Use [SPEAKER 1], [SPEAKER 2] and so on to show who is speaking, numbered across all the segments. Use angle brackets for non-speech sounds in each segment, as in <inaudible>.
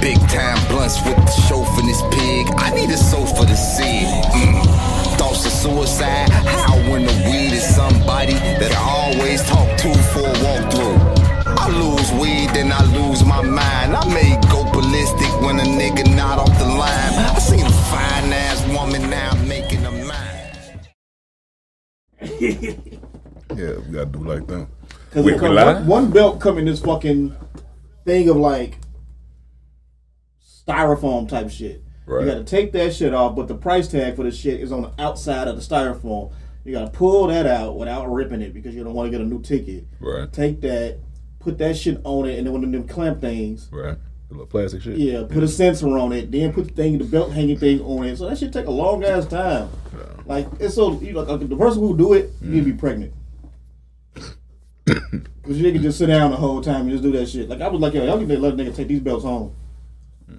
[SPEAKER 1] Big time blunts with the chauvinist pig. I need a soul for the seed. Mm. Thoughts of suicide. How when the weed is somebody that I always talk to for a walkthrough. I lose weed, then I lose my mind. I may go ballistic when a nigga not off the line. I seen a fine ass woman now making a mind.
[SPEAKER 2] Yeah, we gotta do like them.
[SPEAKER 3] Cause
[SPEAKER 4] We-
[SPEAKER 3] it
[SPEAKER 4] we
[SPEAKER 3] come-
[SPEAKER 4] live?
[SPEAKER 3] one, one belt come in this fucking thing of like styrofoam type shit.
[SPEAKER 4] Right.
[SPEAKER 3] You gotta take that shit off, but the price tag for this shit is on the outside of the styrofoam. You gotta pull that out without ripping it because you don't want to get a new ticket.
[SPEAKER 4] Right.
[SPEAKER 3] Take that, put that shit on it, and then one of them clamp things.
[SPEAKER 4] Right. The little plastic shit.
[SPEAKER 3] Yeah, put a sensor on it, then put the thing, the belt hanging thing on it. So that should take a long ass time. Like it's so you know, like, the person who do it, you need to
[SPEAKER 4] Mm.
[SPEAKER 3] be pregnant. <coughs> Cause you nigga just sit down the whole time and just do that shit. Like I was like, yo, y'all need to let a nigga take these belts home.
[SPEAKER 4] Hmm.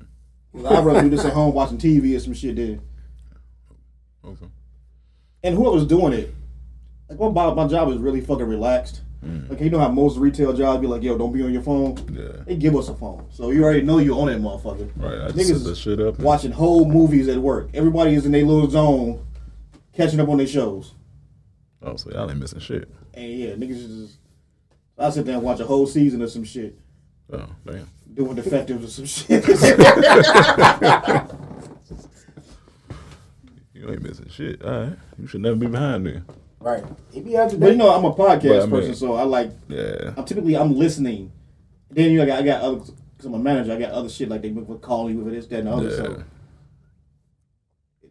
[SPEAKER 3] 'Cause I'd rather do this at home watching TV or some shit then.
[SPEAKER 4] Okay.
[SPEAKER 3] And whoever's doing it, like my bo- my job is really fucking relaxed. Like you know how most retail jobs be like, yo, don't be on your phone.
[SPEAKER 4] Hmm. Yeah.
[SPEAKER 3] They give us a phone, so you already know you own that motherfucker.
[SPEAKER 4] Right. I just
[SPEAKER 3] Niggas
[SPEAKER 4] set that shit up. and-
[SPEAKER 3] watching whole movies at work. Everybody is in their little zone, catching up on their shows.
[SPEAKER 4] Oh, so y'all ain't missing shit.
[SPEAKER 3] And yeah, niggas just. I sit there and watch a whole season of some shit,
[SPEAKER 4] Oh, damn.
[SPEAKER 3] doing defectives or some <laughs> shit.
[SPEAKER 4] You ain't missing shit. All right. You should never be behind there.
[SPEAKER 5] Right. He be after
[SPEAKER 3] but you
[SPEAKER 5] that.
[SPEAKER 3] know, I'm a podcast
[SPEAKER 4] Well, I mean-
[SPEAKER 3] person, so I like.
[SPEAKER 4] Yeah.
[SPEAKER 3] I'm typically I'm listening. Then you know, I got I got other because I'm a manager. I got other shit like they would call you for this, that, and the other.
[SPEAKER 4] Yeah.
[SPEAKER 3] So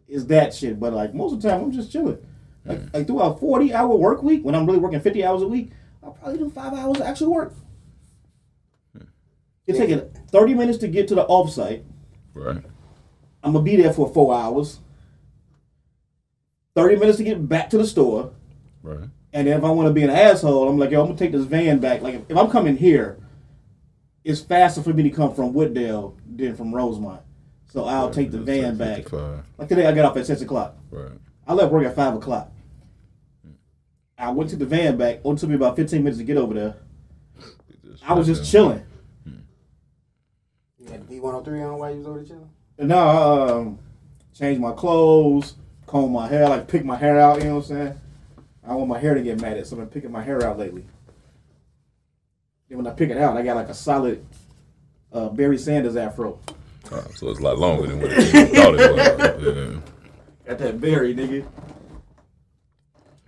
[SPEAKER 3] it's that shit. But like most of the time, I'm just chilling. Like, like through a 40 hour work week, when I'm really working 50 hours a week, I'll probably do five hours of actual work. It's taking 30 minutes to get to the offsite.
[SPEAKER 4] Right.
[SPEAKER 3] I'm gonna be there for four hours. 30 minutes to get back to the store.
[SPEAKER 4] Right.
[SPEAKER 3] And then if I want to be an asshole, I'm like, yo, I'm gonna take this van back. Like, if, if I'm coming here, it's faster for me to come from Wooddale than from Rosemont. So I'll take the
[SPEAKER 4] It's
[SPEAKER 3] van
[SPEAKER 4] like
[SPEAKER 3] back.
[SPEAKER 4] 55.
[SPEAKER 3] Like today, I got off at six o'clock.
[SPEAKER 4] Right.
[SPEAKER 3] I left work at five o'clock. Hmm. I went to the van back. Only took me about fifteen minutes to get over there.
[SPEAKER 4] It
[SPEAKER 3] I was
[SPEAKER 4] shut
[SPEAKER 3] just
[SPEAKER 4] down.
[SPEAKER 3] chilling.
[SPEAKER 5] You had D one hundred three on while you was over the channel.
[SPEAKER 3] And now I um, changed my clothes, comb my hair, like pick my hair out. You know what I'm saying? I don't want my hair to get matted, so I've been picking my hair out lately. And when I pick it out, I got like a solid uh, Barry Sanders afro.
[SPEAKER 4] Ah, so it's a lot longer than what it <laughs> thought it was.
[SPEAKER 3] Got that Barry, nigga.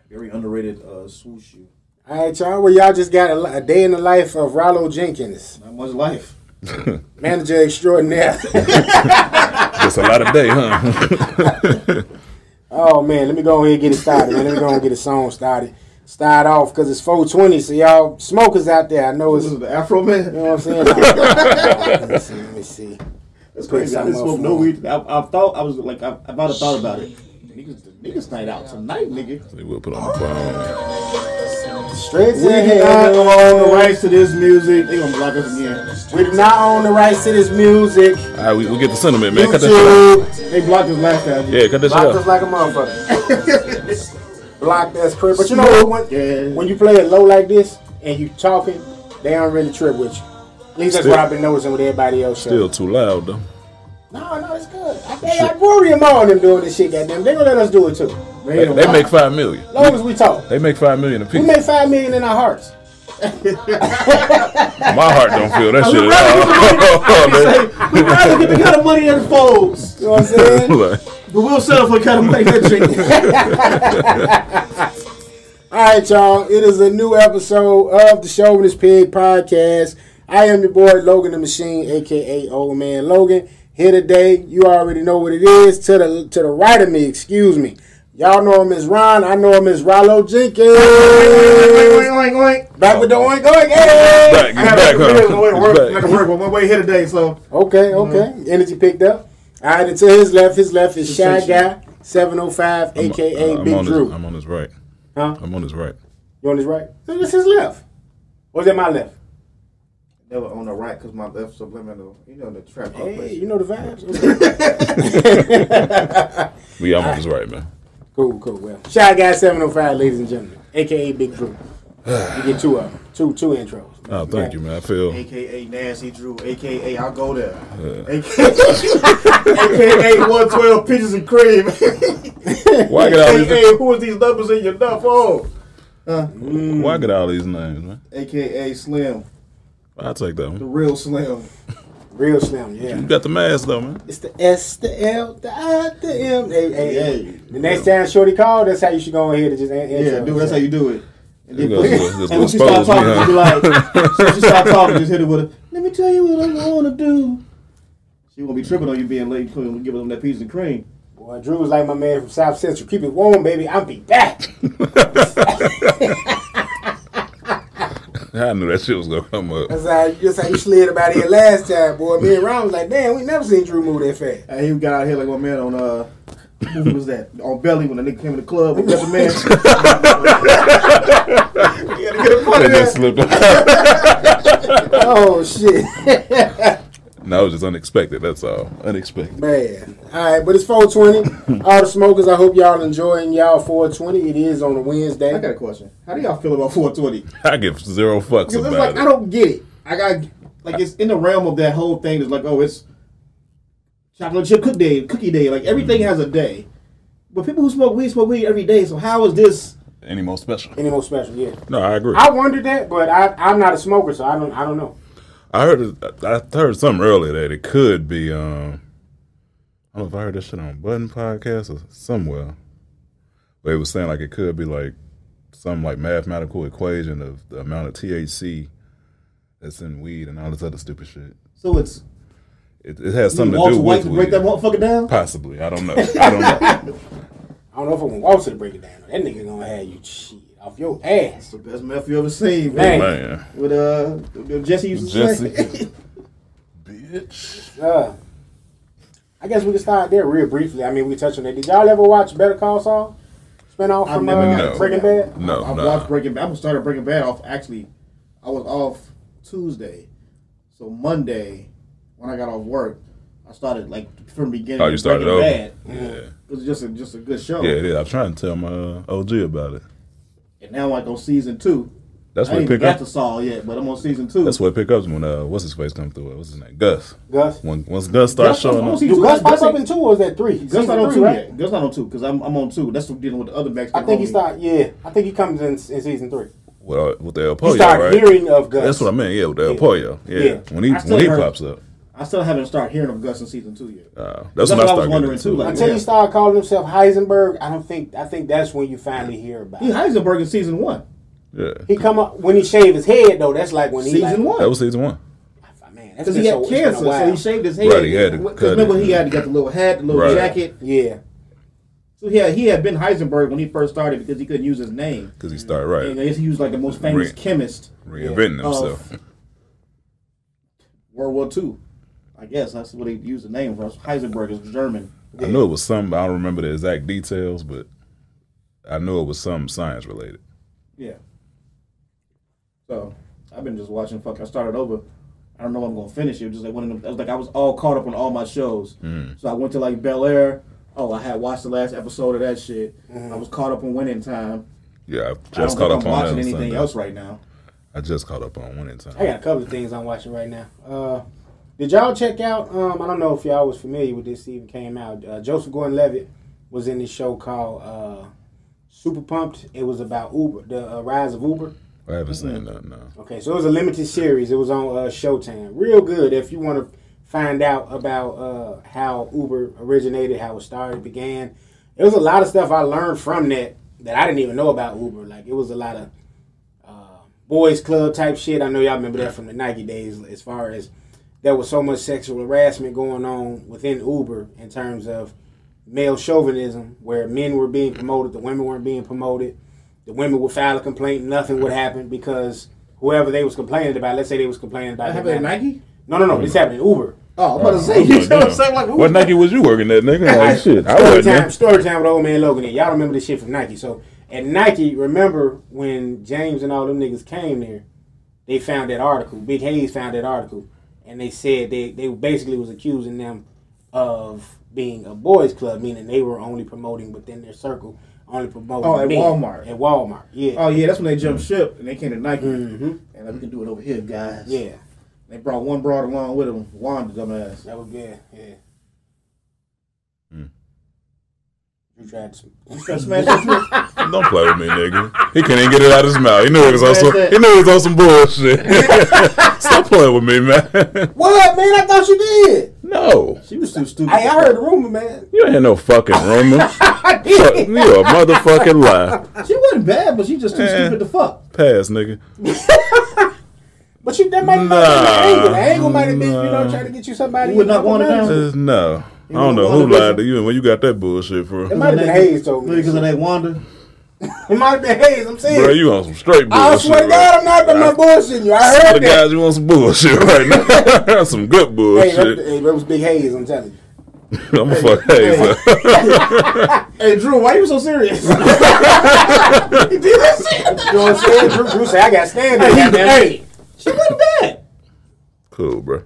[SPEAKER 3] Very underrated uh, swoosh you.
[SPEAKER 5] All right, y'all. Well, y'all just got a, li- a day in the life of Rollo Jenkins,
[SPEAKER 3] Not much life.
[SPEAKER 5] manager extraordinaire. <laughs>
[SPEAKER 4] Yeah. It's a lot of day, huh? <laughs>
[SPEAKER 5] oh man, let me go ahead and get it started. Man. Let me go and get the song started. Start off because it's four twenty. So y'all smokers out there, I know it's.
[SPEAKER 3] This
[SPEAKER 5] You
[SPEAKER 3] is the Afro man.
[SPEAKER 5] know what I'm saying? <laughs> let me see. Let me see.
[SPEAKER 3] That's crazy. I didn't smoke no weed. I, I thought I was like I, I might have thought about it. Niggas, niggas night out tonight, nigga.
[SPEAKER 4] we will put on the phone.
[SPEAKER 5] Straight to
[SPEAKER 3] We do
[SPEAKER 5] the
[SPEAKER 3] not own the
[SPEAKER 5] head.
[SPEAKER 3] rights to this music. They gonna block us again.
[SPEAKER 5] We do not own the rights to this music.
[SPEAKER 4] All right, we, we get the sentiment, man. Cut that shit off.
[SPEAKER 5] YouTube.
[SPEAKER 3] They blocked us last time.
[SPEAKER 4] Yeah, cut that shit
[SPEAKER 5] Blocked us
[SPEAKER 4] off.
[SPEAKER 5] like a <laughs> motherfucker. Blocked us, crib. But you know what? When,
[SPEAKER 3] Yeah.
[SPEAKER 5] when you play it low like this and you talking, they don't really trip with you. At least that's
[SPEAKER 4] Still-
[SPEAKER 5] what I've been noticing with everybody else. show.
[SPEAKER 4] Still too loud, though.
[SPEAKER 5] No, no, it's good. I, they, I worry more on them doing this shit, goddamn. They gonna let us do it too.
[SPEAKER 3] They
[SPEAKER 4] They,
[SPEAKER 3] don't
[SPEAKER 4] they
[SPEAKER 3] block-
[SPEAKER 4] make five million.
[SPEAKER 5] As long as we talk.
[SPEAKER 4] They make five million a
[SPEAKER 5] We
[SPEAKER 4] piece.
[SPEAKER 5] make five million in our hearts.
[SPEAKER 4] My heart don't feel that shit at all.
[SPEAKER 3] We'd rather get the kind of money that folds,
[SPEAKER 5] You know
[SPEAKER 4] <laughs>
[SPEAKER 5] what I'm
[SPEAKER 3] <laughs>
[SPEAKER 5] saying?
[SPEAKER 4] Like,
[SPEAKER 3] but we'll settle for the kind of money that <laughs> changes.
[SPEAKER 5] All right, y'all. It is a new episode of the Chauvinist Pig podcast. I am your boy Logan the Machine, aka Old Man Logan. Here today, you already know what it is. To the to the right of me, excuse me. Y'all know him as Ron. I know him as Rollo Jenkins. Back with the oink oink. Hey!
[SPEAKER 4] back, it's back, huh? It's back.
[SPEAKER 3] work on my way here today, so
[SPEAKER 5] Okay, okay. Energy picked up. All right, and to his left, his left is Shy Guy 705,
[SPEAKER 4] I'm-
[SPEAKER 5] aka
[SPEAKER 4] I'm
[SPEAKER 5] Big
[SPEAKER 4] on his-
[SPEAKER 5] Drew.
[SPEAKER 4] I'm on his right.
[SPEAKER 5] Huh?
[SPEAKER 4] I'm on his right.
[SPEAKER 5] You on his right? So this is his left. Or is that my left?
[SPEAKER 3] They were on the right because my left subliminal. You know the trap.
[SPEAKER 5] Hey, you know the
[SPEAKER 4] <laughs>
[SPEAKER 5] vibes.
[SPEAKER 4] We I'm on his right, man.
[SPEAKER 5] cool, cool. Well, oh Shy Guy 705, ladies and gentlemen, aka Big Drew. You get two of them, two two intros.
[SPEAKER 4] Oh, thank you, man. I feel
[SPEAKER 3] AKA Nasty Drew, AKA I'll go there, AKA one twelve pitches and cream,
[SPEAKER 4] why get all these
[SPEAKER 3] AKA who is these numbers in your duff hole,
[SPEAKER 4] why get all these names, man?
[SPEAKER 3] AKA Slim,
[SPEAKER 4] I will take that
[SPEAKER 3] the
[SPEAKER 4] one.
[SPEAKER 3] real Slim.
[SPEAKER 5] Real slim, yeah.
[SPEAKER 4] You got the mask though, man.
[SPEAKER 5] It's the S, the L, the I, the M. Hey, hey, hey.
[SPEAKER 3] Yeah.
[SPEAKER 5] The next time Shorty called, that's how you should go in here to just an- answer.
[SPEAKER 3] Yeah, dude, that's how you do it. And
[SPEAKER 4] You
[SPEAKER 3] then-
[SPEAKER 4] gonna- you just
[SPEAKER 3] and when she
[SPEAKER 4] gonna
[SPEAKER 3] start
[SPEAKER 4] expose me,
[SPEAKER 3] talking, just be like,
[SPEAKER 4] <laughs>
[SPEAKER 3] when she start talking, just hit it with a, let me tell you what I want to do. She won't be tripping on you being late, putting, giving them that peas and cream.
[SPEAKER 5] Boy, Drew was like my man from South Central. Keep it warm, baby. I'll be back.
[SPEAKER 4] I knew <laughs> that shit was gonna come up.
[SPEAKER 5] That's how, that's how you slid about here last time, boy. Me and Ron was like, damn, we never seen Drew move that fast.
[SPEAKER 3] And he got out here like my man on, uh, who was that? On Belly when the nigga came in the club with another man. You gotta get a part of
[SPEAKER 4] That
[SPEAKER 3] that.
[SPEAKER 4] just slipped out.
[SPEAKER 5] Oh, shit.
[SPEAKER 4] <laughs>
[SPEAKER 5] <laughs>
[SPEAKER 4] No, it was just unexpected. That's all. Unexpected.
[SPEAKER 5] Man. All right, but it's 420. All the smokers, I hope y'all enjoying y'all 420. It is on a Wednesday.
[SPEAKER 3] I got a question. How do y'all feel about 420?
[SPEAKER 4] I give zero fucks
[SPEAKER 3] Because
[SPEAKER 4] about
[SPEAKER 3] it's like
[SPEAKER 4] it.
[SPEAKER 3] I don't get it. Like I like it's in the realm of that whole thing. It's like oh, it's chocolate chip cook day, cookie day. Like everything
[SPEAKER 4] Mm-hmm.
[SPEAKER 3] has a day. But people who smoke weed smoke weed every day. So how is this?
[SPEAKER 4] Any more special?
[SPEAKER 5] Any more special, yeah.
[SPEAKER 4] No, I agree.
[SPEAKER 5] I wondered that, but I, I'm not a smoker, so I don't I don't know.
[SPEAKER 4] I heard I heard something earlier that it could be. Um, I don't know if I heard that shit on Button Podcast or somewhere. But it was saying like it could be like some like mathematical equation of the amount of THC that's in weed and all this other stupid shit.
[SPEAKER 3] So it's
[SPEAKER 4] It, it has something to
[SPEAKER 3] Walter
[SPEAKER 4] do
[SPEAKER 3] White
[SPEAKER 4] with
[SPEAKER 3] to
[SPEAKER 4] weed.
[SPEAKER 3] break that motherfucker down.
[SPEAKER 4] Possibly, I don't know. I don't
[SPEAKER 3] <laughs>
[SPEAKER 4] know.
[SPEAKER 5] I don't know if I want Walter to break it down. That nigga gonna have you shit off your ass.
[SPEAKER 3] It's the best meth you ever seen, man.
[SPEAKER 5] Man.
[SPEAKER 4] Man,
[SPEAKER 3] With uh, Jesse used to <laughs> say.
[SPEAKER 4] Jesse, bitch.
[SPEAKER 5] Uh, I guess we can start there real briefly. I mean, we touched on that. Did y'all ever watch Better Call Saul? Spinoff
[SPEAKER 3] I've
[SPEAKER 5] from
[SPEAKER 3] never
[SPEAKER 5] uh,
[SPEAKER 4] No.
[SPEAKER 5] Breaking Bad?
[SPEAKER 4] No,
[SPEAKER 3] I
[SPEAKER 4] no.
[SPEAKER 3] watched Breaking Bad. I started Breaking Bad off. Actually, I was off Tuesday, so Monday when I got off work, I started like from the beginning.
[SPEAKER 4] Oh, you
[SPEAKER 3] of
[SPEAKER 4] started
[SPEAKER 3] Breaking
[SPEAKER 4] over.
[SPEAKER 3] Bad.
[SPEAKER 4] Yeah,
[SPEAKER 3] It was just a just a good show.
[SPEAKER 4] yeah. It is. I'm trying to tell my uh, OG about it.
[SPEAKER 3] And now like on season two.
[SPEAKER 4] That's
[SPEAKER 3] I
[SPEAKER 4] what
[SPEAKER 3] ain't
[SPEAKER 4] pick
[SPEAKER 3] got
[SPEAKER 4] up.
[SPEAKER 3] to Saul yet, but I'm on season two.
[SPEAKER 4] That's what pick ups when uh, what's his face come through. What's his name? Gus.
[SPEAKER 5] Gus?
[SPEAKER 4] When once Gus starts
[SPEAKER 3] Gus-
[SPEAKER 4] showing
[SPEAKER 3] I'm
[SPEAKER 4] up,
[SPEAKER 3] on season
[SPEAKER 5] Do
[SPEAKER 3] two.
[SPEAKER 5] Gus pop
[SPEAKER 3] Gus
[SPEAKER 5] up
[SPEAKER 3] ain't-
[SPEAKER 5] in two or is that three?
[SPEAKER 3] Gus
[SPEAKER 5] Season
[SPEAKER 3] not on
[SPEAKER 5] three,
[SPEAKER 3] two
[SPEAKER 5] right?
[SPEAKER 3] yet. Gus not on two because I'm I'm on two. That's dealing with the other Mexican.
[SPEAKER 5] I think he
[SPEAKER 3] homie.
[SPEAKER 5] started, yeah. I think he comes in, in season three.
[SPEAKER 4] with, uh, with the El
[SPEAKER 5] You
[SPEAKER 4] Pollo,
[SPEAKER 5] start
[SPEAKER 4] right?
[SPEAKER 5] hearing of Gus.
[SPEAKER 4] That's what I meant. Yeah, with the El Pollo. Yeah.
[SPEAKER 5] Yeah.
[SPEAKER 4] When he
[SPEAKER 3] uh, I still
[SPEAKER 4] when he
[SPEAKER 3] heard-
[SPEAKER 4] pops up,
[SPEAKER 3] I still haven't started hearing of Gus in season two yet.
[SPEAKER 4] uh, that's,
[SPEAKER 3] That's
[SPEAKER 4] when
[SPEAKER 3] what
[SPEAKER 4] I
[SPEAKER 3] I was
[SPEAKER 4] started
[SPEAKER 3] wondering
[SPEAKER 4] getting
[SPEAKER 3] too,
[SPEAKER 4] into it.
[SPEAKER 3] like-
[SPEAKER 5] Until
[SPEAKER 3] Yeah.
[SPEAKER 5] he started calling himself Heisenberg, I don't think I think that's when you finally hear about.
[SPEAKER 3] He
[SPEAKER 5] It.
[SPEAKER 3] Heisenberg in season one.
[SPEAKER 4] yeah,
[SPEAKER 5] He come up when he shaved his head though. That's like when he
[SPEAKER 3] Season
[SPEAKER 5] like,
[SPEAKER 3] one.
[SPEAKER 4] that was season one.
[SPEAKER 5] Ah, Man, that's
[SPEAKER 3] Because
[SPEAKER 5] been
[SPEAKER 3] he had
[SPEAKER 5] so, it's been a
[SPEAKER 3] cancer, so
[SPEAKER 5] while.
[SPEAKER 3] he shaved his head.
[SPEAKER 4] Right, he had to cut
[SPEAKER 3] Because remember,
[SPEAKER 4] it.
[SPEAKER 3] he had to get the little hat, the little
[SPEAKER 4] Right.
[SPEAKER 3] jacket.
[SPEAKER 5] Yeah,
[SPEAKER 3] So yeah, he had been Heisenberg when he first started because he couldn't use his name.
[SPEAKER 4] Because he started
[SPEAKER 3] And
[SPEAKER 4] right
[SPEAKER 3] I guess he was like the most famous
[SPEAKER 4] Re-
[SPEAKER 3] chemist
[SPEAKER 4] reinventing
[SPEAKER 3] Yeah.
[SPEAKER 4] himself.
[SPEAKER 3] World War Two. I guess that's what they used the name for. Heisenberg is German.
[SPEAKER 4] I knew it was some. I don't remember the exact details, but I knew it was some science related.
[SPEAKER 3] Yeah. So I've been just watching. Fuck, I started over. I don't know if I'm gonna finish it. Just like one of them. I was like I was all caught up on all my shows.
[SPEAKER 4] Hmm.
[SPEAKER 3] So I went to like Bel Air. Oh, I had watched the last episode of that shit.
[SPEAKER 5] Mm-hmm.
[SPEAKER 3] I was caught up on Winning Time.
[SPEAKER 4] Yeah, I
[SPEAKER 3] I don't
[SPEAKER 4] just
[SPEAKER 3] think
[SPEAKER 4] caught up
[SPEAKER 3] I'm
[SPEAKER 4] on that.
[SPEAKER 3] watching
[SPEAKER 4] on
[SPEAKER 3] anything
[SPEAKER 4] Sunday.
[SPEAKER 3] else right now.
[SPEAKER 4] I just caught up on one in time.
[SPEAKER 5] I got a couple of things I'm watching right now. Uh, did y'all check out? Um, I don't know if y'all was familiar with this. Even came out. Uh, Joseph Gordon-Levitt was in this show called uh, Super Pumped. It was about Uber, the uh, rise of Uber.
[SPEAKER 4] I haven't seen that. No.
[SPEAKER 5] Okay, so it was a limited series. It was on uh, Showtime. Real good if you want to find out about uh, how Uber originated, how it started, began. It was a lot of stuff I learned from that that I didn't even know about Uber. Like it was a lot of uh, boys club type shit. I know y'all remember that from the Nike days. As far as there was so much sexual harassment going on within Uber in terms of male chauvinism, where men were being promoted, the women weren't being promoted. The women would file a complaint, nothing would happen because whoever they was complaining about, let's say they was complaining about
[SPEAKER 3] That
[SPEAKER 5] their
[SPEAKER 3] happened at
[SPEAKER 5] manager-
[SPEAKER 3] Nike?
[SPEAKER 5] No, no, no, this happened at Uber.
[SPEAKER 3] Oh, I'm about to say. <laughs>
[SPEAKER 4] I'm like,
[SPEAKER 3] You know what I'm
[SPEAKER 4] damn.
[SPEAKER 3] saying? Like, who-
[SPEAKER 4] What Nike was you working at, nigga?
[SPEAKER 3] <laughs>
[SPEAKER 4] Like, shit, I
[SPEAKER 5] story
[SPEAKER 4] wasn't.
[SPEAKER 5] time,
[SPEAKER 4] there.
[SPEAKER 5] story time with old man Logan. Then. Y'all remember this shit from Nike. So at Nike, remember when James and all them niggas came there, they found that article. Big Hayes found that article, and they said they they basically was accusing them of being a boys' club, meaning they were only promoting within their circle only promote.
[SPEAKER 3] Oh, at
[SPEAKER 5] men.
[SPEAKER 3] Walmart.
[SPEAKER 5] At Walmart, yeah.
[SPEAKER 3] Oh yeah, that's when they jumped ship and they came to Nike.
[SPEAKER 5] Mhm.
[SPEAKER 3] And we can do it over here, guys.
[SPEAKER 5] Yeah,
[SPEAKER 3] They brought one broad along with them, Wanda, dumbass.
[SPEAKER 5] that was good. Yeah.
[SPEAKER 4] Mm.
[SPEAKER 5] You tried to.
[SPEAKER 3] You try to smash that shit?
[SPEAKER 4] Don't play with me, nigga. He couldn't even get it out of his mouth. He knew it was on
[SPEAKER 3] That's
[SPEAKER 4] some.
[SPEAKER 3] it.
[SPEAKER 4] He knew it was on some bullshit. <laughs> Stop playing with me, man.
[SPEAKER 5] What, man? I thought you did.
[SPEAKER 4] No,
[SPEAKER 3] She was too stupid.
[SPEAKER 5] Hey, I heard the rumor, man.
[SPEAKER 4] you ain't no fucking rumor.
[SPEAKER 5] I
[SPEAKER 4] Fuck,
[SPEAKER 5] did.
[SPEAKER 4] you a motherfucking lie.
[SPEAKER 3] She wasn't bad, but she just too
[SPEAKER 4] Eh.
[SPEAKER 3] stupid to fuck.
[SPEAKER 4] Pass, nigga.
[SPEAKER 5] But you, that might have
[SPEAKER 4] Nah.
[SPEAKER 5] been the angle. The angle might have been, you know,
[SPEAKER 4] Nah.
[SPEAKER 5] trying to get you somebody.
[SPEAKER 3] You would not want it
[SPEAKER 5] It
[SPEAKER 3] down?
[SPEAKER 4] Uh, no, I don't know who lied to you and when you got that bullshit from.
[SPEAKER 5] might have been Hayes told me.
[SPEAKER 3] Because of that Wanda.
[SPEAKER 5] might have been Hayes. I'm saying.
[SPEAKER 4] Bro, you on some straight bullshit.
[SPEAKER 5] I swear to God, I'm not. I'm
[SPEAKER 4] I-
[SPEAKER 5] not bullshitting you. I
[SPEAKER 4] Some
[SPEAKER 5] heard
[SPEAKER 4] of the
[SPEAKER 5] that.
[SPEAKER 4] guys, you want some bullshit right now. <laughs> some good
[SPEAKER 5] Hey, that,
[SPEAKER 4] bullshit.
[SPEAKER 5] hey, that was Big Hayes. I'm telling you.
[SPEAKER 4] I'm a fuck Hayes. up.
[SPEAKER 3] Hey, Drew, why you so
[SPEAKER 5] <laughs>
[SPEAKER 3] serious? you did that shit.
[SPEAKER 5] You know what I'm saying? Drew, Drew said, "I got standing." Hey,
[SPEAKER 3] Hey, she wasn't bad.
[SPEAKER 4] Cool, bro.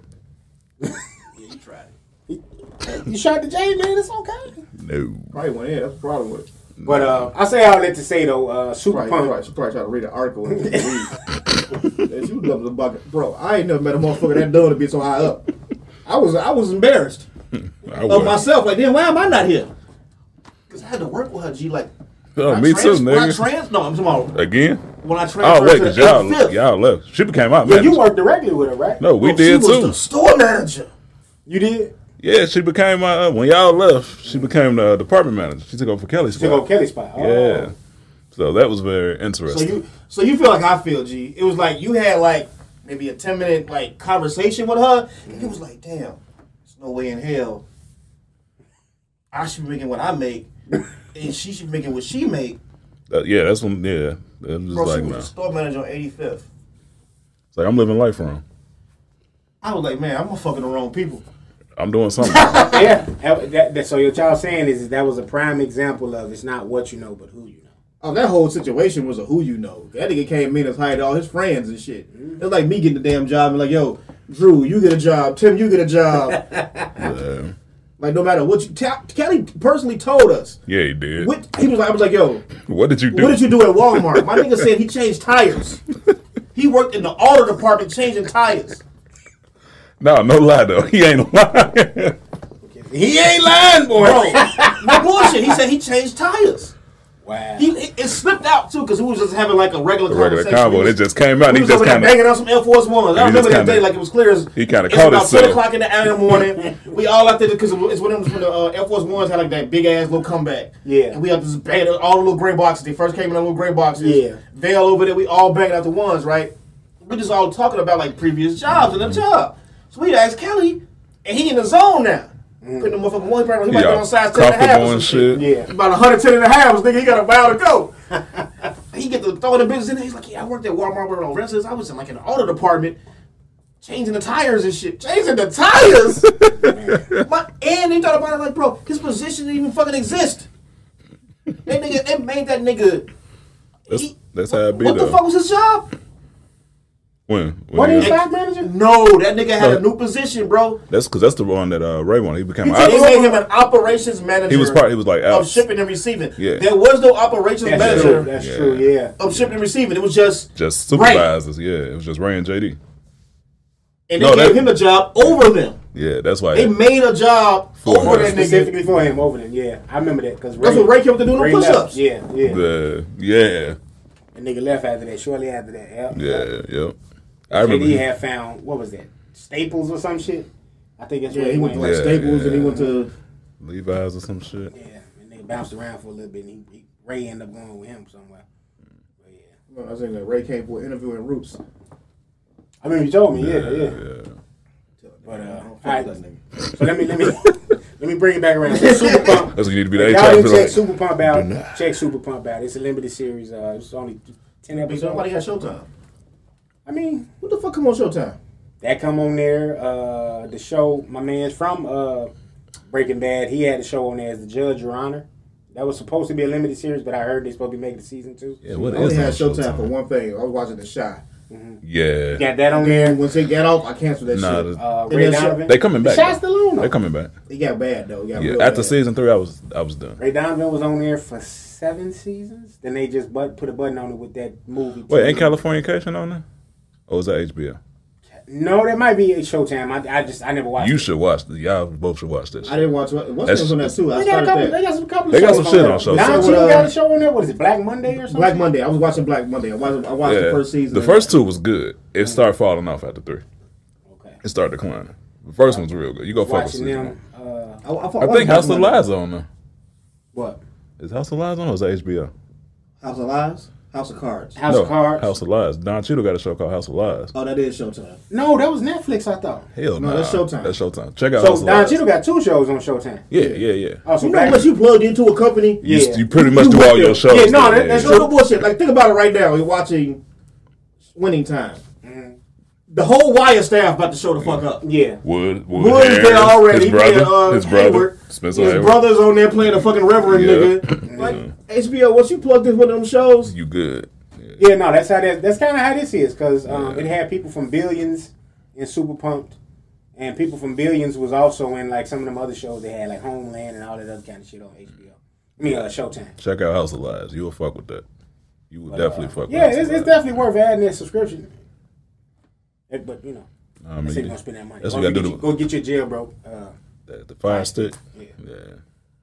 [SPEAKER 5] you shot the J, man. It's okay.
[SPEAKER 4] No.
[SPEAKER 3] Probably went in. That's the problem with it.
[SPEAKER 5] But uh, I say all that to say though, uh, Super
[SPEAKER 3] Probably,
[SPEAKER 5] Punk.
[SPEAKER 3] probably, she probably tried to read an article. And read. Hey, <laughs> she was dumb as a bucket. Bro, I ain't never met a motherfucker that dumb to be so high up. I was I was embarrassed
[SPEAKER 4] I
[SPEAKER 3] of
[SPEAKER 5] Oh,
[SPEAKER 4] wouldn't.
[SPEAKER 3] myself. Like, then why am I not here? Because I had to work with her, G. Like,
[SPEAKER 4] Oh,
[SPEAKER 3] I
[SPEAKER 4] me
[SPEAKER 3] trans-
[SPEAKER 4] too,
[SPEAKER 3] When I
[SPEAKER 4] nigga.
[SPEAKER 3] trans, no, I'm tomorrow.
[SPEAKER 4] Again?
[SPEAKER 3] When I transferred
[SPEAKER 4] Oh, wait,
[SPEAKER 3] to
[SPEAKER 4] because
[SPEAKER 3] the
[SPEAKER 4] y'all,
[SPEAKER 3] 85th,
[SPEAKER 4] y'all left. She became out,
[SPEAKER 5] Yeah,
[SPEAKER 4] man.
[SPEAKER 5] you worked directly with her, right?
[SPEAKER 4] No, we
[SPEAKER 3] bro,
[SPEAKER 4] did
[SPEAKER 3] Oh, she was
[SPEAKER 4] too.
[SPEAKER 3] the store manager.
[SPEAKER 5] you did.
[SPEAKER 4] Yeah, she became my. Uh, when y'all left, she became the department manager. She took over for Kelly's
[SPEAKER 5] Took
[SPEAKER 4] spot.
[SPEAKER 5] over Kelly's spot. Oh.
[SPEAKER 4] Yeah. So that was very
[SPEAKER 3] So
[SPEAKER 4] interesting.
[SPEAKER 3] you, so you feel like I feel, G. It was like you had like maybe a ten minute like conversation with her, and it was like, damn, there's no way in hell I should be making what I make, and she should be making what she make.
[SPEAKER 4] Uh, yeah, that's when. Yeah, that was
[SPEAKER 3] Bro,
[SPEAKER 4] like,
[SPEAKER 3] she was
[SPEAKER 4] no.
[SPEAKER 3] the store manager on 85th.
[SPEAKER 4] It's like I'm living life wrong.
[SPEAKER 3] I was like, man, I'm fucking the wrong people.
[SPEAKER 4] I'm doing
[SPEAKER 3] <laughs>
[SPEAKER 4] something. yeah,
[SPEAKER 5] yeah. Hell, That, that, so what y'all saying is, is that was a prime example of it's not what you know, but who you know.
[SPEAKER 3] Oh, that whole situation was a who you know. That nigga came in and hired all his friends and shit.
[SPEAKER 4] Mm-hmm.
[SPEAKER 3] It's like me getting the damn job and like, yo, Drew, you get a job. Tim, you get a job.
[SPEAKER 4] <laughs>
[SPEAKER 3] <laughs> like, no matter what you. Ta- Kelly personally told us.
[SPEAKER 4] he did. What,
[SPEAKER 3] What, he was like, I was like, yo,
[SPEAKER 4] did you do?
[SPEAKER 3] what did you do at Walmart? My nigga said he changed
[SPEAKER 4] <laughs>
[SPEAKER 3] tires. He worked in the auto department changing tires.
[SPEAKER 4] No, no lie though. <laughs> He ain't lying.
[SPEAKER 5] He ain't lying, boy.
[SPEAKER 3] Bro, no bullshit. He said he changed tires.
[SPEAKER 5] Wow.
[SPEAKER 3] He it, it slipped out too because we was just having like a regular
[SPEAKER 4] The regular
[SPEAKER 3] conversation.
[SPEAKER 4] combo.
[SPEAKER 3] We
[SPEAKER 4] It
[SPEAKER 3] was-
[SPEAKER 4] just came out. And
[SPEAKER 3] We
[SPEAKER 4] he
[SPEAKER 3] was
[SPEAKER 4] just
[SPEAKER 3] over there
[SPEAKER 4] kind
[SPEAKER 3] banging
[SPEAKER 4] of.
[SPEAKER 3] on some Air Force Ones.
[SPEAKER 4] He
[SPEAKER 3] I
[SPEAKER 4] just
[SPEAKER 3] remember that
[SPEAKER 4] kinda-
[SPEAKER 3] day like it was clear as
[SPEAKER 4] he kinda
[SPEAKER 3] it's
[SPEAKER 4] caught
[SPEAKER 3] about
[SPEAKER 4] himself.
[SPEAKER 3] ten o'clock in the hour in
[SPEAKER 4] <laughs>
[SPEAKER 3] the morning. we all out there because it's when, it was when the uh, Air Force Ones had like that big ass little comeback.
[SPEAKER 5] Yeah.
[SPEAKER 3] and we out this bang all the little gray boxes. They first came in the little gray boxes.
[SPEAKER 5] Yeah.
[SPEAKER 3] veil over there. We all banging out the ones right. We just all talking about like previous jobs and the
[SPEAKER 5] Mm-hmm.
[SPEAKER 3] job. So we asked Kelly, and he in the zone now.
[SPEAKER 5] Mm.
[SPEAKER 3] Putting the motherfucking one right on, he might be
[SPEAKER 4] Yeah,
[SPEAKER 3] on size ten and a half.
[SPEAKER 4] comfortable
[SPEAKER 3] or some
[SPEAKER 4] and shit.
[SPEAKER 5] Yeah.
[SPEAKER 3] about 110 and a half, this nigga, he got a mile to go. <laughs> he get to throwing the business in there. He's like, yeah, I worked at Walmart with on wrestlers. I was in like an auto department, changing the tires and shit. Changing the
[SPEAKER 4] <laughs>
[SPEAKER 3] tires? My, and they thought about it like, bro, his position didn't even fucking exist. That nigga, it made that nigga.
[SPEAKER 4] That's,
[SPEAKER 3] he-
[SPEAKER 4] that's how it be
[SPEAKER 3] what the
[SPEAKER 4] though.
[SPEAKER 3] fuck was his job?
[SPEAKER 4] when? when
[SPEAKER 5] What
[SPEAKER 4] he-
[SPEAKER 5] is that manager?
[SPEAKER 3] No, that nigga had a new position, bro.
[SPEAKER 4] That's because that's the one that uh, Ray won. He became.
[SPEAKER 3] They
[SPEAKER 4] I-
[SPEAKER 3] made him an operations manager. Oh,
[SPEAKER 4] he was part. He was like out.
[SPEAKER 3] of shipping and receiving.
[SPEAKER 4] Yeah.
[SPEAKER 3] There was no operations
[SPEAKER 5] That's
[SPEAKER 3] manager
[SPEAKER 5] true. That's
[SPEAKER 4] Yeah.
[SPEAKER 5] true. Yeah.
[SPEAKER 3] of shipping and receiving. It was just
[SPEAKER 4] Just
[SPEAKER 3] Ray.
[SPEAKER 4] supervisors. Yeah, it was just Ray and JD.
[SPEAKER 3] and they
[SPEAKER 4] No,
[SPEAKER 3] gave
[SPEAKER 4] that-
[SPEAKER 3] him a job over them.
[SPEAKER 4] Yeah, that's why.
[SPEAKER 3] They made a job
[SPEAKER 4] For
[SPEAKER 3] over
[SPEAKER 4] him.
[SPEAKER 3] that nigga.
[SPEAKER 5] Specifically for him over there. Yeah, I remember that because
[SPEAKER 3] That's what Ray came up to do the
[SPEAKER 5] Ray
[SPEAKER 3] push
[SPEAKER 5] left.
[SPEAKER 3] ups.
[SPEAKER 5] Yeah, yeah.
[SPEAKER 4] the yeah,
[SPEAKER 5] The nigga left after that. Shortly after that. Yep.
[SPEAKER 4] yeah, yep. I
[SPEAKER 5] And
[SPEAKER 4] remember.
[SPEAKER 5] he
[SPEAKER 4] him.
[SPEAKER 5] had found what was that? Staples or some shit. I think that's
[SPEAKER 3] Yeah,
[SPEAKER 5] where
[SPEAKER 3] he went to like
[SPEAKER 4] Yeah,
[SPEAKER 3] Staples and he
[SPEAKER 4] yeah.
[SPEAKER 3] went to
[SPEAKER 4] Levi's or some shit.
[SPEAKER 5] Yeah, and nigga bounced around for a little bit. and he, he Ray ended up going with him somewhere. But yeah,
[SPEAKER 3] I was thinking that Ray came for an interview in Roots.
[SPEAKER 5] I remember you told me. Yeah, yeah. But uh, all right. So let me let me <laughs> let me bring it back around. So Super Pump.
[SPEAKER 4] That's what you need to be the
[SPEAKER 5] If
[SPEAKER 4] A
[SPEAKER 5] y'all
[SPEAKER 4] chapter.
[SPEAKER 5] didn't check
[SPEAKER 4] Like,
[SPEAKER 5] Super Pump out. Check Super Pump out. It's a limited series. Uh, it's only ten
[SPEAKER 3] Somebody
[SPEAKER 5] episodes.
[SPEAKER 3] had Showtime.
[SPEAKER 5] I mean,
[SPEAKER 3] What the fuck come on Showtime?
[SPEAKER 5] that come on there. Uh, the show, my man's from uh, Breaking Bad. He had a show on there as the Judge, Your Honor. That was supposed to be a limited series, but I heard they supposed to be making a season two.
[SPEAKER 4] yeah, what
[SPEAKER 3] I only had
[SPEAKER 4] is that
[SPEAKER 3] Showtime for one thing. I was watching The Shy.
[SPEAKER 4] Yeah.
[SPEAKER 5] Got that on
[SPEAKER 3] And
[SPEAKER 5] there.
[SPEAKER 3] then once it got off, I canceled that
[SPEAKER 4] Nah,
[SPEAKER 3] shit.
[SPEAKER 4] the-
[SPEAKER 3] Uh,
[SPEAKER 5] It
[SPEAKER 3] Ray
[SPEAKER 5] is-
[SPEAKER 3] Donovan,
[SPEAKER 4] They coming back.
[SPEAKER 5] Shots
[SPEAKER 4] though.
[SPEAKER 5] Delano.
[SPEAKER 4] They coming back.
[SPEAKER 3] it got bad though. It got
[SPEAKER 4] Yeah.
[SPEAKER 3] real
[SPEAKER 4] After
[SPEAKER 3] bad.
[SPEAKER 4] season three, I was I was done.
[SPEAKER 5] Ray Donovan was on there for seven seasons. Then they just but, put a button on it with that movie.
[SPEAKER 4] Wait,
[SPEAKER 5] too.
[SPEAKER 4] ain't Californication on Oh, there? Or was that HBO?
[SPEAKER 5] No, that might be a Showtime. I, I just I never watched.
[SPEAKER 4] You
[SPEAKER 5] it.
[SPEAKER 4] should watch. th- Y'all both should watch this.
[SPEAKER 3] I didn't watch it. What's
[SPEAKER 4] That's-
[SPEAKER 3] name on that too? I
[SPEAKER 5] They got a
[SPEAKER 3] started
[SPEAKER 5] couple. They
[SPEAKER 3] that.
[SPEAKER 5] got some couple.
[SPEAKER 4] They got
[SPEAKER 5] shows
[SPEAKER 4] some shit
[SPEAKER 5] there.
[SPEAKER 4] on Showtime.
[SPEAKER 5] Don
[SPEAKER 3] So,
[SPEAKER 5] Cheadle
[SPEAKER 3] uh,
[SPEAKER 5] got a show on there. What is it? Black Monday or something?
[SPEAKER 3] Black Monday. I was watching Black Monday. I watched. I watched the first season.
[SPEAKER 4] The first two was good. It started falling off after three.
[SPEAKER 5] Okay.
[SPEAKER 4] It started declining. The first one's real good. You go fuck with
[SPEAKER 5] Watching
[SPEAKER 4] season.
[SPEAKER 5] them. Uh,
[SPEAKER 3] I, I,
[SPEAKER 4] one. I think House of Lies on there.
[SPEAKER 5] what?
[SPEAKER 4] Is House of Lies on or is that HBO?
[SPEAKER 3] House of Lies. House of Cards.
[SPEAKER 5] House
[SPEAKER 4] no,
[SPEAKER 5] of Cards.
[SPEAKER 4] House of Lies. Don Cheadle got a show called House of Lies.
[SPEAKER 3] Oh, that is Showtime.
[SPEAKER 5] No, that was Netflix. I thought.
[SPEAKER 4] Hell no.
[SPEAKER 3] that's Showtime.
[SPEAKER 4] That's Showtime. Check out House
[SPEAKER 5] So
[SPEAKER 4] of
[SPEAKER 5] Don
[SPEAKER 4] Lies.
[SPEAKER 5] Cheadle got two shows on Showtime.
[SPEAKER 4] Yeah, yeah, yeah.
[SPEAKER 5] Oh, so
[SPEAKER 3] You know
[SPEAKER 5] Black-
[SPEAKER 3] what? You plugged into a company.
[SPEAKER 4] You,
[SPEAKER 5] yeah.
[SPEAKER 4] you pretty much
[SPEAKER 3] You
[SPEAKER 4] do
[SPEAKER 3] went
[SPEAKER 4] all your
[SPEAKER 3] there.
[SPEAKER 4] shows.
[SPEAKER 5] Yeah, no, that- that's
[SPEAKER 4] yeah.
[SPEAKER 3] No, no bullshit. Like think about it right now. You're watching Winning Time.
[SPEAKER 4] Mm-hmm.
[SPEAKER 3] The whole wire staff about to show the fuck up.
[SPEAKER 5] Yeah.
[SPEAKER 4] Wood, Wood,
[SPEAKER 3] Wood's
[SPEAKER 4] Harris,
[SPEAKER 3] there already.
[SPEAKER 4] His brother,
[SPEAKER 3] Then, uh,
[SPEAKER 4] his brother,
[SPEAKER 3] Hayward.
[SPEAKER 4] Spencer
[SPEAKER 3] his
[SPEAKER 4] Hayward.
[SPEAKER 3] brother's on there playing a fucking reverend
[SPEAKER 4] Yeah. <laughs>
[SPEAKER 3] nigga. Like HBO, once you plugged in one of them shows,
[SPEAKER 4] You good?
[SPEAKER 5] Yeah, no, that's how that. That's kind of how this is because um, it had people from Billions and Super Pumped, and people from Billions was also in like some of them other shows they had like Homeland and all that other kind of shit on HBO. I mean, uh, Showtime.
[SPEAKER 4] Check out House of Lies. You'll fuck with that. You will definitely fuck. with
[SPEAKER 5] Uh, Yeah,
[SPEAKER 4] House of
[SPEAKER 5] it's, it's
[SPEAKER 4] Lies.
[SPEAKER 5] definitely worth adding that subscription. Eh, But you know,
[SPEAKER 4] I
[SPEAKER 5] I
[SPEAKER 4] mean,
[SPEAKER 5] said you gonna spend that money.
[SPEAKER 4] That's
[SPEAKER 5] Go
[SPEAKER 4] what you
[SPEAKER 5] get
[SPEAKER 4] gotta
[SPEAKER 5] your-
[SPEAKER 4] do.
[SPEAKER 5] Go get your jailbroke. Uh,
[SPEAKER 4] The, the fire stick.
[SPEAKER 5] Yeah.
[SPEAKER 4] yeah.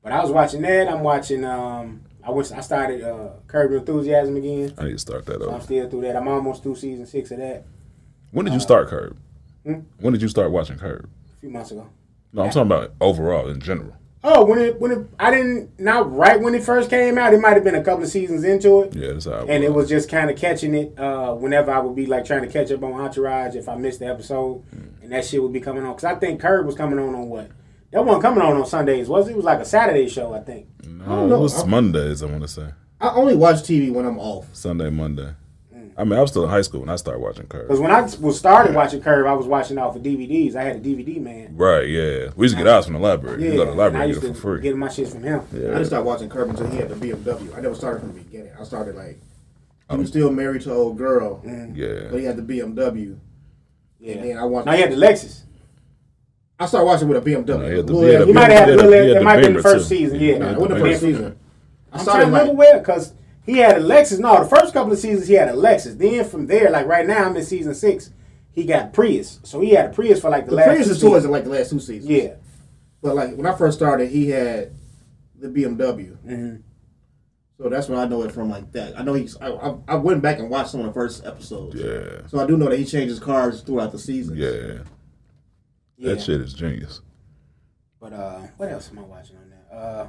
[SPEAKER 5] but I was watching that. I'm watching. Um, I was. I started uh, Curb Your Enthusiasm again.
[SPEAKER 4] I need to start that
[SPEAKER 5] I'm
[SPEAKER 4] over.
[SPEAKER 5] still through that. I'm almost through season six of that.
[SPEAKER 4] When did you start Curb?
[SPEAKER 5] Hmm?
[SPEAKER 4] When did you start watching Curb?
[SPEAKER 5] A few months ago.
[SPEAKER 4] No, I'm talking about overall in general.
[SPEAKER 5] Oh, when it when it, I didn't not right when it first came out, it might have been a couple of seasons into it,
[SPEAKER 4] Yeah, that's how.
[SPEAKER 5] and it was just kind of catching it. Uh, whenever I would be like trying to catch up on Entourage, if I missed the episode,
[SPEAKER 4] Hmm.
[SPEAKER 5] and that shit would be coming on because I think Curb was coming on on what that wasn't coming on on Sundays was it? It was like a Saturday show, I think.
[SPEAKER 4] No, it
[SPEAKER 3] know.
[SPEAKER 4] was Mondays. I want to say
[SPEAKER 3] I only watch TV when I'm off.
[SPEAKER 4] Sunday, Monday.
[SPEAKER 5] Mm.
[SPEAKER 4] I mean, I was still in high school when I started watching Curb.
[SPEAKER 5] Because when I was started watching Curb, I was watching it off of DVDs. I had a DVD man.
[SPEAKER 4] Right? Yeah, we used to get ours from the library.
[SPEAKER 5] Yeah,
[SPEAKER 4] you go to the
[SPEAKER 5] and I
[SPEAKER 4] library,
[SPEAKER 5] used
[SPEAKER 4] get it
[SPEAKER 5] to
[SPEAKER 4] for free.
[SPEAKER 5] get my shit from him.
[SPEAKER 3] I didn't start watching Curb until he had the BMW. I never started from the beginning. I started like he was still married to an old girl, but
[SPEAKER 4] Oh. yeah,
[SPEAKER 3] he had the BMW.
[SPEAKER 5] Yeah.
[SPEAKER 3] And then I watched.
[SPEAKER 5] Now you had the Lexus.
[SPEAKER 3] I started watching with a BMW.
[SPEAKER 4] No, he had the-
[SPEAKER 3] Well,
[SPEAKER 4] he had
[SPEAKER 3] yeah,
[SPEAKER 4] the
[SPEAKER 5] You might have had
[SPEAKER 4] Yeah,
[SPEAKER 5] the,
[SPEAKER 4] yeah,
[SPEAKER 5] that
[SPEAKER 4] the
[SPEAKER 5] might have been the
[SPEAKER 4] Beamer,
[SPEAKER 5] first
[SPEAKER 4] too.
[SPEAKER 5] season.
[SPEAKER 4] Yeah,
[SPEAKER 5] Yeah,
[SPEAKER 3] nah,
[SPEAKER 4] yeah,
[SPEAKER 3] it wasn't the
[SPEAKER 4] the
[SPEAKER 3] first season. I
[SPEAKER 5] I'm trying
[SPEAKER 3] started
[SPEAKER 5] to
[SPEAKER 3] like
[SPEAKER 5] remember where because he had a Lexus. No, the first couple of seasons he had a Lexus. Then from there, like right now, I'm in season six. He got Prius, so he had a Prius for like the,
[SPEAKER 3] the
[SPEAKER 5] last.
[SPEAKER 3] Prius
[SPEAKER 5] two
[SPEAKER 3] is toys
[SPEAKER 5] seasons.
[SPEAKER 3] in like the last two seasons.
[SPEAKER 5] Yeah,
[SPEAKER 3] But like when I first started, he had the BMW.
[SPEAKER 5] Mm-hmm.
[SPEAKER 3] So that's where I know it from, like that. I know he's. I, I, I went back and watched some of the first episodes.
[SPEAKER 4] Yeah.
[SPEAKER 3] So I do know that he changes cars throughout the seasons.
[SPEAKER 4] yeah.
[SPEAKER 5] yeah.
[SPEAKER 4] That shit is genius.
[SPEAKER 5] But uh, what else am I watching on that? Uh,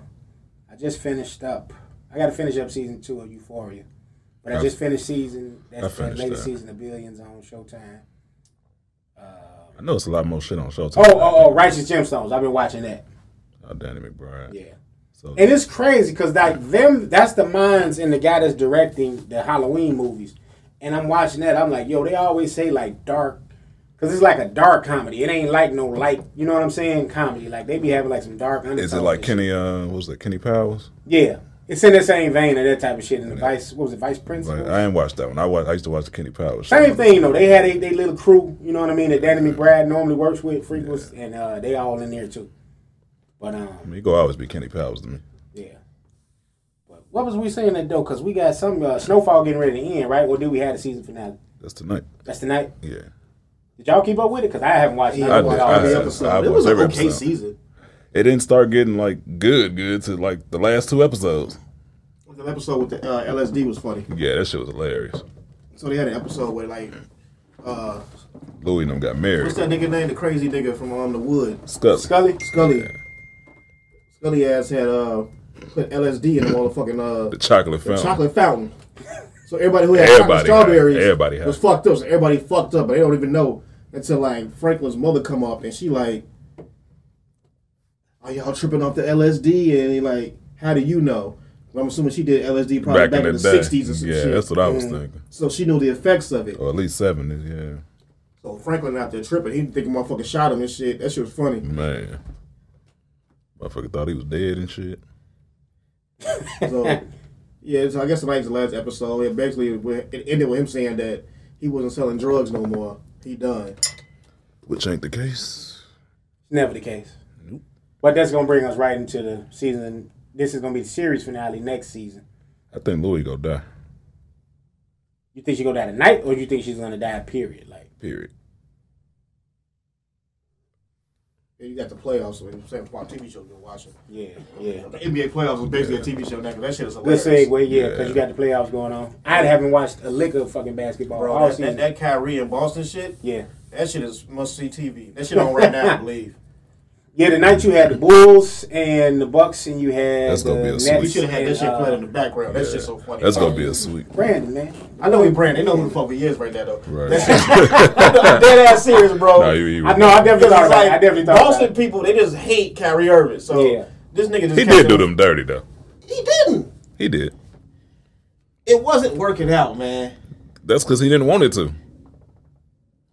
[SPEAKER 5] I just finished up. I got to finish up season two of Euphoria, but I,
[SPEAKER 4] I-
[SPEAKER 5] just finished season. That's the
[SPEAKER 4] finished
[SPEAKER 5] latest
[SPEAKER 4] that.
[SPEAKER 5] season of Billions on Showtime.
[SPEAKER 4] I know it's a lot more shit on Showtime.
[SPEAKER 5] Oh, oh, oh, Righteous Gemstones. I've been watching that.
[SPEAKER 4] oh Danny McBride.
[SPEAKER 5] Yeah.
[SPEAKER 4] So
[SPEAKER 5] And it's crazy because like them, that's the minds and the guy that's directing the Halloween movies. And I'm watching that. I'm like, yo, they always say like dark, because it's like a dark comedy. It ain't like no light, you know what I'm saying? Comedy. Like they be having like some dark.
[SPEAKER 4] is
[SPEAKER 5] undertones
[SPEAKER 4] it like
[SPEAKER 5] and
[SPEAKER 4] Kenny? Uh, what was it Kenny Powers?
[SPEAKER 5] shit. Yeah, it's in the same vein of that type of shit. And the vice, what was it, vice principal?
[SPEAKER 4] Like, I ain't watched that one. I watch, I used to watch the Kenny Powers. show.
[SPEAKER 5] Same thing though. They had a they little crew, you know what I mean, that Danny McBride normally works with, frequents, and uh, they all in there too. But um,
[SPEAKER 4] I mean, you go always be Kenny Powers to me.
[SPEAKER 5] Yeah. But what was we saying that though? Because we got some uh, snowfall getting ready to end, right? Or do we have the season finale?
[SPEAKER 4] That's tonight.
[SPEAKER 5] That's tonight.
[SPEAKER 4] Yeah.
[SPEAKER 5] Did y'all keep up with it? Because I haven't watched. none
[SPEAKER 3] I,
[SPEAKER 5] of
[SPEAKER 4] did.
[SPEAKER 3] watched
[SPEAKER 5] it.
[SPEAKER 3] all
[SPEAKER 4] I-
[SPEAKER 3] the episodes.
[SPEAKER 4] I
[SPEAKER 3] it
[SPEAKER 4] watched
[SPEAKER 3] was an
[SPEAKER 4] every
[SPEAKER 3] okay
[SPEAKER 4] episode.
[SPEAKER 3] season.
[SPEAKER 4] It didn't start getting like good, good to like the last two episodes.
[SPEAKER 3] The episode with the uh, LSD was funny.
[SPEAKER 4] Yeah, that shit was hilarious.
[SPEAKER 3] So they had an episode where like, uh,
[SPEAKER 4] Louis and them got married.
[SPEAKER 3] what's that nigga name? The crazy nigga from um, the wood.
[SPEAKER 4] Scully.
[SPEAKER 5] Scully.
[SPEAKER 3] Scully. Scully ass had uh put LSD in the motherfucking uh
[SPEAKER 4] The chocolate
[SPEAKER 3] the
[SPEAKER 4] fountain.
[SPEAKER 3] chocolate fountain. So everybody who had
[SPEAKER 4] Everybody
[SPEAKER 3] chocolate strawberries
[SPEAKER 4] high. Everybody high.
[SPEAKER 3] was fucked up. So everybody fucked up, but they don't even know until like Franklin's mother come up and she like, "Are y'all tripping off the LSD?" And he like, "How do you know?" Well, I'm assuming she did LSD probably back, in the,
[SPEAKER 4] day.
[SPEAKER 3] 60s or some
[SPEAKER 4] yeah,
[SPEAKER 3] shit.
[SPEAKER 4] that's what I was thinking.
[SPEAKER 3] so she knew the effects of it.
[SPEAKER 4] Or at least seventies. Yeah,
[SPEAKER 3] So Franklin out there tripping. He think motherfucker shot him and shit. That shit was funny.
[SPEAKER 4] man. Motherfucker thought he was dead and shit.
[SPEAKER 3] <laughs> So, yeah, so I guess tonight's the last episode. It basically it ended with him saying that he wasn't selling drugs no more. He done.
[SPEAKER 4] Which ain't the case.
[SPEAKER 5] Never the case. But that's gonna bring us right into the season. This is gonna be the series finale next season.
[SPEAKER 4] I think Louis gonna die.
[SPEAKER 5] You think she gonna die tonight, or you think she's gonna die? Period. Like
[SPEAKER 4] Period.
[SPEAKER 3] And you got the playoffs, so you saying about TV shows you're watching.
[SPEAKER 5] yeah, yeah.
[SPEAKER 3] The NBA playoffs was basically a TV show now 'cause that shit is
[SPEAKER 5] Good
[SPEAKER 3] hilarious.
[SPEAKER 5] segue, yeah, because you got the playoffs going on. I haven't watched a lick of fucking basketball
[SPEAKER 3] Bro,
[SPEAKER 5] all
[SPEAKER 3] that,
[SPEAKER 5] season.
[SPEAKER 3] that, that Kyrie and Boston shit,
[SPEAKER 5] yeah,
[SPEAKER 3] that shit is must see TV. That shit on right now, I
[SPEAKER 5] <laughs>
[SPEAKER 3] believe.
[SPEAKER 5] yeah. Tonight you had the Bulls and the Bucks, and you had
[SPEAKER 4] That's gonna
[SPEAKER 5] the
[SPEAKER 4] be a
[SPEAKER 5] Nets
[SPEAKER 4] sweep.
[SPEAKER 3] We should have had
[SPEAKER 5] and,
[SPEAKER 3] this shit
[SPEAKER 5] uh,
[SPEAKER 3] played in the background. That shit's so funny.
[SPEAKER 4] That's gonna be a sweep. <laughs>
[SPEAKER 5] Brandon, man.
[SPEAKER 3] I know he Brandon. They know who the fuck he is right now, though.
[SPEAKER 4] Right.
[SPEAKER 3] That <laughs> shit, I'm dead ass serious, bro.
[SPEAKER 4] Nah, you- you-
[SPEAKER 5] I know. I definitely
[SPEAKER 3] Because
[SPEAKER 5] thought
[SPEAKER 3] it's
[SPEAKER 5] about it.
[SPEAKER 3] like,
[SPEAKER 5] I definitely thought
[SPEAKER 3] Boston
[SPEAKER 5] about it.
[SPEAKER 3] people, they just hate Kyrie Irving. So
[SPEAKER 5] Yeah.
[SPEAKER 3] this nigga just
[SPEAKER 4] He
[SPEAKER 3] catch
[SPEAKER 4] did do
[SPEAKER 3] him-
[SPEAKER 4] them dirty though.
[SPEAKER 3] He didn't.
[SPEAKER 4] He did.
[SPEAKER 3] It wasn't working out, man.
[SPEAKER 4] That's because he didn't want it to.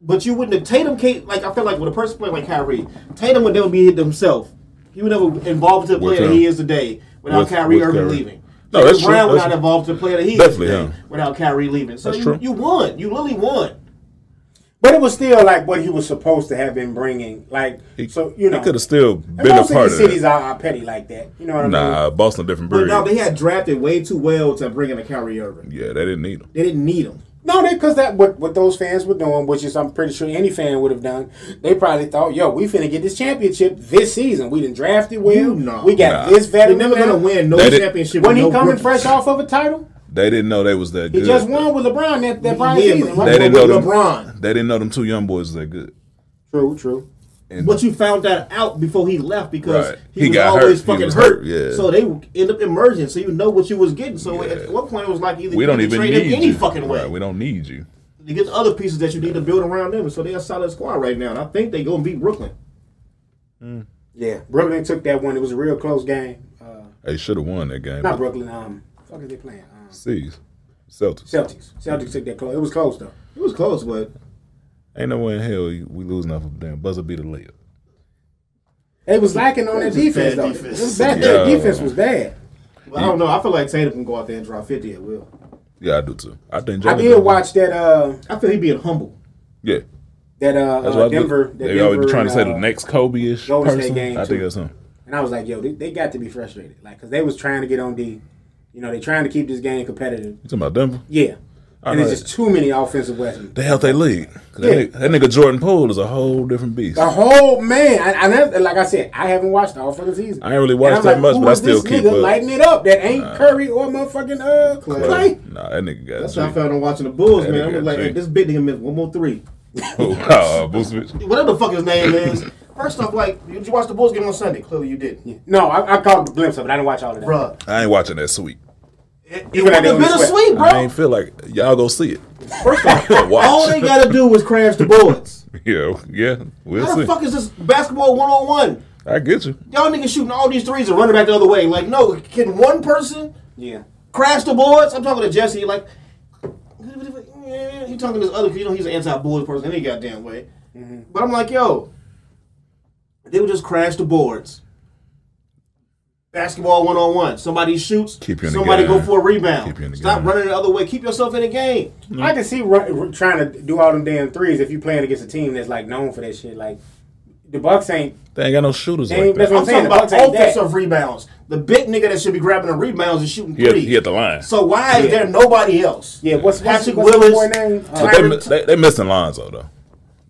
[SPEAKER 3] But you wouldn't have Tatum can't like I feel like when a person playing like Kyrie, Tatum would never be himself. He would never evolve to the
[SPEAKER 4] With
[SPEAKER 3] player that
[SPEAKER 4] him.
[SPEAKER 3] he is today without
[SPEAKER 4] With-
[SPEAKER 3] Kyrie
[SPEAKER 4] with
[SPEAKER 3] Irving
[SPEAKER 4] Kyrie.
[SPEAKER 3] leaving.
[SPEAKER 4] No,
[SPEAKER 3] Jalen
[SPEAKER 4] that's true.
[SPEAKER 3] Brown would
[SPEAKER 4] That's-
[SPEAKER 3] not evolve to the player that he
[SPEAKER 4] Definitely,
[SPEAKER 3] is today
[SPEAKER 4] yeah.
[SPEAKER 3] without Kyrie leaving. So
[SPEAKER 4] That's
[SPEAKER 3] you,
[SPEAKER 4] true.
[SPEAKER 3] you won. You literally won.
[SPEAKER 5] But it was still like what he was supposed to have been bringing. Like
[SPEAKER 4] He,
[SPEAKER 5] so, you know,
[SPEAKER 4] he could have still
[SPEAKER 5] And
[SPEAKER 4] been a
[SPEAKER 5] most
[SPEAKER 4] part
[SPEAKER 5] of
[SPEAKER 4] of
[SPEAKER 5] these cities
[SPEAKER 4] it.
[SPEAKER 5] are, are petty like that. You know what I mean?
[SPEAKER 4] Nah, Boston different
[SPEAKER 3] But
[SPEAKER 4] breed.
[SPEAKER 3] no, they had drafted way too well to bring in a Kyrie Irving.
[SPEAKER 4] yeah, they didn't need him.
[SPEAKER 3] They didn't need him.
[SPEAKER 5] No, they because that what what those fans were doing, which is I'm pretty sure any fan would have done. They probably thought, "Yo, we finna get this championship this season. We didn't draft it well.
[SPEAKER 3] You know.
[SPEAKER 5] we got
[SPEAKER 4] Nah.
[SPEAKER 5] this
[SPEAKER 3] They're
[SPEAKER 5] veteran.
[SPEAKER 3] never
[SPEAKER 5] now.
[SPEAKER 3] gonna win no
[SPEAKER 4] They did-
[SPEAKER 3] championship.
[SPEAKER 5] When
[SPEAKER 3] with
[SPEAKER 5] he
[SPEAKER 3] no
[SPEAKER 5] coming
[SPEAKER 3] rookies.
[SPEAKER 5] fresh off of a title,
[SPEAKER 4] They didn't know they was that
[SPEAKER 5] he
[SPEAKER 4] good.
[SPEAKER 5] just won with LeBron that that prior
[SPEAKER 3] Yeah,
[SPEAKER 5] season.
[SPEAKER 3] but
[SPEAKER 5] Right?
[SPEAKER 4] They didn't know
[SPEAKER 3] With
[SPEAKER 4] them.
[SPEAKER 3] LeBron.
[SPEAKER 4] They didn't know them two young boys was that good.
[SPEAKER 5] True, true.
[SPEAKER 4] And
[SPEAKER 3] But you found that out before he left because
[SPEAKER 4] Right.
[SPEAKER 3] he,
[SPEAKER 4] He
[SPEAKER 3] was
[SPEAKER 4] got
[SPEAKER 3] always
[SPEAKER 4] hurt. He
[SPEAKER 3] fucking
[SPEAKER 4] was
[SPEAKER 3] hurt.
[SPEAKER 4] hurt, yeah.
[SPEAKER 3] So they end up emerging. So you know what you was getting. So at one point it was like either
[SPEAKER 4] we
[SPEAKER 3] you
[SPEAKER 4] don't
[SPEAKER 3] could
[SPEAKER 4] even
[SPEAKER 3] trade
[SPEAKER 4] need
[SPEAKER 3] him any
[SPEAKER 4] you.
[SPEAKER 3] fucking way.
[SPEAKER 4] Right, we don't need you.
[SPEAKER 3] you get the other pieces that you need to build around them. So they're a solid squad right now, and I think they gonna beat Brooklyn.
[SPEAKER 5] Yeah, Brooklyn took that one. It was a real close game. Uh,
[SPEAKER 4] They should have won that game.
[SPEAKER 3] Uh-huh.
[SPEAKER 5] not Brooklyn. Um, fuck is they playing? Um,
[SPEAKER 4] Seas. Celtics.
[SPEAKER 5] Celtics. Celtics took that close. It was close though.
[SPEAKER 3] It was close, but
[SPEAKER 4] Ain't no way in hell you- we losing off of damn buzzer beater layup.
[SPEAKER 5] They was lacking on their
[SPEAKER 3] was a
[SPEAKER 5] defense
[SPEAKER 3] bad
[SPEAKER 5] though.
[SPEAKER 3] defense.
[SPEAKER 5] It was bad. Their
[SPEAKER 4] Yeah.
[SPEAKER 5] defense was bad.
[SPEAKER 3] I don't know. I feel like Tatum can go out there and drop fifty at will.
[SPEAKER 4] Yeah, I do too. I think
[SPEAKER 5] I
[SPEAKER 4] Jalen
[SPEAKER 5] did
[SPEAKER 4] Brown-
[SPEAKER 5] watch that. Uh,
[SPEAKER 3] I feel he being humble.
[SPEAKER 4] Yeah,
[SPEAKER 5] that uh,
[SPEAKER 4] that's
[SPEAKER 5] uh,
[SPEAKER 4] what I
[SPEAKER 5] Denver.
[SPEAKER 4] do.
[SPEAKER 5] That
[SPEAKER 4] They always
[SPEAKER 5] Denver
[SPEAKER 4] trying
[SPEAKER 5] and,
[SPEAKER 4] to say the
[SPEAKER 5] uh,
[SPEAKER 4] next Kobe-ish
[SPEAKER 5] Golden State
[SPEAKER 4] person.
[SPEAKER 5] game,
[SPEAKER 4] I
[SPEAKER 5] too.
[SPEAKER 4] think that's him.
[SPEAKER 5] And I was like, yo, they, they got to be frustrated, like, cause they was trying to get on D. You know, they trying to keep this game competitive.
[SPEAKER 4] You talking about Denver?
[SPEAKER 5] Yeah, and it's
[SPEAKER 4] know.
[SPEAKER 5] just too many offensive weapons.
[SPEAKER 4] They helped they league. 'Cause
[SPEAKER 5] Yeah.
[SPEAKER 4] That, nigga, that nigga Jordan Poole is a whole different beast.
[SPEAKER 5] The whole man, I, I never, like I said, I haven't watched all fucking season.
[SPEAKER 4] I ain't really
[SPEAKER 5] And
[SPEAKER 4] watched
[SPEAKER 5] I'm
[SPEAKER 4] that much,
[SPEAKER 5] who
[SPEAKER 4] but I
[SPEAKER 5] is
[SPEAKER 4] still
[SPEAKER 5] this
[SPEAKER 4] keep
[SPEAKER 5] nigga
[SPEAKER 4] up.
[SPEAKER 5] lighting it up. That ain't Curry or motherfucking uh,
[SPEAKER 3] Clay.
[SPEAKER 5] Clay.
[SPEAKER 4] Nah, that nigga got.
[SPEAKER 3] That's
[SPEAKER 4] G.
[SPEAKER 3] how I felt on watching the Bulls,
[SPEAKER 4] That
[SPEAKER 3] man.
[SPEAKER 4] nigga
[SPEAKER 3] I'm like,
[SPEAKER 4] got
[SPEAKER 3] hey,
[SPEAKER 4] G.
[SPEAKER 3] this big nigga missed one more three.
[SPEAKER 4] <laughs> Oh, uh, Vucevic.
[SPEAKER 3] Whatever the fuck his name is. First off, like, did you watch the Bulls game on Sunday? Clearly you didn't,
[SPEAKER 5] No, I, I caught a glimpse of it. I didn't watch all of that.
[SPEAKER 3] bruh.
[SPEAKER 4] I ain't watching that sweep.
[SPEAKER 3] It, it
[SPEAKER 5] Even
[SPEAKER 3] would
[SPEAKER 5] though
[SPEAKER 3] have
[SPEAKER 5] they
[SPEAKER 3] been
[SPEAKER 5] only
[SPEAKER 3] a
[SPEAKER 5] swept.
[SPEAKER 3] sweep,
[SPEAKER 4] I
[SPEAKER 3] bro.
[SPEAKER 4] ain't feel like y'all go see it. <laughs>
[SPEAKER 3] First off,
[SPEAKER 4] Watch. <laughs>
[SPEAKER 3] all they gotta do is crash the bullets.
[SPEAKER 4] Yeah, yeah, we'll
[SPEAKER 3] How the
[SPEAKER 4] see.
[SPEAKER 3] fuck is this basketball one on one?
[SPEAKER 4] I get you.
[SPEAKER 3] Y'all niggas shooting all these threes and running back the other way. Like, no, can one person
[SPEAKER 5] Yeah.
[SPEAKER 3] crash the boards? I'm talking to Jesse. Like, he talking to this other. You know, he's an anti-bullet person any goddamn way. But I'm like, yo, they would just crash the boards. Basketball one on one. Somebody shoots.
[SPEAKER 4] Keep you in the
[SPEAKER 3] somebody
[SPEAKER 4] game.
[SPEAKER 3] go for a rebound.
[SPEAKER 4] Keep you in the
[SPEAKER 3] Stop
[SPEAKER 4] game.
[SPEAKER 3] running the other way. Keep yourself in the game.
[SPEAKER 4] Mm.
[SPEAKER 5] I can see run, r- trying to do all them damn threes if you playing against a team that's like known for that shit. Like the Bucks ain't.
[SPEAKER 4] They ain't got no shooters
[SPEAKER 5] They ain't-
[SPEAKER 4] like
[SPEAKER 5] that's
[SPEAKER 4] that.
[SPEAKER 5] what
[SPEAKER 3] I'm
[SPEAKER 5] I'm saying.
[SPEAKER 3] talking
[SPEAKER 5] The
[SPEAKER 3] about
[SPEAKER 5] Bucks ain't that.
[SPEAKER 3] offensive rebounds. The big nigga that should be grabbing the rebounds and shooting
[SPEAKER 4] He at,
[SPEAKER 3] threes.
[SPEAKER 4] he at the line.
[SPEAKER 3] So why is
[SPEAKER 5] Yeah.
[SPEAKER 3] there nobody else?
[SPEAKER 5] Yeah, what's what's,
[SPEAKER 3] Patrick
[SPEAKER 5] what's the
[SPEAKER 3] Willis.
[SPEAKER 5] boy name? Uh,
[SPEAKER 4] But they, mi- they, they missing Lonzo though.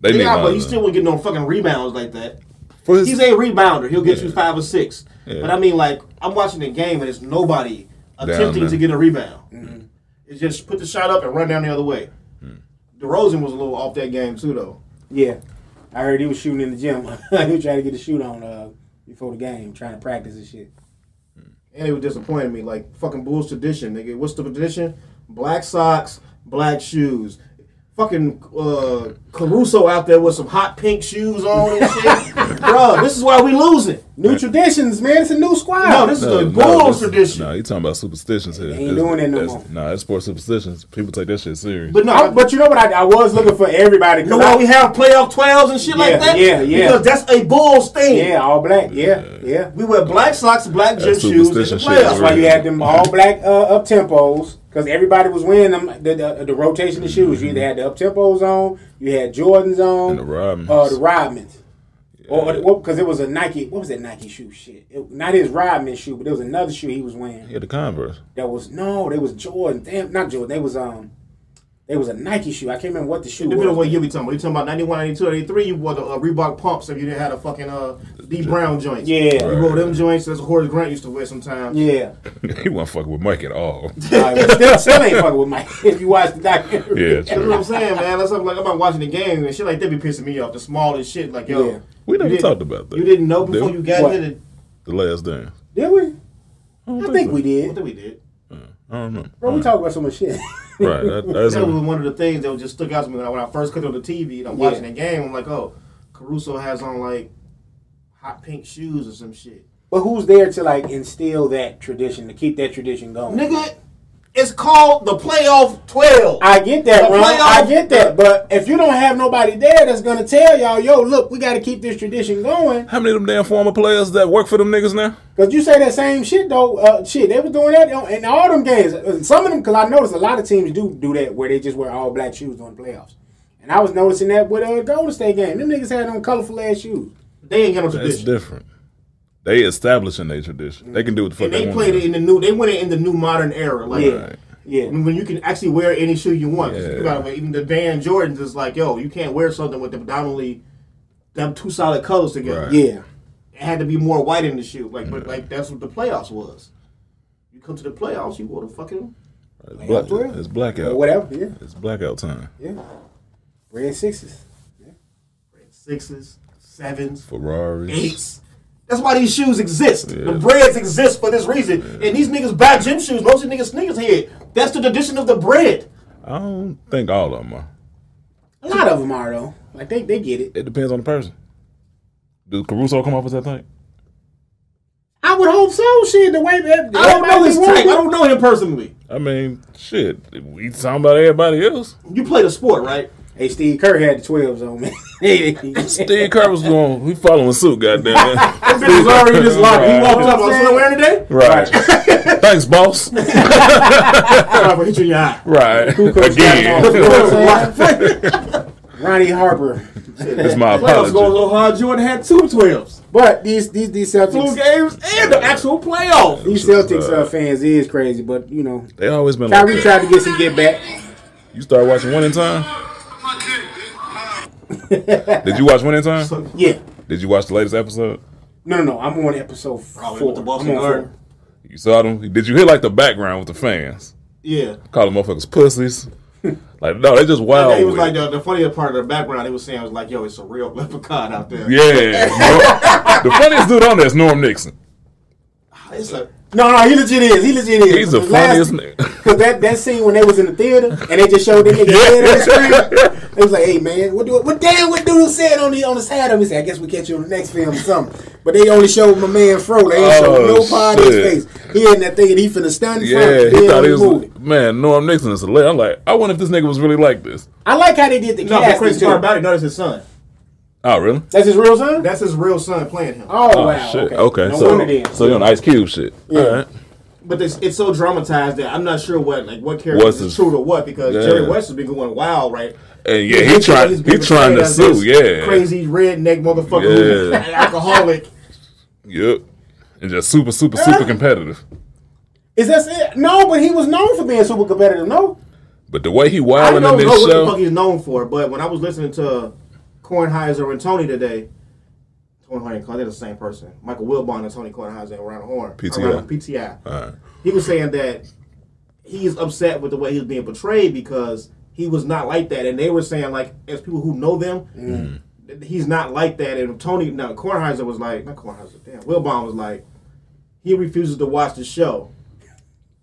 [SPEAKER 4] They need
[SPEAKER 3] Yeah, but he
[SPEAKER 4] Lonzo.
[SPEAKER 3] still wouldn't get no fucking rebounds like that.
[SPEAKER 4] For his-
[SPEAKER 3] He's a rebounder. He'll get you five or six.
[SPEAKER 4] Yeah.
[SPEAKER 3] But I mean, like, I'm watching the game and there's nobody attempting
[SPEAKER 4] there.
[SPEAKER 3] to get a rebound.
[SPEAKER 5] Mm-hmm.
[SPEAKER 3] It's just put the shot up and run down the other way.
[SPEAKER 4] Mm.
[SPEAKER 3] DeRozan was a little off that game too, though.
[SPEAKER 5] Yeah, I heard he was shooting in the gym. <laughs> he was trying to get a shoot on uh, before the game, trying to practice and shit.
[SPEAKER 3] And it was disappointing me. Like fucking Bulls tradition, nigga. What's the tradition? Black socks, black shoes. Fucking
[SPEAKER 5] <laughs>
[SPEAKER 3] uh, Caruso out there with some hot pink shoes on and shit. Bruh, this is why we losing.
[SPEAKER 5] New traditions, man. It's a new squad.
[SPEAKER 3] No, this is the Bulls tradition.
[SPEAKER 4] Uh, No, you talking about superstitions here.
[SPEAKER 5] They ain't doing that no more.
[SPEAKER 4] No, it's sports superstitions. People take that shit serious.
[SPEAKER 3] But no,
[SPEAKER 5] I- but you know what? I, I was looking for everybody. 'cause
[SPEAKER 3] You know why
[SPEAKER 5] I-
[SPEAKER 3] we have playoff twelves and shit
[SPEAKER 5] Yeah,
[SPEAKER 3] like that?
[SPEAKER 5] yeah, yeah.
[SPEAKER 3] Because that's a Bulls thing.
[SPEAKER 5] yeah, all black. Yeah, yeah.
[SPEAKER 3] We wear black socks, black gym
[SPEAKER 4] That's
[SPEAKER 3] shoes in the
[SPEAKER 4] superstition shit,
[SPEAKER 5] That's
[SPEAKER 3] playoffs.
[SPEAKER 5] why
[SPEAKER 3] Like,
[SPEAKER 5] you had them all black uh, up tempos because everybody was wearing them the, the, the rotation of shoes. You either had the up tempos on, you had Jordans on,
[SPEAKER 4] And the Rodmans.
[SPEAKER 5] uh, the Rodmans, or because it was a Nike. What was that Nike shoe? Shit, It- not his Rodman shoe, but there was another shoe he was wearing
[SPEAKER 4] yeah, the Converse. <laughs>
[SPEAKER 5] that was no, they was Jordan. Damn, not Jordan. They was um, they was a Nike shoe. I can't remember what the shoe
[SPEAKER 3] depending on
[SPEAKER 5] was.
[SPEAKER 3] what year we talking about. You talking about 91, 92, 83, you wore the uh, Reebok pumps if you didn't have the fucking uh, D Brown joints.
[SPEAKER 5] Yeah.
[SPEAKER 3] You wore them joints as Horace Grant used to wear sometimes.
[SPEAKER 5] Yeah,
[SPEAKER 4] he wasn't fucking with Mike at
[SPEAKER 3] <laughs>
[SPEAKER 4] all.
[SPEAKER 5] All right, still, still ain't fucking with Mike. <laughs> If you watch the documentary,
[SPEAKER 4] yeah,
[SPEAKER 3] That's what
[SPEAKER 4] true.
[SPEAKER 3] I'm saying, man. That's something like I'm not watching the game and shit like that be pissing me off. The smallest shit, like yo,
[SPEAKER 5] Yeah.
[SPEAKER 4] We
[SPEAKER 3] you
[SPEAKER 4] never
[SPEAKER 3] didn't-
[SPEAKER 4] talked about that.
[SPEAKER 3] You didn't know before
[SPEAKER 4] Did we?
[SPEAKER 3] you got
[SPEAKER 5] What?
[SPEAKER 3] here. that-
[SPEAKER 4] The last dance.
[SPEAKER 5] did we?
[SPEAKER 4] don't
[SPEAKER 5] I think
[SPEAKER 3] What
[SPEAKER 5] we did.
[SPEAKER 3] did we did?
[SPEAKER 4] I don't remember.
[SPEAKER 5] Bro, we talk about so much shit. <laughs>
[SPEAKER 4] Right.
[SPEAKER 3] <laughs>
[SPEAKER 4] That, that's
[SPEAKER 3] That was one of the things that just stuck out to me when I, when I first clicked on the TV and I'm watching the game. I'm like, oh, Caruso has on like hot pink shoes or some shit.
[SPEAKER 5] But who's there to like instill that tradition to keep that tradition going?
[SPEAKER 3] Nigga, it's called the playoff twelve.
[SPEAKER 5] I get that,
[SPEAKER 3] The
[SPEAKER 5] Ron. I
[SPEAKER 3] playoff-
[SPEAKER 5] get that. But if you don't have nobody there that's gonna tell y'all, yo, look, we gotta keep this tradition going.
[SPEAKER 4] How many of them damn former players that work for them niggas now?
[SPEAKER 5] Cause you say that same shit though. Uh, shit, they was doing that on- in all them games. Uh, Some of them, cause I noticed a lot of teams do do that where they just wear all black shoes on the playoffs. And I was noticing that with a uh, Golden State game. Them niggas had on colorful ass shoes.
[SPEAKER 3] they ain't got no
[SPEAKER 4] That's
[SPEAKER 3] tradition.
[SPEAKER 4] different. They establishing their tradition. They can do what the fuck
[SPEAKER 3] And
[SPEAKER 4] they,
[SPEAKER 3] they
[SPEAKER 4] want.
[SPEAKER 3] played it in the new. They went in the new modern era. Like,
[SPEAKER 5] Yeah, yeah.
[SPEAKER 3] when you can actually wear any shoe you want. 'Cause think
[SPEAKER 4] Yeah.
[SPEAKER 3] about it, even the Van Jordans is like, yo, you can't wear something with the predominantly them two solid colors together.
[SPEAKER 4] Right.
[SPEAKER 5] Yeah.
[SPEAKER 3] It had to be more white in the shoe. Like, but like that's what the playoffs was. You come to the playoffs, you wore the fucking.
[SPEAKER 4] It's, black-
[SPEAKER 5] for real.
[SPEAKER 4] it's
[SPEAKER 5] Or
[SPEAKER 4] blackout.
[SPEAKER 5] whatever. Yeah.
[SPEAKER 4] It's blackout time
[SPEAKER 5] Yeah. Red sixes.
[SPEAKER 3] sixes, sevens,
[SPEAKER 4] Ferraris.
[SPEAKER 3] eights. That's why these shoes exist. The breads exist for this reason. And these niggas buy gym shoes. Most of the niggas sneakers head. That's the tradition of the bread.
[SPEAKER 4] I don't think all of them are.
[SPEAKER 5] A lot of them are though. Like they, they get it.
[SPEAKER 4] It depends on the person. Does Caruso come off as that thing?
[SPEAKER 5] I would hope so. Shit, the way that
[SPEAKER 3] I don't know his
[SPEAKER 5] everybody
[SPEAKER 3] type. I don't
[SPEAKER 5] wants
[SPEAKER 3] know him personally.
[SPEAKER 4] I mean, shit. We talking about everybody else.
[SPEAKER 3] You play the sport, right?
[SPEAKER 5] it. Hey, Steve Kerr had the twelves on <laughs> me.
[SPEAKER 4] Steve Kerr was going. We following suit, goddamn.
[SPEAKER 3] <laughs> That bitch was already in his locker. He walked up.
[SPEAKER 5] Right.
[SPEAKER 3] I'm still wearing <laughs> today.
[SPEAKER 4] right. Thanks, boss.
[SPEAKER 3] I'm hit you in your eye.
[SPEAKER 4] right.
[SPEAKER 5] You
[SPEAKER 4] Again,
[SPEAKER 5] know what
[SPEAKER 3] <laughs>
[SPEAKER 5] I'm saying? Ronnie Harper.
[SPEAKER 4] it's my
[SPEAKER 3] Playoffs going
[SPEAKER 4] apology.
[SPEAKER 3] so hard. Jordan had two 12s,
[SPEAKER 5] But these these these
[SPEAKER 3] two
[SPEAKER 5] Celtics
[SPEAKER 3] games, and the actual playoff.
[SPEAKER 5] these Celtics uh, fans is crazy, but you know
[SPEAKER 4] They always been like
[SPEAKER 5] Kyrie
[SPEAKER 4] that.
[SPEAKER 5] tried to get some get back.
[SPEAKER 4] You start watching One in
[SPEAKER 3] <laughs>
[SPEAKER 4] Time. Did you watch One in Time?
[SPEAKER 5] Yeah.
[SPEAKER 4] Did you watch the latest episode?
[SPEAKER 5] No, no, no. I'm on episode four.
[SPEAKER 3] Probably with the Boston
[SPEAKER 5] I'm on
[SPEAKER 3] guard.
[SPEAKER 5] four.
[SPEAKER 4] You saw them? Did you hear like the background with the fans?
[SPEAKER 3] Yeah.
[SPEAKER 4] Call them motherfuckers
[SPEAKER 3] <laughs>
[SPEAKER 4] pussies. Like no, they just wild.
[SPEAKER 3] It was
[SPEAKER 4] with
[SPEAKER 3] like
[SPEAKER 4] it.
[SPEAKER 3] the, the funniest part of the background. They was saying was like, "Yo, it's a real leprechaun out there."
[SPEAKER 4] yeah. Nor- the funniest dude on there is Norm Nixon.
[SPEAKER 3] It's a
[SPEAKER 5] No, no, he legit is. He legit is.
[SPEAKER 4] He's the
[SPEAKER 5] Last-
[SPEAKER 4] funniest nigga.
[SPEAKER 5] Cause that, that scene when they was in the theater and they just showed that nigga
[SPEAKER 4] <laughs>
[SPEAKER 5] head on the screen, it was like, "Hey man, what do what damn what dude said on the on the side of him?" He said, "I guess we catch you on the next film or something." But they only showed my man Fro. They ain't showed
[SPEAKER 4] Oh,
[SPEAKER 5] no part of his
[SPEAKER 4] shit.
[SPEAKER 5] face. He in that thing and he finna stun
[SPEAKER 4] <laughs> Yeah, he thought he was
[SPEAKER 5] movie.
[SPEAKER 4] man. Norm Nixon is hilarious. I'm like, I wonder if this nigga was really like this.
[SPEAKER 5] I like how they did the
[SPEAKER 3] no. The
[SPEAKER 5] casting,
[SPEAKER 3] crazy
[SPEAKER 5] too.
[SPEAKER 3] part about it, no, that's his son.
[SPEAKER 4] Oh, really?
[SPEAKER 5] That's his real son.
[SPEAKER 3] That's his real son playing him.
[SPEAKER 5] oh,
[SPEAKER 4] Oh
[SPEAKER 5] wow.
[SPEAKER 4] shit.
[SPEAKER 5] Okay.
[SPEAKER 4] Okay.
[SPEAKER 5] No
[SPEAKER 4] so,
[SPEAKER 5] wonder then.
[SPEAKER 4] so you on Ice Cube shit. All right.
[SPEAKER 3] But it's, it's so dramatized that I'm not sure what like what character
[SPEAKER 4] What's
[SPEAKER 3] is
[SPEAKER 4] his-
[SPEAKER 3] true to what because
[SPEAKER 4] Yeah.
[SPEAKER 3] Jerry West has been going wild, right?
[SPEAKER 4] And yeah, he trying.
[SPEAKER 3] He's
[SPEAKER 4] He
[SPEAKER 3] been
[SPEAKER 4] trying
[SPEAKER 3] portrayed
[SPEAKER 4] to
[SPEAKER 3] as
[SPEAKER 4] sue.
[SPEAKER 3] this
[SPEAKER 4] Yeah.
[SPEAKER 3] crazy redneck motherfucker, who's
[SPEAKER 4] Yeah.
[SPEAKER 3] an alcoholic.
[SPEAKER 4] Yep. And just super, super, super competitive.
[SPEAKER 5] Is that it? No, but he was known for being super competitive. No,
[SPEAKER 4] But the way he
[SPEAKER 3] I
[SPEAKER 4] wilding in
[SPEAKER 3] don't know
[SPEAKER 4] this
[SPEAKER 3] what the fuck
[SPEAKER 4] show,
[SPEAKER 3] he's known for, but when I was listening to Kornheiser and Tony today, Kornheiser, they're the same person. Michael Wilbon and Tony Kornheiser and Ron Horn.
[SPEAKER 4] PTI.
[SPEAKER 3] Around PTI.
[SPEAKER 4] Alright.
[SPEAKER 3] He was saying that he's upset with the way he's being portrayed because he was not like that. And they were saying, like, as people who know them,
[SPEAKER 4] Mm.
[SPEAKER 3] that he's not like that. And Tony, now Kornheiser was like, not Kornheiser, damn, Wilbon was like, he refuses to watch the show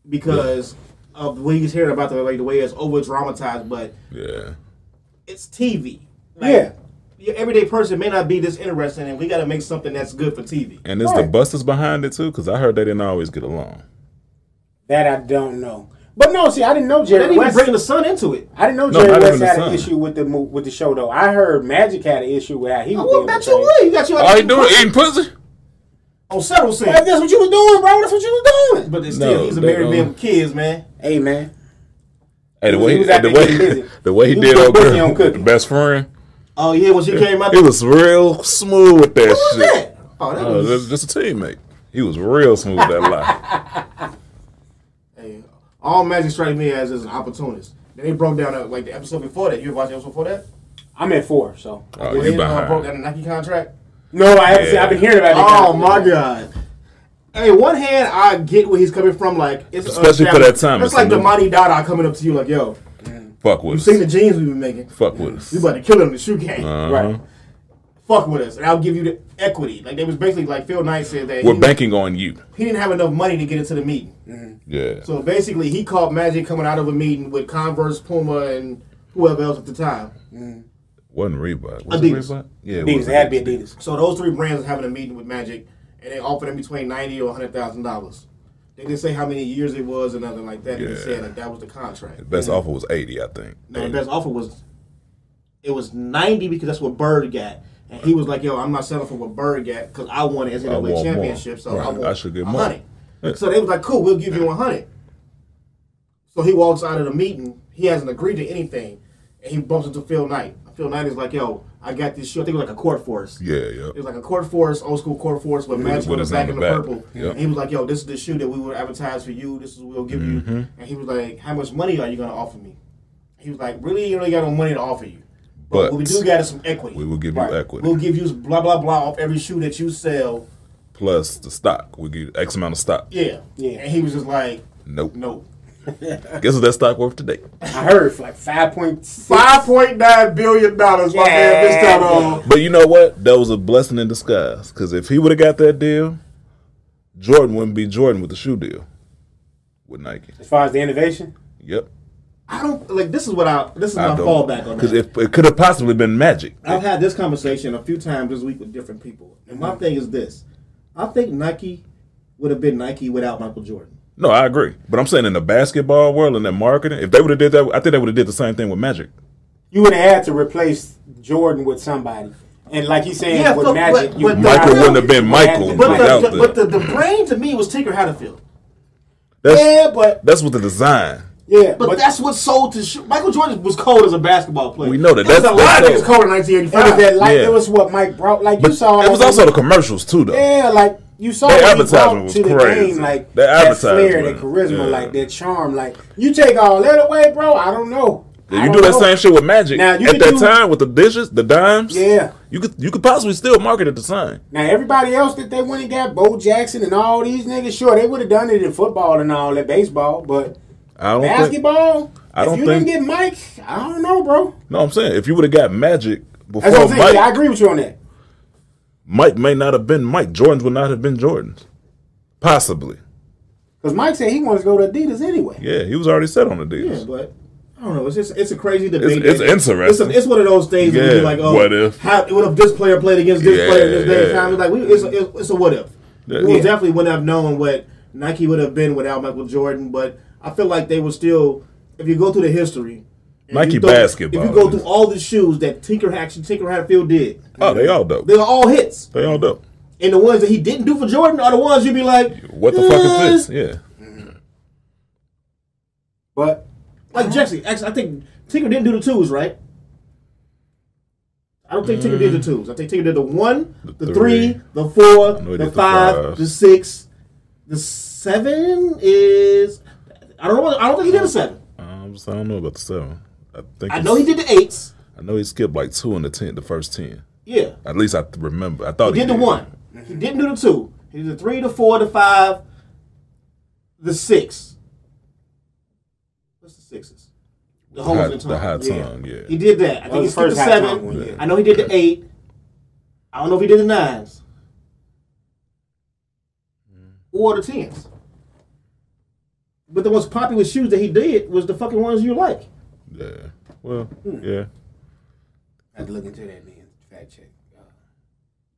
[SPEAKER 3] because of what he's hearing about the like the way it's over dramatized, but
[SPEAKER 4] yeah,
[SPEAKER 3] it's TV.
[SPEAKER 5] yeah.
[SPEAKER 3] your everyday person may not be this interesting, and we got to make something that's good for TV.
[SPEAKER 4] And is the
[SPEAKER 5] Right.
[SPEAKER 4] busters behind it too? Because I heard they didn't always get along.
[SPEAKER 5] That I don't know. But no, see, I didn't know
[SPEAKER 3] They didn't
[SPEAKER 5] Jerry
[SPEAKER 3] even
[SPEAKER 5] West.
[SPEAKER 3] bring the sun into it.
[SPEAKER 5] I didn't know
[SPEAKER 4] No,
[SPEAKER 5] Jerry
[SPEAKER 4] not
[SPEAKER 5] West
[SPEAKER 4] even the
[SPEAKER 5] had an
[SPEAKER 4] son.
[SPEAKER 5] issue with the mo- with the show though. I heard Magic had an issue with how he
[SPEAKER 3] I
[SPEAKER 5] was.
[SPEAKER 3] would
[SPEAKER 5] doing
[SPEAKER 3] bet
[SPEAKER 5] things.
[SPEAKER 3] you would. You got you
[SPEAKER 4] All you doing eating pussy?
[SPEAKER 3] on settle scene.
[SPEAKER 5] If that's what you was doing, bro, that's what you was doing.
[SPEAKER 3] But it's still,
[SPEAKER 4] No,
[SPEAKER 3] he's a
[SPEAKER 4] they
[SPEAKER 3] married
[SPEAKER 4] don't.
[SPEAKER 3] man with kids, man.
[SPEAKER 5] Hey man,
[SPEAKER 4] Hey, the
[SPEAKER 5] was-
[SPEAKER 4] way
[SPEAKER 5] he
[SPEAKER 4] he,
[SPEAKER 5] was out
[SPEAKER 4] the
[SPEAKER 5] there getting
[SPEAKER 4] way
[SPEAKER 5] busy.
[SPEAKER 4] <laughs> the way he
[SPEAKER 5] You
[SPEAKER 4] did
[SPEAKER 5] put
[SPEAKER 4] old
[SPEAKER 5] pussy on
[SPEAKER 4] girl, <laughs>
[SPEAKER 5] cookie.
[SPEAKER 4] the best friend,
[SPEAKER 3] Oh yeah, when she came out,
[SPEAKER 4] he
[SPEAKER 3] who
[SPEAKER 4] was real smooth with that
[SPEAKER 3] was
[SPEAKER 4] shit.
[SPEAKER 3] that? Oh, that
[SPEAKER 4] Oh,
[SPEAKER 3] was.
[SPEAKER 4] that's just a teammate. He was real smooth
[SPEAKER 3] <laughs>
[SPEAKER 4] with that lie.
[SPEAKER 3] Hey, all Magic strike me as is an opportunist. Then they broke down uh, like the episode before that. You watched the episode before that?
[SPEAKER 5] I'm at four, so
[SPEAKER 4] Oh,
[SPEAKER 3] Where
[SPEAKER 4] you
[SPEAKER 3] they, uh, broke down
[SPEAKER 4] behind?
[SPEAKER 3] the Nike contract.
[SPEAKER 5] no, I haven't. Seen, I've been hearing about it.
[SPEAKER 3] Oh my god. Hey, one hand I get where he's coming from, like it's
[SPEAKER 4] Especially for that time, it's
[SPEAKER 3] It's
[SPEAKER 4] a
[SPEAKER 3] like the
[SPEAKER 4] new-
[SPEAKER 3] Monty Dada coming up to you, like, "Yo,
[SPEAKER 4] Fuck with
[SPEAKER 3] seen the
[SPEAKER 4] us.
[SPEAKER 3] jeans we've been making.
[SPEAKER 4] Fuck with us.
[SPEAKER 3] We about to kill him in the shoe game.
[SPEAKER 5] Right.
[SPEAKER 3] Fuck with us, and I'll give you the equity." Like they was basically like Phil Knight said that
[SPEAKER 4] We're
[SPEAKER 3] he,
[SPEAKER 4] banking on you.
[SPEAKER 3] he didn't have enough money to get into the meeting.
[SPEAKER 4] Yeah.
[SPEAKER 3] So basically, he caught Magic coming out of a meeting with Converse, Puma, and whoever else at the time.
[SPEAKER 4] Wasn't Reebok. Was it
[SPEAKER 3] Adidas.
[SPEAKER 4] Reebok? Yeah, it
[SPEAKER 5] Adidas,
[SPEAKER 4] was
[SPEAKER 5] it had to be Adidas.
[SPEAKER 3] So those three brands are having a meeting with Magic, and they offered him between ninety or hundred thousand dollars. They didn't say how many years it was or nothing like that. They just
[SPEAKER 4] Yeah.
[SPEAKER 3] said that that was the contract.
[SPEAKER 4] Best offer was 80, I think.
[SPEAKER 3] No, the best offer was it was ninety because that's what Bird got, and he was like, "Yo, I'm not selling for what Bird got because I won an
[SPEAKER 4] I want
[SPEAKER 3] NCAA
[SPEAKER 4] more.
[SPEAKER 3] championship, so I
[SPEAKER 4] Right,
[SPEAKER 3] want
[SPEAKER 4] I should get more.
[SPEAKER 3] 100. So they was like, "Cool, we'll give you one hundred. So he walks out of the meeting. He hasn't agreed to anything, and he bumps into Phil Knight. Phil Knight is like, "Yo, I got this shoe. I think it was like a court force.
[SPEAKER 4] Yeah, yeah.
[SPEAKER 3] It was like a court force, old school court force with magic on
[SPEAKER 4] with
[SPEAKER 3] the
[SPEAKER 4] us
[SPEAKER 3] back
[SPEAKER 4] on
[SPEAKER 3] and the
[SPEAKER 4] the back.
[SPEAKER 3] purple.
[SPEAKER 4] Yep.
[SPEAKER 3] And he was like, "Yo, this is the shoe that we would advertise for you. This is what we'll give
[SPEAKER 4] Mm-hmm.
[SPEAKER 3] you." And he was like, "How much money are you gonna offer me?" He was like, "Really, you really got no money to offer you, but,
[SPEAKER 4] But-
[SPEAKER 3] what we do got is some equity.
[SPEAKER 4] We will give
[SPEAKER 5] Right.
[SPEAKER 4] you equity.
[SPEAKER 3] We'll give you blah blah blah off every shoe that you sell.
[SPEAKER 4] Plus the stock. We'll give you X amount of stock.
[SPEAKER 3] Yeah,
[SPEAKER 5] Yeah.
[SPEAKER 3] And he was just like,
[SPEAKER 4] Nope.
[SPEAKER 3] "No,
[SPEAKER 4] Guess what that stock worth today?
[SPEAKER 5] I heard for like five point
[SPEAKER 3] five point nine billion dollars, my man. This
[SPEAKER 5] Yeah.
[SPEAKER 3] time on.
[SPEAKER 4] But you know what? That was a blessing in disguise. Because if he would have got that deal, Jordan wouldn't be Jordan with the shoe deal with Nike.
[SPEAKER 5] as far as the innovation.
[SPEAKER 4] Yep.
[SPEAKER 3] I don't like. This is what I. This is my
[SPEAKER 4] I don't-
[SPEAKER 3] fallback on that.
[SPEAKER 4] Because if it could have possibly been Magic.
[SPEAKER 3] I've had this conversation a few times this week with different people, and
[SPEAKER 5] Mm-hmm.
[SPEAKER 3] my thing is this: I think Nike would have been Nike without Michael Jordan.
[SPEAKER 4] No, I agree. But I'm saying in the basketball world and that marketing, if they would have did that, I think they would have did the same thing with Magic.
[SPEAKER 5] You would have had to replace Jordan with somebody, and like you saying
[SPEAKER 3] Yeah,
[SPEAKER 5] with
[SPEAKER 3] but-
[SPEAKER 5] Magic,
[SPEAKER 3] but-
[SPEAKER 5] you
[SPEAKER 3] but the-
[SPEAKER 5] might
[SPEAKER 4] Michael
[SPEAKER 5] have-
[SPEAKER 4] wouldn't have been
[SPEAKER 5] you
[SPEAKER 4] Michael
[SPEAKER 5] might have to-
[SPEAKER 3] But
[SPEAKER 4] without
[SPEAKER 3] the,
[SPEAKER 4] the-
[SPEAKER 3] the, but the, the brain to me was Tinker Hatfield.
[SPEAKER 4] That's,
[SPEAKER 5] yeah, but
[SPEAKER 4] that's what the design.
[SPEAKER 5] yeah,
[SPEAKER 3] But, that's what sold to shoe. Michael Jordan was cold as a basketball player.
[SPEAKER 4] We know that.
[SPEAKER 3] There was
[SPEAKER 4] That's-
[SPEAKER 3] a lot of
[SPEAKER 4] that's
[SPEAKER 3] niggas cold in
[SPEAKER 5] it was
[SPEAKER 3] 1985.
[SPEAKER 5] that like
[SPEAKER 4] Yeah.
[SPEAKER 5] it was what Mike brought. Like
[SPEAKER 4] But
[SPEAKER 5] you saw,
[SPEAKER 4] it was
[SPEAKER 5] like,
[SPEAKER 4] also the commercials too, though.
[SPEAKER 5] Yeah, like you saw
[SPEAKER 4] Their
[SPEAKER 5] what he
[SPEAKER 4] advertisement
[SPEAKER 5] brought
[SPEAKER 4] was
[SPEAKER 5] to the
[SPEAKER 4] crazy.
[SPEAKER 5] game, like
[SPEAKER 4] Their
[SPEAKER 5] that flair,
[SPEAKER 4] advertisement,
[SPEAKER 5] that charisma,
[SPEAKER 4] yeah.
[SPEAKER 5] like that charm. Like you take all that away, bro. I don't know. I
[SPEAKER 4] you do
[SPEAKER 5] don't
[SPEAKER 4] that
[SPEAKER 5] know.
[SPEAKER 4] same shit with Magic
[SPEAKER 5] Now, you
[SPEAKER 4] at
[SPEAKER 5] could
[SPEAKER 4] that
[SPEAKER 5] do-
[SPEAKER 4] time with the dishes, the dimes.
[SPEAKER 5] Yeah.
[SPEAKER 4] you could you could possibly still market it the same.
[SPEAKER 5] Now everybody else that they went and got Bo Jackson and all these niggas, sure they would have done it in football and all that baseball, but
[SPEAKER 4] I don't think.
[SPEAKER 5] basketball.
[SPEAKER 4] I
[SPEAKER 5] if
[SPEAKER 4] don't
[SPEAKER 5] you
[SPEAKER 4] think-
[SPEAKER 5] didn't get Mike, I don't know, bro.
[SPEAKER 4] No, I'm saying if you would have got Magic before
[SPEAKER 5] That's what I'm saying.
[SPEAKER 4] Mike,
[SPEAKER 5] Yeah, I agree with you on that.
[SPEAKER 4] Mike may not have been Mike. Jordans would not have been Jordans. Possibly.
[SPEAKER 5] Because Mike said he wants to go to Adidas anyway.
[SPEAKER 4] Yeah, he was already set on the deals.
[SPEAKER 3] Yeah, but I don't know. It's just it's a crazy debate.
[SPEAKER 4] it's
[SPEAKER 3] that-
[SPEAKER 4] interesting.
[SPEAKER 3] It's, a, it's one of those things that we
[SPEAKER 4] Yeah,
[SPEAKER 3] be like, oh,
[SPEAKER 4] what if?
[SPEAKER 3] How, what if this player played against this
[SPEAKER 4] Yeah,
[SPEAKER 3] player this day and
[SPEAKER 4] yeah.
[SPEAKER 3] time? It's like we, it's, a, it's a what if.
[SPEAKER 4] Yeah.
[SPEAKER 3] We
[SPEAKER 4] Yeah.
[SPEAKER 3] definitely wouldn't have known what Nike would have been without Michael Jordan. But I feel like they were still. If you go through the history, if
[SPEAKER 4] Nike
[SPEAKER 3] you throw-
[SPEAKER 4] basketball
[SPEAKER 3] If you go
[SPEAKER 4] is-
[SPEAKER 3] through all the shoes that Tinker actually Tinker Hatfield did,
[SPEAKER 4] Oh, they all dope.
[SPEAKER 3] they are all hits.
[SPEAKER 4] They all dope.
[SPEAKER 3] And the ones that he didn't do for Jordan are the ones you'd be like,
[SPEAKER 4] What the fuck is this? Yeah.
[SPEAKER 5] But
[SPEAKER 3] Like Jesse, actually, I think Tinker didn't do the twos, right? I don't think Tinker did the twos. I think Tinker did the one, Mm. the, three,
[SPEAKER 4] three.
[SPEAKER 3] the four,
[SPEAKER 4] know he
[SPEAKER 3] the
[SPEAKER 4] did the
[SPEAKER 3] five,
[SPEAKER 4] five.
[SPEAKER 3] the six, the seven is. I don't know. I don't think he did a seven.
[SPEAKER 4] Um, so I don't know about the seven. I think
[SPEAKER 3] I
[SPEAKER 4] it's-
[SPEAKER 3] know he did the eights.
[SPEAKER 4] I know he skipped like two in the ten, the first ten.
[SPEAKER 3] Yeah,
[SPEAKER 4] At least I th- remember. I thought
[SPEAKER 3] he did the one. He didn't do the two. He did the three, the four, the five, the six. What's the sixes? The
[SPEAKER 4] The high,
[SPEAKER 3] holes in
[SPEAKER 4] the high tongue, yeah.
[SPEAKER 3] He did that. I think he
[SPEAKER 5] was the
[SPEAKER 3] skipped the
[SPEAKER 5] first high top
[SPEAKER 3] seven.
[SPEAKER 5] one, yeah.
[SPEAKER 3] I know he did the eight. I don't know if he did the nines
[SPEAKER 4] Mm.
[SPEAKER 3] or the tens. But the most popular shoes that he did was the fucking ones you like.
[SPEAKER 5] Hmm.
[SPEAKER 4] Yeah. Well, yeah.
[SPEAKER 5] I had to look into that man. fact check. Uh,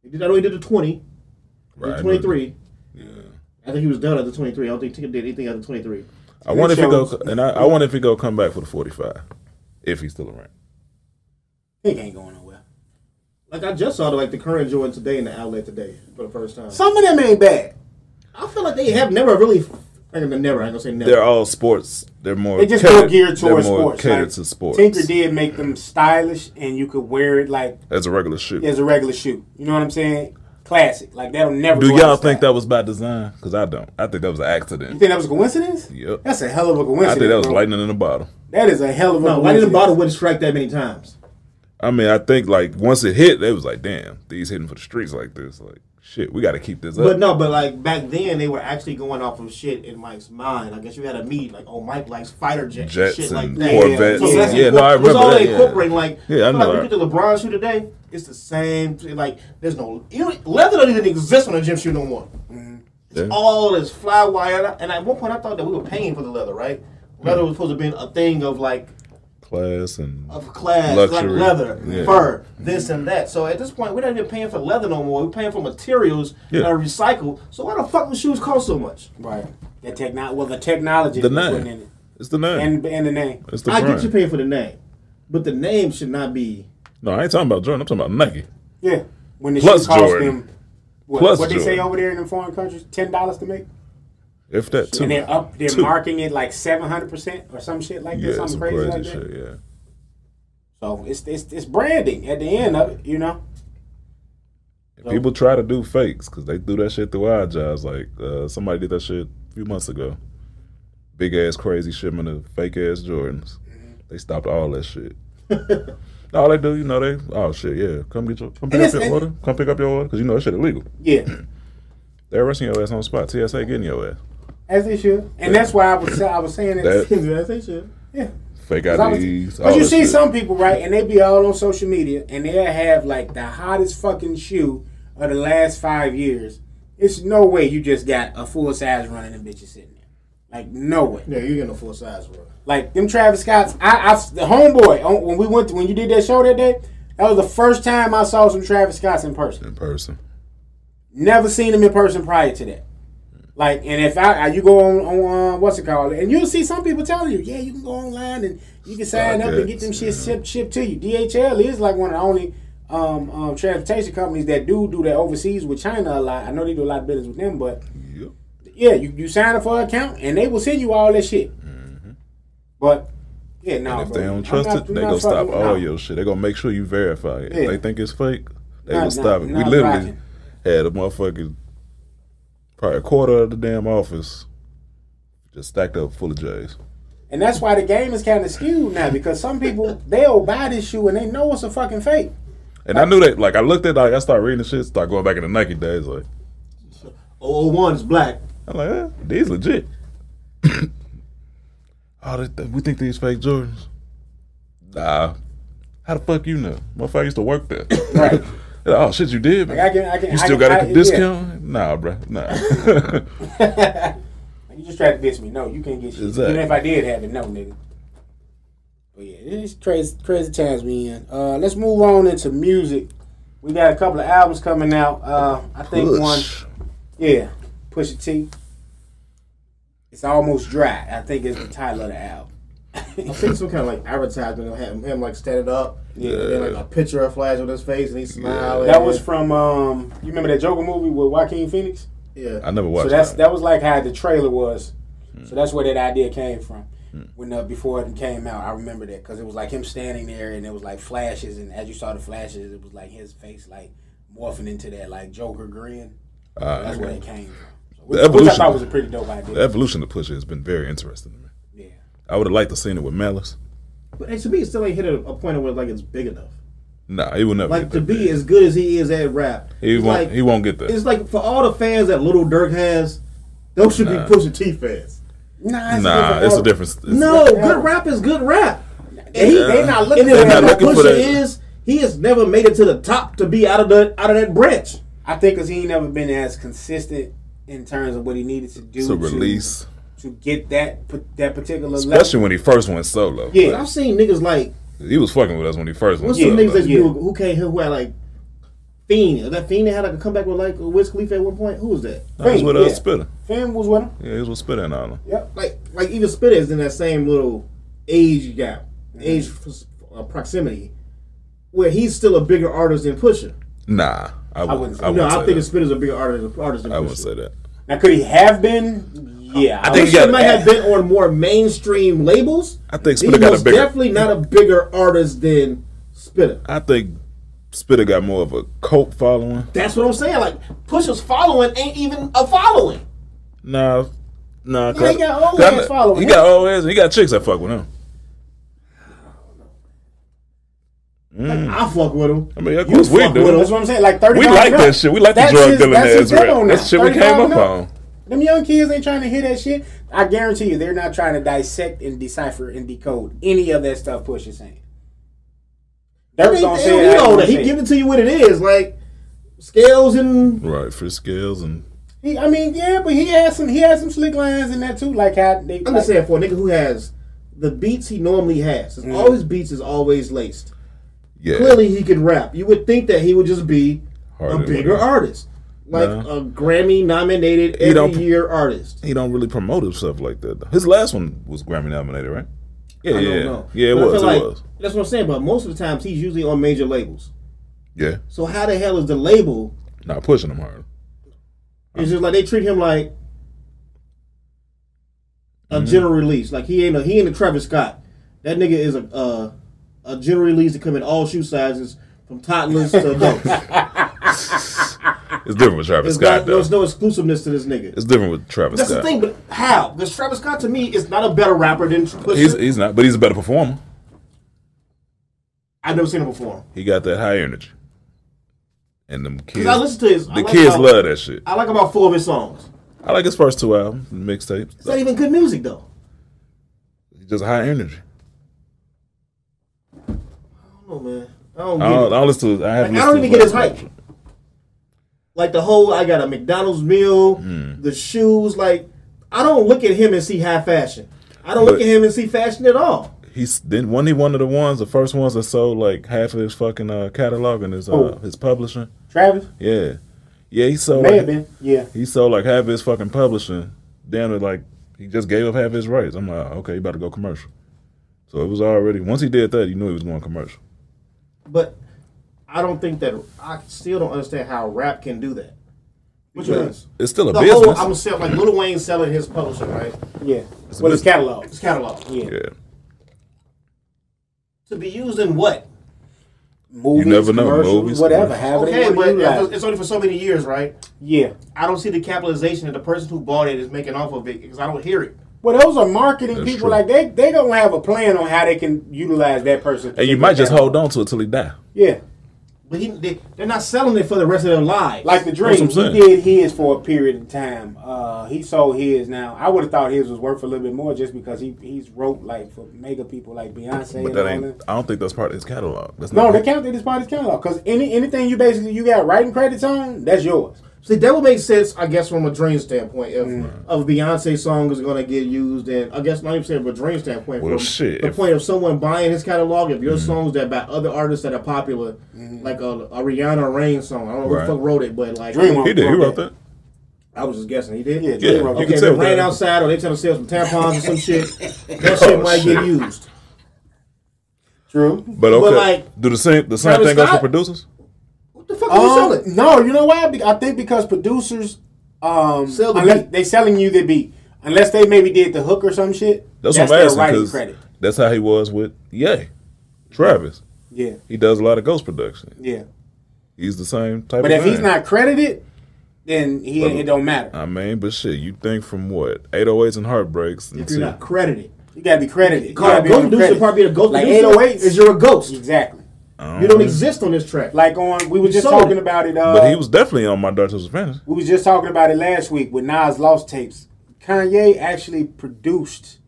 [SPEAKER 3] He did, I know he did the 20,
[SPEAKER 4] Right, I
[SPEAKER 3] the
[SPEAKER 4] know-
[SPEAKER 3] 23.
[SPEAKER 4] Yeah.
[SPEAKER 3] I think he was done at the 23. I don't think Ticket did anything at the 23.
[SPEAKER 4] I wonder if he go,
[SPEAKER 5] shows-
[SPEAKER 4] and I, I wonder if he go come back for the forty five, if he's still around.
[SPEAKER 5] Pig ain't going nowhere.
[SPEAKER 3] Like, I just saw, like, the current Jordan today in the outlet today for the first time.
[SPEAKER 5] Some of them ain't bad.
[SPEAKER 3] I feel like they have never really. I mean, never. I ain't gonna say never.
[SPEAKER 4] They're all sports. They're more.
[SPEAKER 5] They just
[SPEAKER 4] catered-
[SPEAKER 5] go geared
[SPEAKER 4] they're
[SPEAKER 5] towards
[SPEAKER 4] more
[SPEAKER 5] sports.
[SPEAKER 4] Catered
[SPEAKER 5] Like,
[SPEAKER 4] to sports
[SPEAKER 5] Tinker did make them stylish, and you could wear it like
[SPEAKER 4] as a regular shoe.
[SPEAKER 5] as a regular shoe. You know what I'm saying? Classic. Like that'll never.
[SPEAKER 4] Do
[SPEAKER 5] go out
[SPEAKER 4] y'all
[SPEAKER 5] of
[SPEAKER 4] think
[SPEAKER 5] style.
[SPEAKER 4] that was by design? Because I don't. I think that was an
[SPEAKER 5] You
[SPEAKER 4] accident.
[SPEAKER 5] think that was a coincidence?
[SPEAKER 4] Yep.
[SPEAKER 5] That's a hell of a
[SPEAKER 4] I
[SPEAKER 5] coincidence.
[SPEAKER 4] think that was
[SPEAKER 5] bro.
[SPEAKER 4] lightning in a bottle.
[SPEAKER 5] That is a hell of a
[SPEAKER 3] no, why
[SPEAKER 5] coincidence.
[SPEAKER 3] did the bottle wouldn't strike that many times?
[SPEAKER 4] I mean, I think like once it hit, they was like, "Damn, these hitting for the streets like this, like shit, we got to keep this up."
[SPEAKER 3] But no, but like back then they were actually going off of shit in Mike's mind. I guess you had a meet like, oh, Mike likes fighter jets,
[SPEAKER 4] Jets
[SPEAKER 3] shit like
[SPEAKER 4] and
[SPEAKER 3] that.
[SPEAKER 4] Corvettes.
[SPEAKER 3] So that's
[SPEAKER 4] Yeah,
[SPEAKER 3] incorpor-
[SPEAKER 4] no, I
[SPEAKER 3] It's
[SPEAKER 4] remember
[SPEAKER 3] all
[SPEAKER 4] that, yeah.
[SPEAKER 3] incorporating like,
[SPEAKER 4] Yeah, I
[SPEAKER 3] feel
[SPEAKER 4] know
[SPEAKER 3] Like,
[SPEAKER 4] that.
[SPEAKER 3] you get the LeBron shoe today, it's the same. Like, there's no you know, leather doesn't even exist on a gym shoe no more. It's
[SPEAKER 4] Yeah.
[SPEAKER 3] all this fly wire, and, I- and at one point I thought that we were paying for the leather, right? Leather was supposed to be a thing of like
[SPEAKER 4] Class and
[SPEAKER 3] of class,
[SPEAKER 4] Luxury.
[SPEAKER 3] like leather,
[SPEAKER 4] Yeah.
[SPEAKER 3] fur, this and that. So at this point, we're not even paying for leather no more. We're paying for materials that
[SPEAKER 4] Yeah.
[SPEAKER 3] are recycled. So why the fuck do shoes cost so much?
[SPEAKER 5] Right. The techno- well, the technology
[SPEAKER 4] the
[SPEAKER 5] they putting in
[SPEAKER 4] name.
[SPEAKER 5] it.
[SPEAKER 4] It's the name.
[SPEAKER 5] And, and the name.
[SPEAKER 4] it's the
[SPEAKER 3] I
[SPEAKER 4] brand.
[SPEAKER 3] get you paying for the name, but the name should not be.
[SPEAKER 4] no, I ain't talking about Jordan. I'm talking about Nike.
[SPEAKER 5] Yeah. When the
[SPEAKER 4] Plus
[SPEAKER 5] shoe cost
[SPEAKER 4] Jordan.
[SPEAKER 5] them, what,
[SPEAKER 4] Plus
[SPEAKER 5] what they say
[SPEAKER 4] Jordan.
[SPEAKER 5] over there in the foreign countries, $10 to make?
[SPEAKER 4] If that too.
[SPEAKER 5] And they're up, they're
[SPEAKER 4] Two.
[SPEAKER 5] marking it like 700% or some shit like
[SPEAKER 4] yeah,
[SPEAKER 5] that, something
[SPEAKER 4] some
[SPEAKER 5] crazy
[SPEAKER 4] crazy,
[SPEAKER 5] like that.
[SPEAKER 4] shit. Yeah.
[SPEAKER 5] So it's, it's, it's branding at the end of it, you know?
[SPEAKER 4] And People try to do fakes because they threw that shit through our jobs. Like uh, somebody did that shit a few months ago. Big ass crazy shipment of fake ass Jordans.
[SPEAKER 5] Mm-hmm.
[SPEAKER 4] They stopped all that shit. <laughs> all they do, you know, they oh shit, yeah, come get your come pick
[SPEAKER 5] it's-
[SPEAKER 4] up your
[SPEAKER 5] and-
[SPEAKER 4] order, come pick up your order because you know that shit illegal. <clears throat>
[SPEAKER 5] Yeah.
[SPEAKER 4] They're arresting your ass on the spot. TSA getting your ass.
[SPEAKER 5] As they should. And that's why I was, sa- I was saying
[SPEAKER 4] That-
[SPEAKER 5] <laughs> it.
[SPEAKER 3] As they should.
[SPEAKER 5] Yeah.
[SPEAKER 4] Fake
[SPEAKER 5] 'Cause I was-
[SPEAKER 4] IDs. all
[SPEAKER 5] But you
[SPEAKER 4] that
[SPEAKER 5] see
[SPEAKER 4] shit.
[SPEAKER 5] some people, right, and they be all on social media and they'll have like the hottest fucking shoe of the last five years. It's no way you just got a full size running and bitches sitting there. Like no way.
[SPEAKER 3] Yeah, you're getting a full size one.
[SPEAKER 5] Like them Travis Scott's I, I the homeboy on, when we went to, when you did that show that day, that was the first time I saw some Travis Scott's in person.
[SPEAKER 4] in person.
[SPEAKER 5] Never seen him in person prior to that. Like, and if I, I you go on, on uh, what's it called, and you'll see some people telling you, yeah, you can go online and you can sign up and get them shit shipped shipped to you. DHL is like one of the only um, um, transportation companies that do do that overseas with China a lot. I know they do a lot of business with them, but
[SPEAKER 4] Yep.
[SPEAKER 5] yeah, you, you sign up for an account and they will send you all that shit. But yeah, no.
[SPEAKER 4] Mm-hmm. If
[SPEAKER 5] bro.
[SPEAKER 4] they
[SPEAKER 5] I'm
[SPEAKER 4] don't trust
[SPEAKER 5] not-
[SPEAKER 4] it,
[SPEAKER 5] I'm
[SPEAKER 4] they
[SPEAKER 5] not
[SPEAKER 4] gonna stop
[SPEAKER 5] fucking-
[SPEAKER 4] all
[SPEAKER 5] no.
[SPEAKER 4] your shit. They gonna make sure you verify it.
[SPEAKER 5] Yeah.
[SPEAKER 4] If they think it's fake, they
[SPEAKER 5] Nah,
[SPEAKER 4] gonna stop
[SPEAKER 5] nah,
[SPEAKER 4] it.
[SPEAKER 5] nah,
[SPEAKER 4] we literally
[SPEAKER 5] rocking.
[SPEAKER 4] had a motherfucking probably a quarter of the damn office just stacked up full of J's.
[SPEAKER 5] And that's why the game is kind of skewed now because some people they'll buy this shoe and they know it's a fucking fake.
[SPEAKER 4] And I knew that. Like I looked at, like I started reading the shit, started going back in the Nike days. Like
[SPEAKER 3] Oh, one's black.
[SPEAKER 4] I'm like, eh, these <coughs> legit. oh, they, they- we think these fake Jordans. Nah, how the fuck you know? Motherfucker used to work there. <laughs>
[SPEAKER 5] Right.
[SPEAKER 4] oh shit, you did. man.
[SPEAKER 5] Like, I can, I can,
[SPEAKER 4] You
[SPEAKER 5] I
[SPEAKER 4] still
[SPEAKER 5] can-
[SPEAKER 4] got
[SPEAKER 5] I-
[SPEAKER 4] a
[SPEAKER 5] yeah.
[SPEAKER 4] discount? Nah, bro. Nah. <laughs>
[SPEAKER 5] You just tried to bitch me. No, you can't get shit.
[SPEAKER 4] Exactly.
[SPEAKER 5] Even if I did have it, no, nigga. But yeah, it's crazy, crazy times we in. Uh, let's move on into music. We got a couple of albums coming out. Uh, I think one, yeah, Pusha T. It's almost dry. I think is the title of the album.
[SPEAKER 3] I've seen some kind of like advertisement of him, him like standing up. Yeah. And then like a picture of Flash with his face and he's smiling.
[SPEAKER 5] That was from um, you remember that Joker movie with Joaquin Phoenix?
[SPEAKER 3] yeah.
[SPEAKER 4] I never watched
[SPEAKER 5] So that's
[SPEAKER 4] that.
[SPEAKER 5] that was like how the trailer was.
[SPEAKER 4] Hmm.
[SPEAKER 5] So that's where that idea came from. When uh, before it came out, I remember that because it was like him standing there, and it was like flashes, and as you saw the flashes, it was like his face like morphing into that like Joker grin.
[SPEAKER 4] Ah,
[SPEAKER 5] that's
[SPEAKER 4] okay.
[SPEAKER 5] where it came from.
[SPEAKER 4] The
[SPEAKER 5] Which, which I
[SPEAKER 4] evolution-
[SPEAKER 5] thought was a pretty dope idea.
[SPEAKER 4] The evolution of Pusha has been very interesting to me.
[SPEAKER 5] yeah,
[SPEAKER 4] I would have liked to seen it with Malice.
[SPEAKER 3] But and to me, it still ain't hit a, a point where like it's big enough.
[SPEAKER 4] Nah, he will never
[SPEAKER 3] Like
[SPEAKER 4] get
[SPEAKER 3] to
[SPEAKER 4] that
[SPEAKER 3] be
[SPEAKER 4] big.
[SPEAKER 3] as good as he is at rap,
[SPEAKER 4] He
[SPEAKER 3] it's
[SPEAKER 4] won't.
[SPEAKER 3] like-
[SPEAKER 4] he won't get that.
[SPEAKER 3] It's like for all the fans that Little Dirk has, those should
[SPEAKER 4] Nah.
[SPEAKER 3] be Pusha T fans.
[SPEAKER 5] nah,
[SPEAKER 4] Nah, it's a difference. It's-
[SPEAKER 3] No, good rap is good rap. And he,
[SPEAKER 5] They not looking
[SPEAKER 3] and
[SPEAKER 5] for
[SPEAKER 3] then
[SPEAKER 5] that.
[SPEAKER 4] not
[SPEAKER 3] what
[SPEAKER 4] looking for
[SPEAKER 3] Pusha
[SPEAKER 4] that.
[SPEAKER 3] is, he has never made it to the top to be out of the out of that branch.
[SPEAKER 5] I think because he ain't never been as consistent in terms of what he needed to do
[SPEAKER 4] It's a release,
[SPEAKER 5] to get that that particular
[SPEAKER 4] especially when he first went solo.
[SPEAKER 5] Yeah.
[SPEAKER 3] But I've seen niggas like
[SPEAKER 4] Like, he was fucking with us when he first went
[SPEAKER 3] what's
[SPEAKER 4] solo.
[SPEAKER 3] some niggas that you
[SPEAKER 5] yeah.
[SPEAKER 3] do who can't who had like Fiend. That Fiend that had like a comeback with like Wiz Khalifa at one point. Who was that?
[SPEAKER 4] That was
[SPEAKER 5] Fiend,
[SPEAKER 4] with
[SPEAKER 5] yeah.
[SPEAKER 4] uh, Spitter.
[SPEAKER 5] Finn was with him.
[SPEAKER 4] Yeah, he was with Spitter and all them.
[SPEAKER 5] Yep.
[SPEAKER 3] Like like even Spitter is in that same little age gap,
[SPEAKER 5] Mm-hmm.
[SPEAKER 3] age uh, proximity, where he's still a bigger artist than Pusha.
[SPEAKER 4] Nah, I,
[SPEAKER 5] wouldn't
[SPEAKER 4] wouldn't.
[SPEAKER 5] say-
[SPEAKER 4] I wouldn't,
[SPEAKER 3] No,
[SPEAKER 4] say,
[SPEAKER 3] I think
[SPEAKER 4] that.
[SPEAKER 3] Spitter's a bigger artist, artist than
[SPEAKER 4] I
[SPEAKER 3] Pusha.
[SPEAKER 4] wouldn't say that.
[SPEAKER 5] Now could he have been? Yeah, I,
[SPEAKER 4] think
[SPEAKER 5] would-
[SPEAKER 4] he got
[SPEAKER 3] Pusha
[SPEAKER 4] a-
[SPEAKER 3] might have been on more mainstream labels.
[SPEAKER 4] I think
[SPEAKER 3] He
[SPEAKER 4] Spitter got a
[SPEAKER 3] was
[SPEAKER 4] bigger-
[SPEAKER 3] definitely not a bigger artist than Spitter.
[SPEAKER 4] I think Spitter got more of a cult following.
[SPEAKER 3] That's what I'm saying. Like Pusha's following ain't even a following.
[SPEAKER 4] Nah, nah.
[SPEAKER 5] Yeah, he got old ass following.
[SPEAKER 4] He got old ass. He got chicks that fuck with him.
[SPEAKER 3] I fuck with him.
[SPEAKER 4] Hmm. I mean, of course we
[SPEAKER 3] fuck with
[SPEAKER 4] do.
[SPEAKER 5] That's what I'm saying. Like thirty.
[SPEAKER 4] We like that shit. We like the drug dealing ass rap. That's shit we came up on.
[SPEAKER 5] Them young kids ain't trying to hear that shit. I guarantee you, they're not trying to dissect and decipher and decode any of that stuff Push is saying. That was
[SPEAKER 3] He,
[SPEAKER 5] on
[SPEAKER 3] he,
[SPEAKER 5] saying.
[SPEAKER 3] he, know that. he give it to you what it is. Like scales and
[SPEAKER 4] Right for scales and
[SPEAKER 5] He, I mean, yeah, but he had some. He had some slick lines in that too. Like how they.
[SPEAKER 3] I'm
[SPEAKER 5] like,
[SPEAKER 3] just saying for a nigga who has the beats he normally has,
[SPEAKER 4] Hmm.
[SPEAKER 3] his, all his beats is always laced.
[SPEAKER 4] yeah.
[SPEAKER 3] Clearly, he can rap. You would think that he would just be
[SPEAKER 4] Harder
[SPEAKER 3] a
[SPEAKER 4] than
[SPEAKER 3] bigger
[SPEAKER 4] what he-
[SPEAKER 3] artist, like
[SPEAKER 4] No.
[SPEAKER 3] a Grammy-nominated
[SPEAKER 4] He don't-
[SPEAKER 3] every year artist.
[SPEAKER 4] He don't really promote himself like that. though. His last one was Grammy nominated, right? Yeah,
[SPEAKER 3] I
[SPEAKER 4] yeah,
[SPEAKER 3] don't know.
[SPEAKER 4] yeah. It
[SPEAKER 3] But I
[SPEAKER 4] was. It
[SPEAKER 3] feel like-
[SPEAKER 4] was.
[SPEAKER 3] That's what I'm saying. But most of the times, he's usually on major labels.
[SPEAKER 4] Yeah,
[SPEAKER 3] So how the hell is the label?
[SPEAKER 4] not pushing him hard.
[SPEAKER 3] It's just like they treat him like a
[SPEAKER 4] Mm-hmm.
[SPEAKER 3] general release. Like he ain't a he ain't a Travis Scott. That nigga is a uh, a general release to come in all shoe sizes, from toddlers to
[SPEAKER 4] <laughs>
[SPEAKER 3] adults.
[SPEAKER 4] It's different with Travis
[SPEAKER 3] It's
[SPEAKER 4] Scott
[SPEAKER 3] not,
[SPEAKER 4] though.
[SPEAKER 3] there's no exclusiveness to this nigga.
[SPEAKER 4] it's different with Travis
[SPEAKER 3] That's
[SPEAKER 4] Scott.
[SPEAKER 3] the thing, but how? Because Travis Scott to me is not a better rapper than Pusha.
[SPEAKER 4] He's he's not, but he's a better performer.
[SPEAKER 3] I've never seen him perform.
[SPEAKER 4] He got that high energy, and them kids.
[SPEAKER 3] I listen to his-
[SPEAKER 4] The
[SPEAKER 3] I like
[SPEAKER 4] kids
[SPEAKER 3] how-
[SPEAKER 4] love that shit.
[SPEAKER 3] I like about four of his songs.
[SPEAKER 4] I like his first two albums, mixtapes.
[SPEAKER 3] It's not even good music though.
[SPEAKER 4] He's just high energy.
[SPEAKER 3] I don't know, man. I don't
[SPEAKER 4] I
[SPEAKER 3] get
[SPEAKER 4] don't,
[SPEAKER 3] it.
[SPEAKER 4] I don't listen to. I
[SPEAKER 3] Like,
[SPEAKER 4] haven't.
[SPEAKER 3] I don't even
[SPEAKER 4] listened
[SPEAKER 3] get
[SPEAKER 4] to
[SPEAKER 3] his hype. Like the whole, I got a McDonald's meal,
[SPEAKER 4] Hmm.
[SPEAKER 3] the shoes. Like I don't look at him and see high fashion. I don't look
[SPEAKER 4] But-
[SPEAKER 3] at him and see fashion at all.
[SPEAKER 4] He's then one. He one of the ones, the first ones that sold like half of his fucking uh, catalog and his uh,
[SPEAKER 5] Who?
[SPEAKER 4] his publishing.
[SPEAKER 5] Travis
[SPEAKER 4] Yeah, yeah. He sold.
[SPEAKER 5] may
[SPEAKER 4] like-
[SPEAKER 5] have been. Yeah.
[SPEAKER 4] He sold like half his fucking publishing. Damn it, like he just gave up half his rights. I'm like, okay, he about to go commercial. So it was already once he did that, you knew he was going commercial.
[SPEAKER 3] But I don't think that I still don't understand how rap can do that. Which means
[SPEAKER 4] It's still a
[SPEAKER 3] the
[SPEAKER 4] business.
[SPEAKER 3] whole I'm sell like Lil Wayne selling his publishing right,
[SPEAKER 5] Yeah.
[SPEAKER 4] It's a
[SPEAKER 5] Well, his
[SPEAKER 4] business.
[SPEAKER 5] catalog.
[SPEAKER 3] his catalog
[SPEAKER 5] Yeah.
[SPEAKER 4] yeah,
[SPEAKER 3] to be used in what?
[SPEAKER 5] Movies,
[SPEAKER 4] never know.
[SPEAKER 5] commercials,
[SPEAKER 4] Movies,
[SPEAKER 5] whatever.
[SPEAKER 4] commercials.
[SPEAKER 5] However
[SPEAKER 3] Okay,
[SPEAKER 5] they want
[SPEAKER 3] but
[SPEAKER 5] to utilize.
[SPEAKER 3] if
[SPEAKER 5] it.
[SPEAKER 3] it's only for so many years, right?
[SPEAKER 5] Yeah.
[SPEAKER 3] I don't see the capitalization that the person who bought it is making off of it because I don't hear it.
[SPEAKER 5] Well, those are marketing
[SPEAKER 4] That's
[SPEAKER 5] people.
[SPEAKER 4] true.
[SPEAKER 5] Like they, they don't have a plan on how they can utilize that person.
[SPEAKER 4] and you might just hold on to it till he die.
[SPEAKER 5] Yeah,
[SPEAKER 3] But he, they, they're not selling it for the rest of their lives.
[SPEAKER 5] like the
[SPEAKER 4] That's
[SPEAKER 5] dream.
[SPEAKER 4] what
[SPEAKER 5] He
[SPEAKER 4] I'm
[SPEAKER 5] did his for a period of time. Uh, he sold his. Now I would have thought his was worth a little bit more just because he he's wrote like for mega people like Beyonce
[SPEAKER 4] But
[SPEAKER 5] and
[SPEAKER 4] that
[SPEAKER 5] all
[SPEAKER 4] ain't.
[SPEAKER 5] that.
[SPEAKER 4] I don't think that's part of his catalog. That's
[SPEAKER 5] No,
[SPEAKER 4] not.
[SPEAKER 5] they count this part is catalog because any anything you basically you got writing credits on that's yours.
[SPEAKER 3] See, that would make sense, I guess, from a dream standpoint. If
[SPEAKER 5] Mm.
[SPEAKER 3] of Beyonce song is going to get used, and I guess not even saying from a dream standpoint,
[SPEAKER 4] Well,
[SPEAKER 3] from
[SPEAKER 4] shit,
[SPEAKER 3] the
[SPEAKER 4] if- Mm-hmm.
[SPEAKER 3] point of someone buying his catalog, if your songs that by other artists that are popular,
[SPEAKER 5] Mm-hmm.
[SPEAKER 3] like a, a Rihanna Rain song, I don't know
[SPEAKER 4] Right.
[SPEAKER 3] who the fuck wrote it, but like
[SPEAKER 5] Dream on-
[SPEAKER 4] he did. He wrote that.
[SPEAKER 3] I was just guessing, he did.
[SPEAKER 5] Yeah,
[SPEAKER 4] Yeah,
[SPEAKER 5] Dream on-
[SPEAKER 4] you
[SPEAKER 3] Okay,
[SPEAKER 4] can
[SPEAKER 3] if
[SPEAKER 4] tell
[SPEAKER 3] it rain
[SPEAKER 4] that.
[SPEAKER 3] outside or they trying to sell some tampons or some shit, that shit might get used.
[SPEAKER 5] Oh, true.
[SPEAKER 4] But okay,
[SPEAKER 3] like,
[SPEAKER 4] do the same. The same
[SPEAKER 3] Travis
[SPEAKER 4] thing goes for
[SPEAKER 3] Scott-
[SPEAKER 4] producers.
[SPEAKER 3] What the fuck are you
[SPEAKER 5] Um,
[SPEAKER 3] selling?
[SPEAKER 5] no, you know why? Be- I think because producers, um,
[SPEAKER 3] Sell the
[SPEAKER 5] unless
[SPEAKER 3] beat.
[SPEAKER 5] they selling you the beat, unless they maybe did the hook or some shit.
[SPEAKER 4] That's, what
[SPEAKER 5] their
[SPEAKER 4] I'm asking
[SPEAKER 5] writing
[SPEAKER 4] because that's how he was with Ye, Travis.
[SPEAKER 5] Yeah,
[SPEAKER 4] He does a lot of ghost production.
[SPEAKER 5] yeah.
[SPEAKER 4] He's the same type.
[SPEAKER 5] But
[SPEAKER 4] of
[SPEAKER 5] if he's
[SPEAKER 4] thing.
[SPEAKER 5] not credited, then he
[SPEAKER 4] But-
[SPEAKER 5] it don't
[SPEAKER 3] uh,
[SPEAKER 5] matter.
[SPEAKER 4] I mean, but shit, you think from what 808s and heartbreaks and
[SPEAKER 3] If you're not credited.
[SPEAKER 5] You gotta be credited. You
[SPEAKER 3] Call
[SPEAKER 5] gotta
[SPEAKER 3] a
[SPEAKER 5] be
[SPEAKER 3] ghost
[SPEAKER 5] on
[SPEAKER 3] producer,
[SPEAKER 5] credit.
[SPEAKER 3] probably a ghost
[SPEAKER 5] like
[SPEAKER 3] producer.
[SPEAKER 5] 808s.
[SPEAKER 3] is you're a ghost.
[SPEAKER 5] exactly
[SPEAKER 3] You don't exist on this track.
[SPEAKER 5] Mm-hmm. like on. We were just
[SPEAKER 3] sold
[SPEAKER 5] talking
[SPEAKER 3] it.
[SPEAKER 5] about it. Uh,
[SPEAKER 4] But he was definitely on my Dark Twisted Fantasy.
[SPEAKER 5] We was just talking about it last week with Nas Lost tapes. Kanye actually produced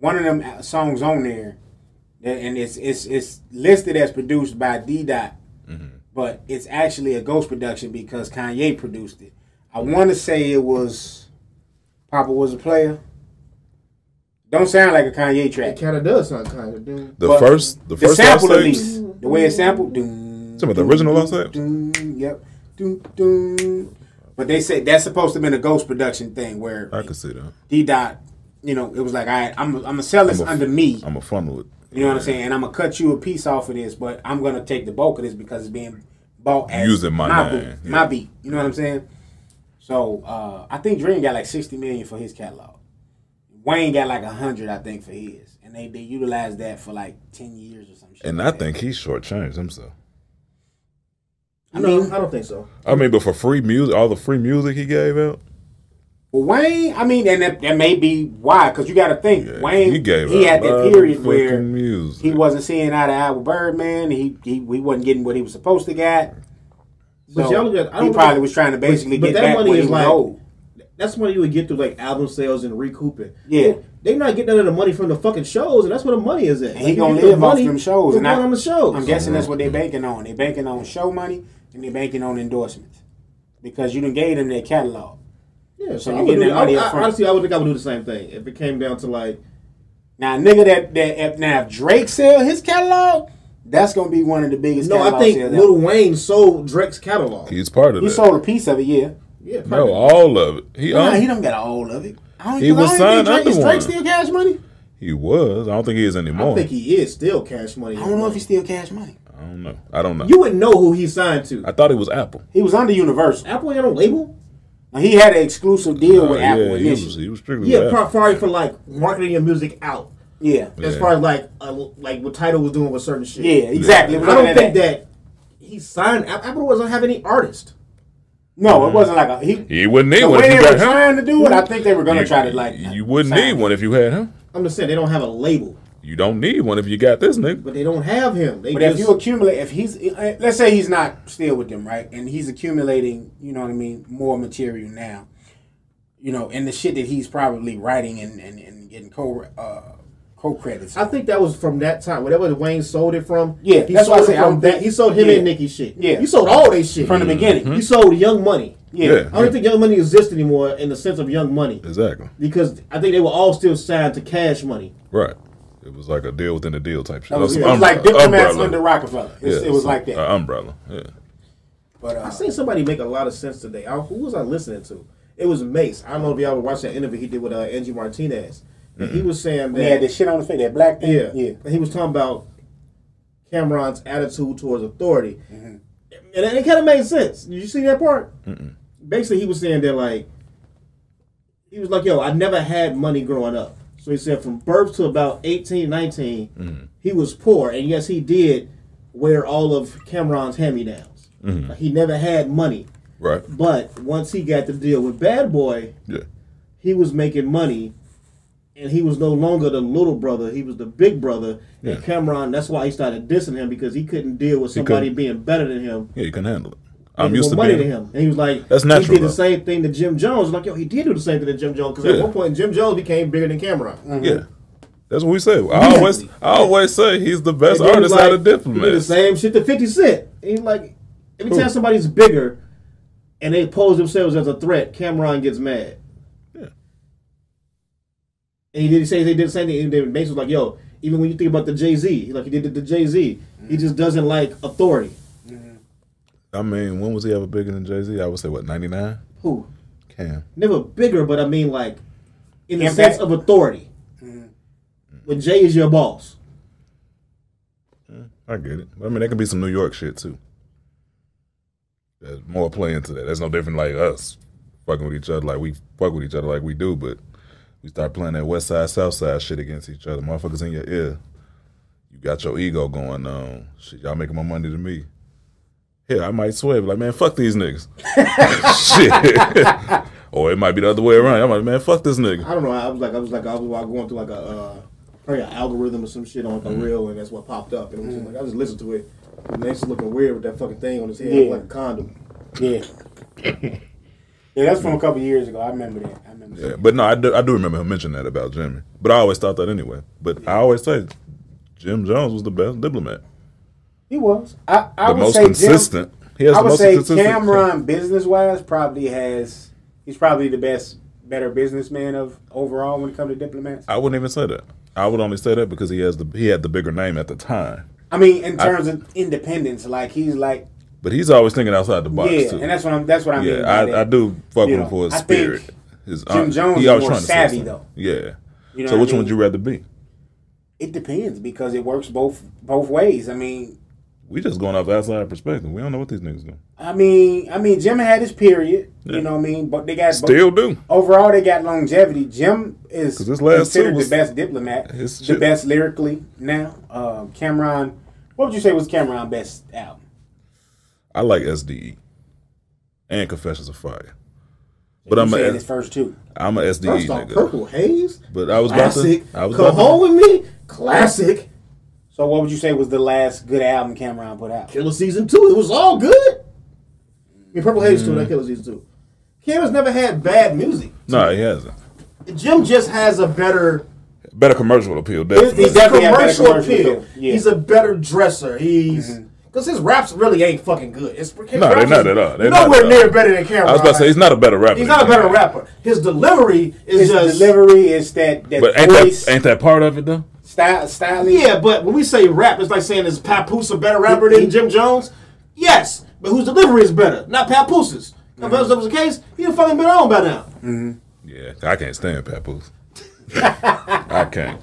[SPEAKER 5] one of them songs on there, and and it's it's it's listed as produced by D Dot, but it's actually a ghost production because Kanye produced it. I want to say it was Papa was a player. Don't sound like a Kanye track.
[SPEAKER 3] It kind of does sound kind of.
[SPEAKER 4] The
[SPEAKER 5] But
[SPEAKER 4] first, the
[SPEAKER 5] The
[SPEAKER 4] first
[SPEAKER 5] sample at
[SPEAKER 4] outtakes-
[SPEAKER 5] least, the way it sampled. Doom,
[SPEAKER 4] talking about the original Lost Tapes?
[SPEAKER 5] Dun, Yep. Dun, dun. But they said that's supposed to have been a ghost production thing where
[SPEAKER 4] I could see that.
[SPEAKER 5] D dot, you know, it was like, all right, I'm I'm gonna sell this
[SPEAKER 4] I'm a-
[SPEAKER 5] under me.
[SPEAKER 4] I'm a funnel it.
[SPEAKER 5] you know what I'm saying? And I'm gonna cut you a piece off of this, but I'm gonna take the bulk of this because it's being bought as
[SPEAKER 4] Using my name,
[SPEAKER 5] boot,
[SPEAKER 4] yeah.
[SPEAKER 5] my beat. You know what I'm saying? So uh, I think Dream got like 60 million for his catalog. Wayne got like 100, I think, for his, and they they utilized that for like 10 years or something.
[SPEAKER 4] And I think he shortchanged himself.
[SPEAKER 5] I
[SPEAKER 3] no,
[SPEAKER 5] mean,
[SPEAKER 3] I don't think so.
[SPEAKER 4] I mean, but for free music, all the free music he gave out,
[SPEAKER 5] Well, Wayne, I mean, and that, that may be why, because you got to think
[SPEAKER 4] yeah,
[SPEAKER 5] Wayne.
[SPEAKER 4] he gave
[SPEAKER 5] he
[SPEAKER 4] out
[SPEAKER 5] had that
[SPEAKER 4] motherfucking
[SPEAKER 5] period where
[SPEAKER 4] music.
[SPEAKER 5] he wasn't seeing eye to eye with Birdman. He he, he wasn't getting what he was supposed to get.
[SPEAKER 3] But
[SPEAKER 5] So
[SPEAKER 3] y'all look at- I
[SPEAKER 5] he
[SPEAKER 3] don't
[SPEAKER 5] probably
[SPEAKER 3] know-
[SPEAKER 5] was trying to basically
[SPEAKER 3] but
[SPEAKER 5] get
[SPEAKER 3] that
[SPEAKER 5] back
[SPEAKER 3] money
[SPEAKER 5] what he
[SPEAKER 3] is
[SPEAKER 5] was
[SPEAKER 3] like-
[SPEAKER 5] owed.
[SPEAKER 3] That's money you would get through like album sales and recouping.
[SPEAKER 5] Yeah.
[SPEAKER 3] They not getting none of the money from the fucking shows, and that's where the money is at.
[SPEAKER 5] And he gonna live off them shows. And
[SPEAKER 3] And
[SPEAKER 5] I,
[SPEAKER 3] on the shows.
[SPEAKER 5] I'm guessing that's what
[SPEAKER 4] Mm-hmm.
[SPEAKER 5] they're banking on. They're banking on show money and they're banking on endorsements because you done gave them their catalog.
[SPEAKER 3] Yeah,
[SPEAKER 5] So
[SPEAKER 3] so
[SPEAKER 5] you
[SPEAKER 3] I would
[SPEAKER 5] getting
[SPEAKER 3] do,
[SPEAKER 5] that money
[SPEAKER 3] I,
[SPEAKER 5] up
[SPEAKER 3] I,
[SPEAKER 5] front.
[SPEAKER 3] honestly, I would think I would do the same thing if it came down to like
[SPEAKER 5] Now, a nigga, that that if, now if Drake sell his catalog, that's gonna be one of the biggest.
[SPEAKER 3] No, I
[SPEAKER 5] catalog
[SPEAKER 3] think
[SPEAKER 5] sales ever.
[SPEAKER 3] Lil Wayne sold Drake's catalog.
[SPEAKER 4] He's part of
[SPEAKER 5] he
[SPEAKER 4] that.
[SPEAKER 5] sold a piece of it. Yeah,
[SPEAKER 3] Yeah, perfect.
[SPEAKER 4] no, all of it. He
[SPEAKER 5] nah,
[SPEAKER 4] owned,
[SPEAKER 5] he
[SPEAKER 4] he,
[SPEAKER 5] don't got a hold of it. I don't,
[SPEAKER 4] He was
[SPEAKER 5] I don't think
[SPEAKER 4] signed
[SPEAKER 5] Drake, is
[SPEAKER 4] under one.
[SPEAKER 5] Drake still cash money.
[SPEAKER 4] was. I don't think he is
[SPEAKER 3] I
[SPEAKER 4] anymore. I,
[SPEAKER 3] think he is still Cash Money.
[SPEAKER 5] I don't know if he's still cash money.
[SPEAKER 4] don't know. I don't know.
[SPEAKER 3] You wouldn't know who he signed to.
[SPEAKER 4] I thought it was Apple.
[SPEAKER 5] He was under Universal.
[SPEAKER 3] Apple ain't on a label.
[SPEAKER 5] Now, He had an exclusive deal
[SPEAKER 4] Oh,
[SPEAKER 5] with Apple
[SPEAKER 4] yeah, he was,
[SPEAKER 5] initially.
[SPEAKER 4] he was strictly
[SPEAKER 3] Yeah,
[SPEAKER 4] with
[SPEAKER 3] pro-
[SPEAKER 4] Apple.
[SPEAKER 3] probably for like marketing your music out.
[SPEAKER 5] yeah,
[SPEAKER 3] As
[SPEAKER 4] Yeah.
[SPEAKER 3] far as like uh, like what title was doing with certain shit.
[SPEAKER 5] yeah, exactly. It was
[SPEAKER 3] I
[SPEAKER 5] under
[SPEAKER 3] don't think that he signed. App- Apple doesn't have any artist.
[SPEAKER 5] No, it wasn't like a he.
[SPEAKER 4] He wouldn't need
[SPEAKER 5] the
[SPEAKER 4] one
[SPEAKER 5] way
[SPEAKER 4] if
[SPEAKER 5] they
[SPEAKER 4] you
[SPEAKER 5] were
[SPEAKER 4] got him.
[SPEAKER 5] trying to do it, I think they were gonna
[SPEAKER 4] You-
[SPEAKER 5] try to like.
[SPEAKER 4] you wouldn't
[SPEAKER 5] sign
[SPEAKER 4] need one if you had him.
[SPEAKER 3] I'm just saying they don't have a label,
[SPEAKER 4] You don't need one if you got this nigga.
[SPEAKER 3] but they don't have him. They
[SPEAKER 5] But
[SPEAKER 3] just,
[SPEAKER 5] if you accumulate, if he's, uh, let's say he's not still with them, right? And he's accumulating, you know what I mean, more material now, you know, and the shit that he's probably writing and, and, and getting co uh, co credits.
[SPEAKER 3] I think that was from that time. Whatever Wayne sold it from.
[SPEAKER 5] Yeah,
[SPEAKER 3] he
[SPEAKER 5] that's
[SPEAKER 3] sold
[SPEAKER 5] why I
[SPEAKER 3] it
[SPEAKER 5] say I
[SPEAKER 3] from
[SPEAKER 5] don't
[SPEAKER 3] that.
[SPEAKER 5] think-
[SPEAKER 3] He sold him
[SPEAKER 5] yeah.
[SPEAKER 3] and Nicki shit.
[SPEAKER 5] Yeah.
[SPEAKER 3] he sold all they shit
[SPEAKER 5] From the beginning.
[SPEAKER 3] He sold Young Money.
[SPEAKER 5] Yeah.
[SPEAKER 4] Yeah.
[SPEAKER 3] I don't think Young Money exists anymore in the sense of Young Money
[SPEAKER 4] Exactly.
[SPEAKER 3] because I think they were all still signed to Cash Money.
[SPEAKER 4] Right. It was like a deal within a deal type shit.
[SPEAKER 5] That was,
[SPEAKER 4] That's
[SPEAKER 5] it was
[SPEAKER 4] umbre-
[SPEAKER 5] like diplomats
[SPEAKER 4] Um, umbrella.
[SPEAKER 5] under Rockefeller. It's-
[SPEAKER 4] Yeah, uh,
[SPEAKER 5] it was like that.
[SPEAKER 4] a umbrella. Yeah.
[SPEAKER 5] but uh,
[SPEAKER 3] I seen somebody make a lot of sense today. I, who was I listening to? It was Mace. I don't know if y'all were watching that interview he did with uh, Angie Martinez. And he was saying that
[SPEAKER 5] they Mm-hmm. had that shit on the face, that black thing.
[SPEAKER 3] Yeah.
[SPEAKER 5] yeah.
[SPEAKER 3] And he was talking about Cameron's attitude towards authority. And it kind of made sense. Did you see that part? Basically, he was saying that, like, he was like, yo, I never had money growing up. So he said from birth to about 18, 19, he was poor. And yes, he did wear all of Cameron's hand me downs. Like, he never had money.
[SPEAKER 4] Right.
[SPEAKER 3] But once he got to deal with Bad Boy,
[SPEAKER 4] Yeah.
[SPEAKER 3] he was making money and he was no longer the little brother he was the big brother
[SPEAKER 4] Yeah.
[SPEAKER 3] and cameron that's why he started dissing him because he couldn't deal with somebody
[SPEAKER 4] couldn't.
[SPEAKER 3] being better than him
[SPEAKER 4] Yeah, you can handle it. I'm
[SPEAKER 3] Giving
[SPEAKER 4] used to
[SPEAKER 3] more money
[SPEAKER 4] being.
[SPEAKER 3] to him and he was like
[SPEAKER 4] That's
[SPEAKER 3] he
[SPEAKER 4] natural,
[SPEAKER 3] did
[SPEAKER 4] though.
[SPEAKER 3] the same thing to jim jones like yo he did do the same thing to jim jones because
[SPEAKER 4] Yeah.
[SPEAKER 3] at one point jim jones became bigger than cameron
[SPEAKER 4] Yeah. That's what we say. I always I always say he's the best
[SPEAKER 3] And then he was
[SPEAKER 4] artist out of
[SPEAKER 3] like- He did the
[SPEAKER 4] diplomats.
[SPEAKER 3] same shit to 50 Cent. And he's like, every time somebody's bigger and they pose themselves as a threat, Cameron gets mad.
[SPEAKER 4] Yeah.
[SPEAKER 3] And he did say they did the same thing. And then Mace was like, yo, even when you think about the Jay Z, like he did it to Jay Z, he just doesn't like authority.
[SPEAKER 4] I mean, when was he ever bigger than Jay Z? I would say what, ninety nine?
[SPEAKER 3] Who?
[SPEAKER 4] Cam.
[SPEAKER 3] Never bigger, but I mean like in the
[SPEAKER 5] Impact.
[SPEAKER 3] sense of authority. When Jay is your boss.
[SPEAKER 4] I get it. But I mean that can be some New York shit too. There's more play into that. That's no different like us fucking with each other like we fuck with each other like we do, but we start playing that west side, south side shit against each other. Motherfuckers in your ear. You got your ego going on. Shit, y'all making more money than me. Yeah, I might swear, be like, man, fuck these niggas. <laughs> shit. <laughs> or it might be the other way around. I'm like, man, fuck this nigga.
[SPEAKER 3] I don't know. I was like, I was like, I was like going through like a uh, probably an algorithm or some shit on
[SPEAKER 4] Mm-hmm.
[SPEAKER 3] a reel, and that's what popped up. And it was just like, I just listened to it. And Nate's looking weird with that fucking thing on his head,
[SPEAKER 5] Yeah.
[SPEAKER 3] like a condom. <laughs>
[SPEAKER 5] Yeah. yeah, that's from a couple years ago. I remember that. I remember
[SPEAKER 4] Yeah, but no, I do, I do remember him mentioning that about Jimmy. But I always thought that anyway. But I always say Jim Jones was the best diplomat,
[SPEAKER 5] he was. I, I
[SPEAKER 4] the
[SPEAKER 5] would
[SPEAKER 4] most
[SPEAKER 5] say Jim-
[SPEAKER 4] consistent. he has
[SPEAKER 5] I
[SPEAKER 4] the
[SPEAKER 5] would
[SPEAKER 4] most
[SPEAKER 5] say
[SPEAKER 4] consistent.
[SPEAKER 5] Cameron, business wise, probably has. He's probably the best, better businessman of overall when it comes to diplomats.
[SPEAKER 4] I wouldn't even say that. I would only say that because he has the he had the bigger name at the time.
[SPEAKER 5] I mean, in terms of independence, like he's like
[SPEAKER 4] But he's always thinking outside the box
[SPEAKER 5] yeah,
[SPEAKER 4] too.
[SPEAKER 5] and that's what I'm. That's what I mean.
[SPEAKER 4] yeah,
[SPEAKER 5] by that.
[SPEAKER 4] I, I do fuck with
[SPEAKER 5] You
[SPEAKER 4] him
[SPEAKER 5] know,
[SPEAKER 4] for his
[SPEAKER 5] I think
[SPEAKER 4] spirit. His
[SPEAKER 5] Jim Jones is more
[SPEAKER 4] say
[SPEAKER 5] savvy,
[SPEAKER 4] something.
[SPEAKER 5] though.
[SPEAKER 4] Yeah.
[SPEAKER 5] You know
[SPEAKER 4] so which
[SPEAKER 5] what I mean?
[SPEAKER 4] one would you rather be?
[SPEAKER 5] It depends because it works both both ways. I mean,
[SPEAKER 4] We just going off outside perspective. We don't know what these niggas doing.
[SPEAKER 5] I mean, I mean, Jim had his period.
[SPEAKER 4] Yeah.
[SPEAKER 5] You know what I mean? But they got
[SPEAKER 4] Still do.
[SPEAKER 5] overall they got longevity. Jim is
[SPEAKER 4] 'Cause this last two
[SPEAKER 5] considered
[SPEAKER 4] was-
[SPEAKER 5] the best diplomat, the
[SPEAKER 4] his shit-
[SPEAKER 5] best lyrically now. Uh, Cameron, what would you say was Cameron best album?
[SPEAKER 4] I like SDE and Confessions of Fire, but
[SPEAKER 5] You
[SPEAKER 4] I'm
[SPEAKER 5] said
[SPEAKER 4] a
[SPEAKER 5] his first two.
[SPEAKER 4] I'm a SDE
[SPEAKER 3] First off,
[SPEAKER 4] nigga.
[SPEAKER 3] Purple Haze,
[SPEAKER 4] But I was about to.
[SPEAKER 3] classic.
[SPEAKER 4] I was
[SPEAKER 3] Come
[SPEAKER 4] about
[SPEAKER 3] home with me, classic.
[SPEAKER 5] So what would you say was the last good album Cameron put out?
[SPEAKER 3] Killer season two, it was all good. I mean, Purple Haze too,
[SPEAKER 4] Mm-hmm.
[SPEAKER 3] not Killer season two. Cameron's never had bad music.
[SPEAKER 4] to. No, he hasn't.
[SPEAKER 3] Jim just has a better
[SPEAKER 4] Better commercial appeal,
[SPEAKER 3] He's
[SPEAKER 4] definitely.
[SPEAKER 5] that- definitely got better
[SPEAKER 3] commercial
[SPEAKER 5] commercial
[SPEAKER 3] appeal.
[SPEAKER 5] appeal. Yeah.
[SPEAKER 3] He's a better dresser. He's because his raps really ain't fucking good. It's, no,
[SPEAKER 4] Mm-hmm. they're not at all. They're not
[SPEAKER 3] nowhere
[SPEAKER 4] at all.
[SPEAKER 3] near better than Cameron.
[SPEAKER 4] I was about to say he's not a better rapper. than
[SPEAKER 3] He's not a
[SPEAKER 4] Cameron.
[SPEAKER 3] better rapper. His delivery is
[SPEAKER 5] His
[SPEAKER 3] just
[SPEAKER 5] delivery is that that
[SPEAKER 4] But ain't
[SPEAKER 5] voice
[SPEAKER 4] that ain't that part of it though?
[SPEAKER 5] style styling.
[SPEAKER 3] yeah. But when we say rap, it's like saying is Papoose a better rapper than Jim Jones? Yes, but whose delivery is better? Not Papoose's.
[SPEAKER 4] Mm-hmm.
[SPEAKER 3] If that was the case, he'd have fucking been on by now.
[SPEAKER 4] Yeah, I can't stand Papoose. I can't.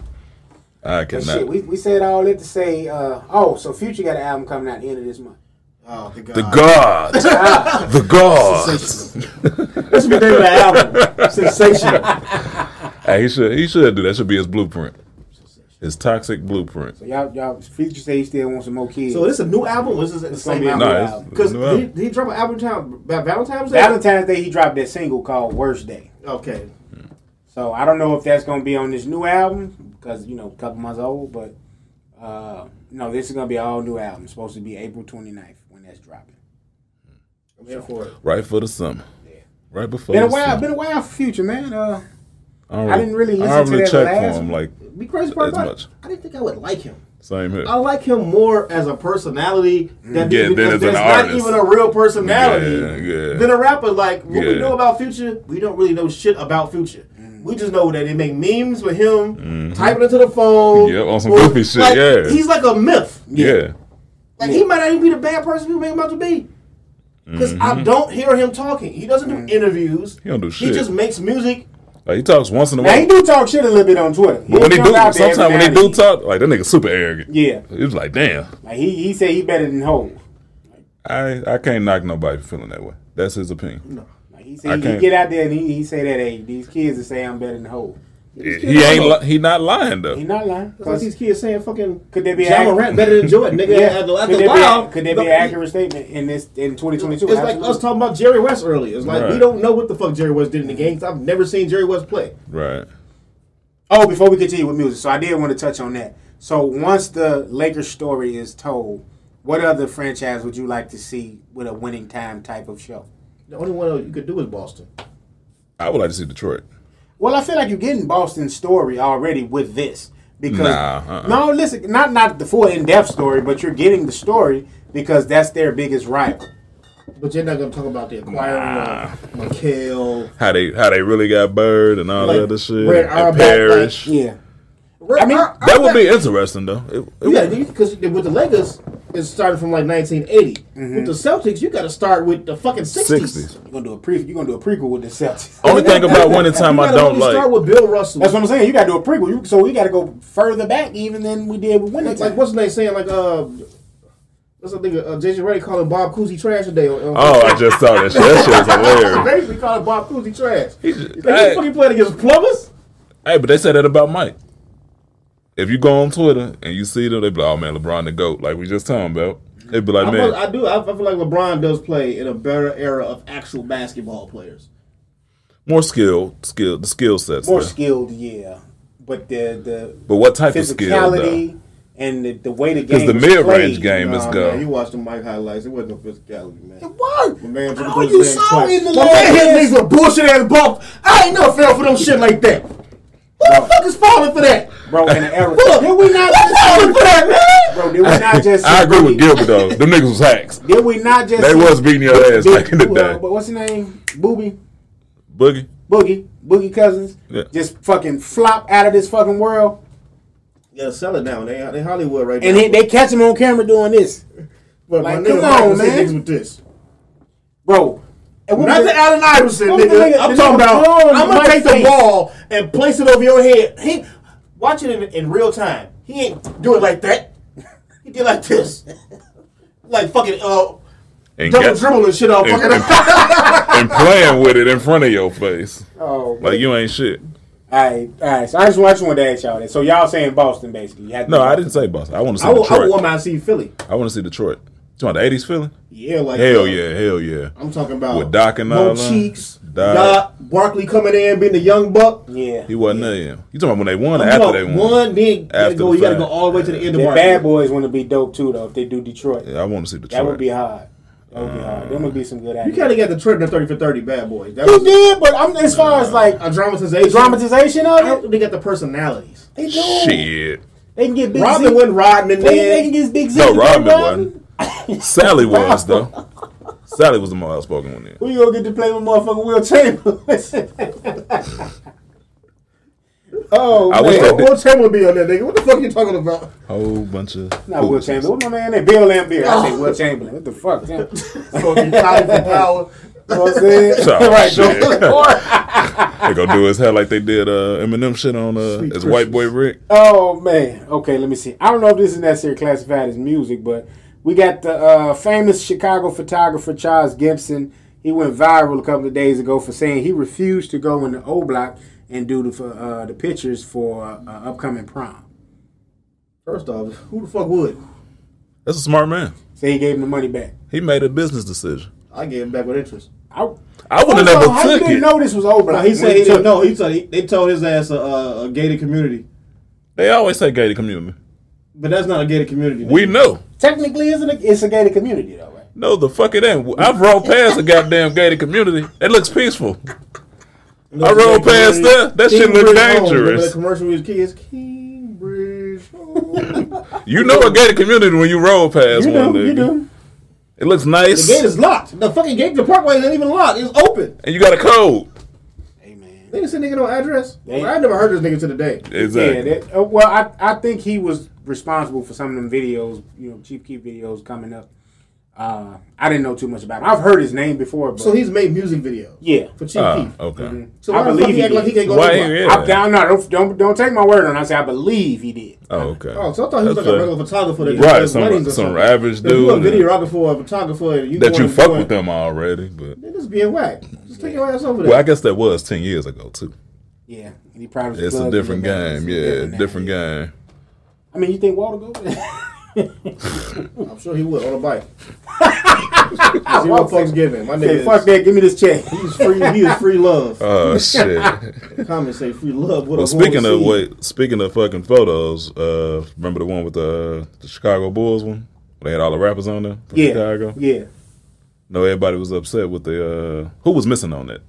[SPEAKER 4] I
[SPEAKER 5] But shit,
[SPEAKER 4] cannot.
[SPEAKER 5] we, we said all that to say, uh, oh, so Future got an album coming out at the end of this month.
[SPEAKER 3] Oh, the God.
[SPEAKER 4] the
[SPEAKER 3] <laughs>
[SPEAKER 4] God, the God.
[SPEAKER 5] This will be the name of the album.
[SPEAKER 3] Sensational.
[SPEAKER 4] Hey, he should he should do that. Should be his blueprint. His toxic blueprint.
[SPEAKER 5] <laughs> Y'all, y'all, Future say he still wants some more kids.
[SPEAKER 3] so this a new album? Or is this the same
[SPEAKER 5] gonna be
[SPEAKER 3] album?
[SPEAKER 5] a new
[SPEAKER 4] No,
[SPEAKER 5] album.
[SPEAKER 4] it's- it's
[SPEAKER 3] Because
[SPEAKER 4] new album.
[SPEAKER 3] did he drop an album town by Valentine's Day?
[SPEAKER 5] Valentine's Day, he dropped that single called Worst Day.
[SPEAKER 3] Okay.
[SPEAKER 5] So I don't know if that's going to be on this new album because, you know, a couple months old, but uh, no, this is going to be an all new album. It's supposed to be April 29th when that's dropping.
[SPEAKER 3] I'm here for it.
[SPEAKER 4] right for the summer. Right before
[SPEAKER 5] Been a
[SPEAKER 4] the
[SPEAKER 5] while,
[SPEAKER 4] summer.
[SPEAKER 5] been a while for Future, man. Uh,
[SPEAKER 4] don't
[SPEAKER 5] I didn't really listen
[SPEAKER 4] don't
[SPEAKER 5] to
[SPEAKER 4] really
[SPEAKER 5] that
[SPEAKER 4] check
[SPEAKER 5] last
[SPEAKER 4] for him. Like
[SPEAKER 3] Be crazy part
[SPEAKER 4] As
[SPEAKER 3] about
[SPEAKER 4] much.
[SPEAKER 3] it. I didn't think I would like him.
[SPEAKER 4] same here.
[SPEAKER 3] I
[SPEAKER 5] Oh,
[SPEAKER 3] like him more as a personality than
[SPEAKER 4] Yeah,
[SPEAKER 3] even,
[SPEAKER 4] than as
[SPEAKER 3] that's
[SPEAKER 4] an
[SPEAKER 3] not
[SPEAKER 4] artist.
[SPEAKER 3] even a real personality
[SPEAKER 4] Yeah, yeah.
[SPEAKER 3] than a rapper. Like what we
[SPEAKER 4] Yeah.
[SPEAKER 3] know about Future, we don't really know shit about Future. We just know that they make memes with him typing into the phone.
[SPEAKER 4] Yep, Mm-hmm. on some
[SPEAKER 3] or-
[SPEAKER 4] goofy shit,
[SPEAKER 3] like,
[SPEAKER 4] yeah.
[SPEAKER 3] he's like a myth.
[SPEAKER 4] yeah.
[SPEAKER 3] Like he might not even be the bad person people make him out to be. Because I don't hear him talking. He doesn't do interviews.
[SPEAKER 4] Mm-hmm. He don't do
[SPEAKER 3] He
[SPEAKER 4] shit.
[SPEAKER 3] just makes music.
[SPEAKER 4] Like he talks once in a
[SPEAKER 5] now, he
[SPEAKER 4] while.
[SPEAKER 5] do talk shit a little bit on Twitter.
[SPEAKER 4] But when he
[SPEAKER 5] comes
[SPEAKER 4] do
[SPEAKER 5] out there every
[SPEAKER 4] sometimes when
[SPEAKER 5] now
[SPEAKER 4] he
[SPEAKER 5] and
[SPEAKER 4] do
[SPEAKER 5] then.
[SPEAKER 4] talk, like that nigga super arrogant.
[SPEAKER 5] Yeah.
[SPEAKER 4] It was like, damn.
[SPEAKER 5] Like, he, he said he better than Hov.
[SPEAKER 4] I I can't knock nobody for feeling that way. That's his opinion.
[SPEAKER 5] Like, he
[SPEAKER 4] I
[SPEAKER 5] said he
[SPEAKER 4] can't-
[SPEAKER 5] get out there and he, he say that, hey, these kids that say I'm better than Hov.
[SPEAKER 4] He, he ain't li- he not lying though.
[SPEAKER 5] He not lying.
[SPEAKER 3] It's like these kids saying fucking
[SPEAKER 5] Could there be
[SPEAKER 3] John
[SPEAKER 5] an-
[SPEAKER 3] Morant better than Jordan, nigga.
[SPEAKER 5] <laughs> Yeah.
[SPEAKER 3] After, after
[SPEAKER 5] could there
[SPEAKER 3] a
[SPEAKER 5] be
[SPEAKER 3] while,
[SPEAKER 5] could there
[SPEAKER 3] the-
[SPEAKER 5] be an accurate statement in this in 2022?
[SPEAKER 3] It's like us talking about Jerry West earlier. It's like we
[SPEAKER 4] Right.
[SPEAKER 3] don't know what the fuck Jerry West did in the games. I've never seen Jerry West play.
[SPEAKER 4] Right.
[SPEAKER 5] Oh, before we continue with music, so I did want to touch on that. So once the Lakers story is told, what other franchise would you like to see with a winning time type of show?
[SPEAKER 3] The only one you could do is Boston.
[SPEAKER 4] I would like to see Detroit.
[SPEAKER 5] Well, I feel like you're getting Boston's story already with this because
[SPEAKER 4] Nah, uh-uh.
[SPEAKER 5] no, listen, not not the full in depth story, but you're getting the story because that's their biggest rival.
[SPEAKER 3] But you're not gonna talk about the acquiring
[SPEAKER 4] Ah.
[SPEAKER 3] of Mikhail.
[SPEAKER 4] How they how they really got Bird and all
[SPEAKER 3] Like,
[SPEAKER 4] that other shit.
[SPEAKER 3] Red
[SPEAKER 4] And
[SPEAKER 3] Auerbach,
[SPEAKER 4] Parrish.
[SPEAKER 5] Yeah,
[SPEAKER 3] I
[SPEAKER 5] mean,
[SPEAKER 4] that would be interesting though. It, it
[SPEAKER 3] Yeah,
[SPEAKER 4] would-
[SPEAKER 3] because with the Lakers, it started from like 1980.
[SPEAKER 5] Mm-hmm.
[SPEAKER 3] With the Celtics, you got to start with the fucking 60s.
[SPEAKER 4] 60s.
[SPEAKER 5] you're gonna do a pre, you're gonna do a prequel with the Celtics.
[SPEAKER 4] Only thing about winning time
[SPEAKER 3] You
[SPEAKER 4] I
[SPEAKER 3] gotta
[SPEAKER 4] don't
[SPEAKER 3] really
[SPEAKER 4] like.
[SPEAKER 3] Start with Bill Russell.
[SPEAKER 5] That's what I'm saying. You got to do a prequel, you, so we got to go further back even than we did with winning
[SPEAKER 3] Like, like
[SPEAKER 5] time.
[SPEAKER 3] what's the name saying? Like, uh, what's that nigga? Uh, JJ Reddy calling Bob Cousy trash today. On, on
[SPEAKER 4] Oh, I just saw that shit. That
[SPEAKER 5] <laughs>
[SPEAKER 4] shit is hilarious.
[SPEAKER 3] basically calling Bob Cousy trash. He's
[SPEAKER 4] just-
[SPEAKER 3] like, hey. fucking playing against plumbers.
[SPEAKER 4] Hey, but they said that about Mike. If you go on Twitter and you see them, they be like, "Oh man, LeBron the goat," like we just talking about. They be like,
[SPEAKER 3] I,
[SPEAKER 4] "Man,
[SPEAKER 3] must- I do. I, I feel like LeBron does play in a better era of actual basketball players.
[SPEAKER 4] more skill, skill, the skill sets."
[SPEAKER 5] More
[SPEAKER 4] there.
[SPEAKER 5] skilled, yeah, but the
[SPEAKER 4] But what type
[SPEAKER 5] the
[SPEAKER 4] of skill though?
[SPEAKER 5] physicality and the, the way the game
[SPEAKER 4] Because the
[SPEAKER 5] was
[SPEAKER 4] mid-range
[SPEAKER 5] played,
[SPEAKER 4] game is
[SPEAKER 3] Nah,
[SPEAKER 4] go.
[SPEAKER 3] man, you watched the Mike highlights. It wasn't no physicality, man.
[SPEAKER 5] What?
[SPEAKER 3] My man took it
[SPEAKER 5] All
[SPEAKER 3] to his
[SPEAKER 5] you
[SPEAKER 3] hands
[SPEAKER 5] saw
[SPEAKER 3] twice.
[SPEAKER 5] in the
[SPEAKER 3] My
[SPEAKER 5] last-
[SPEAKER 3] man hit niggas with bullshit ass bump. I ain't never fell for them shit like that. Who the fuck is falling for that?
[SPEAKER 5] bro. And
[SPEAKER 4] <laughs>
[SPEAKER 5] the era.
[SPEAKER 3] Look,
[SPEAKER 5] did we not
[SPEAKER 3] Who's
[SPEAKER 5] just
[SPEAKER 3] falling for that, man?
[SPEAKER 5] bro? Did we not just?
[SPEAKER 4] <laughs> I agree with
[SPEAKER 5] see-
[SPEAKER 4] Gilbert though. Them niggas was hacks.
[SPEAKER 5] Did we not just?
[SPEAKER 4] They
[SPEAKER 5] see-
[SPEAKER 4] was beating your ass back in the
[SPEAKER 5] Who, uh,
[SPEAKER 4] day.
[SPEAKER 5] But what's his name? Booby,
[SPEAKER 4] Boogie.
[SPEAKER 5] Boogie, Boogie Cousins.
[SPEAKER 4] Yeah.
[SPEAKER 5] Just fucking flop out of this fucking world.
[SPEAKER 3] Yeah, sell it now. They they Hollywood right
[SPEAKER 5] And
[SPEAKER 3] now.
[SPEAKER 5] he, they catch him on camera doing this,
[SPEAKER 3] but
[SPEAKER 5] like,
[SPEAKER 3] my nigga,
[SPEAKER 5] come
[SPEAKER 3] Michael
[SPEAKER 5] on,
[SPEAKER 3] said
[SPEAKER 5] man.
[SPEAKER 3] niggas with this.
[SPEAKER 5] bro. And what
[SPEAKER 3] Not
[SPEAKER 5] was
[SPEAKER 3] the Allen Iverson,
[SPEAKER 5] what was
[SPEAKER 3] nigga.
[SPEAKER 5] the nigga-
[SPEAKER 3] I'm
[SPEAKER 5] the
[SPEAKER 3] talking
[SPEAKER 5] nigga
[SPEAKER 3] about.
[SPEAKER 5] throwing
[SPEAKER 3] I'm gonna
[SPEAKER 5] Mike
[SPEAKER 3] take
[SPEAKER 5] face.
[SPEAKER 3] the ball and place it over your head. He watch it in, in real time. He ain't do it like that. <laughs> He did like this, <laughs> like fucking uh,
[SPEAKER 4] And,
[SPEAKER 3] double
[SPEAKER 4] got-
[SPEAKER 3] dribble and shit off
[SPEAKER 4] and,
[SPEAKER 3] fucking.
[SPEAKER 4] and, and playing with it in front of your face.
[SPEAKER 5] Oh,
[SPEAKER 4] Like you ain't shit.
[SPEAKER 5] all right, all right. So I just, want- I just wanted to ask y'all that. So y'all saying Boston basically? You had to-
[SPEAKER 4] No, I didn't say Boston. I want to see
[SPEAKER 3] I would, I would want
[SPEAKER 4] Detroit.
[SPEAKER 3] my see Philly.
[SPEAKER 4] I want to see Detroit. You want the eighties feeling?
[SPEAKER 3] Yeah, like
[SPEAKER 4] Hell
[SPEAKER 3] uh,
[SPEAKER 4] yeah, hell yeah.
[SPEAKER 3] I'm talking about
[SPEAKER 4] With Doc and
[SPEAKER 3] no
[SPEAKER 4] all them.
[SPEAKER 3] cheeks.
[SPEAKER 4] Doc.
[SPEAKER 3] Doc Barkley coming in being the young buck.
[SPEAKER 5] Yeah,
[SPEAKER 4] He wasn't there. yet. You talking about when they won or
[SPEAKER 3] You
[SPEAKER 4] after
[SPEAKER 3] know,
[SPEAKER 4] they won?
[SPEAKER 3] one, then you gotta
[SPEAKER 4] After
[SPEAKER 3] go.
[SPEAKER 4] the
[SPEAKER 3] You gotta
[SPEAKER 4] fact.
[SPEAKER 3] go all the way to the end of
[SPEAKER 5] the
[SPEAKER 3] March.
[SPEAKER 5] bad boys want to be dope too though if they do Detroit.
[SPEAKER 4] Yeah, I want to see Detroit.
[SPEAKER 5] That would be hard. That would be hard. There would be some good
[SPEAKER 3] You
[SPEAKER 5] actors.
[SPEAKER 3] kind of got the trend of thirty for thirty bad boys. That
[SPEAKER 5] He
[SPEAKER 3] was
[SPEAKER 5] did, but I'm as far as like
[SPEAKER 3] a dramatization.
[SPEAKER 5] dramatization
[SPEAKER 3] I don't
[SPEAKER 5] of it,
[SPEAKER 3] think they got the personalities.
[SPEAKER 5] they do. <laughs>
[SPEAKER 4] shit.
[SPEAKER 5] They can get big.
[SPEAKER 3] Robin
[SPEAKER 5] Z.
[SPEAKER 3] wasn't riding in
[SPEAKER 5] They, they can
[SPEAKER 3] there.
[SPEAKER 5] get big. Z
[SPEAKER 4] No,
[SPEAKER 5] to
[SPEAKER 4] Rodman
[SPEAKER 5] play
[SPEAKER 4] wasn't. Sally was though. Sally was the more outspoken one. Then.
[SPEAKER 5] Who you gonna get to play with motherfucking Will Chamberlain? oh,
[SPEAKER 4] I
[SPEAKER 5] man.
[SPEAKER 4] wish
[SPEAKER 3] <laughs> Will
[SPEAKER 4] that
[SPEAKER 3] Will Chamberlain be on that nigga. What the fuck you talking about?
[SPEAKER 4] Whole bunch of
[SPEAKER 5] Not Will Chamberlain. What my man name? Bill Lambier. I say Will Chamberlain. What the fuck? Damn.
[SPEAKER 3] Fucking Colin for power.
[SPEAKER 5] You know what I'm saying?
[SPEAKER 4] <laughs> Oh,
[SPEAKER 5] <laughs> right,
[SPEAKER 4] shit.
[SPEAKER 5] Joe. Or-
[SPEAKER 4] They gonna do his hair like they did uh, Eminem shit on uh, his white boy Rick.
[SPEAKER 5] oh man. Okay, let me see. I don't know if this is necessarily classified as music, but we got the uh, famous Chicago photographer Charles Gibson. He went viral a couple of days ago for saying he refused to go in the O block and do the uh, the pictures for uh, upcoming prom.
[SPEAKER 3] First off, who the fuck would?
[SPEAKER 4] That's a smart man.
[SPEAKER 5] So he gave him the money back.
[SPEAKER 4] He made a business decision.
[SPEAKER 3] I gave him back with interest.
[SPEAKER 5] I,
[SPEAKER 4] I would have
[SPEAKER 5] First off,
[SPEAKER 4] never
[SPEAKER 5] how you
[SPEAKER 4] took
[SPEAKER 5] didn't
[SPEAKER 4] it.
[SPEAKER 5] know this was O block?
[SPEAKER 3] But he said he didn't know. He told, he, they told his ass a, a, a gated community,
[SPEAKER 4] They always say gated community.
[SPEAKER 3] but that's not a gated community.
[SPEAKER 4] We know.
[SPEAKER 5] Technically, isn't it? It's a gated community though, right?
[SPEAKER 4] No, the fuck it ain't. I've rolled past a goddamn gated community. It looks peaceful. I rolled past there. That shit look
[SPEAKER 3] Kingbridge Home. Remember that
[SPEAKER 4] dangerous.
[SPEAKER 3] commercial with his kids? Kingbridge <laughs> Home.
[SPEAKER 4] You know a gated community when you roll past
[SPEAKER 5] You
[SPEAKER 4] one.
[SPEAKER 5] do, you
[SPEAKER 4] nigga.
[SPEAKER 5] do.
[SPEAKER 4] It looks
[SPEAKER 3] the
[SPEAKER 4] nice,
[SPEAKER 3] gate is locked. The fucking gate to the parkway isn't even locked. It's open.
[SPEAKER 4] and you got a code.
[SPEAKER 5] Hey man.
[SPEAKER 3] Nigga said nigga no address.
[SPEAKER 5] They-
[SPEAKER 3] I never heard this nigga to the day.
[SPEAKER 4] Exactly.
[SPEAKER 5] Yeah, that, uh, well, I, I think he was responsible for some of them videos, you know, Chief Keef videos coming up. Uh, I didn't know too much about him. I've heard his name before, but
[SPEAKER 3] So he's made music videos.
[SPEAKER 5] yeah,
[SPEAKER 3] For Chief
[SPEAKER 4] Ah,
[SPEAKER 3] Keef.
[SPEAKER 4] okay.
[SPEAKER 3] So
[SPEAKER 5] I
[SPEAKER 3] why the
[SPEAKER 5] believe
[SPEAKER 3] fuck
[SPEAKER 5] he
[SPEAKER 3] he act like he
[SPEAKER 5] did.
[SPEAKER 3] can't go
[SPEAKER 4] Why?
[SPEAKER 3] to the
[SPEAKER 4] Yeah.
[SPEAKER 3] block?
[SPEAKER 5] I, I, no, don't, don't don't take my word on. it. I say I believe he did.
[SPEAKER 4] Oh, okay.
[SPEAKER 3] Oh, so I thought he was
[SPEAKER 4] That's
[SPEAKER 3] like a
[SPEAKER 4] a-
[SPEAKER 3] regular photographer. That
[SPEAKER 4] Right,
[SPEAKER 3] does
[SPEAKER 4] some-
[SPEAKER 3] weddings or
[SPEAKER 4] some
[SPEAKER 3] something.
[SPEAKER 4] average
[SPEAKER 3] If you a
[SPEAKER 4] dude and-
[SPEAKER 3] videographer, a photographer, and you
[SPEAKER 4] that
[SPEAKER 3] going
[SPEAKER 4] you
[SPEAKER 3] to
[SPEAKER 4] fuck
[SPEAKER 3] join-
[SPEAKER 4] with them already, but
[SPEAKER 3] Niggas being whack. Just take your ass over there.
[SPEAKER 4] well, I guess that was ten years ago too.
[SPEAKER 5] Yeah, and he probably was
[SPEAKER 4] It's a
[SPEAKER 5] plugged
[SPEAKER 4] different
[SPEAKER 5] in the
[SPEAKER 4] game,
[SPEAKER 5] business.
[SPEAKER 4] yeah,
[SPEAKER 5] now.
[SPEAKER 4] different game.
[SPEAKER 5] I mean, you think Walter <laughs> goes?
[SPEAKER 3] I'm sure he would on
[SPEAKER 4] <laughs>
[SPEAKER 3] a bike. <laughs> Zero fucks given. My nigga,
[SPEAKER 5] Say
[SPEAKER 3] is-
[SPEAKER 5] fuck that. Give me this check. <laughs>
[SPEAKER 3] He's free. He is free love.
[SPEAKER 4] Oh shit!
[SPEAKER 3] Comments say free love. What
[SPEAKER 4] well,
[SPEAKER 3] a
[SPEAKER 4] speaking
[SPEAKER 3] horrible
[SPEAKER 4] of
[SPEAKER 3] scene.
[SPEAKER 4] wait, speaking of fucking photos, uh, remember the one with the the Chicago Bulls one? They had all the rappers on there from
[SPEAKER 5] Yeah,
[SPEAKER 4] Chicago.
[SPEAKER 5] yeah.
[SPEAKER 4] No, everybody was upset with the uh, who was missing on it.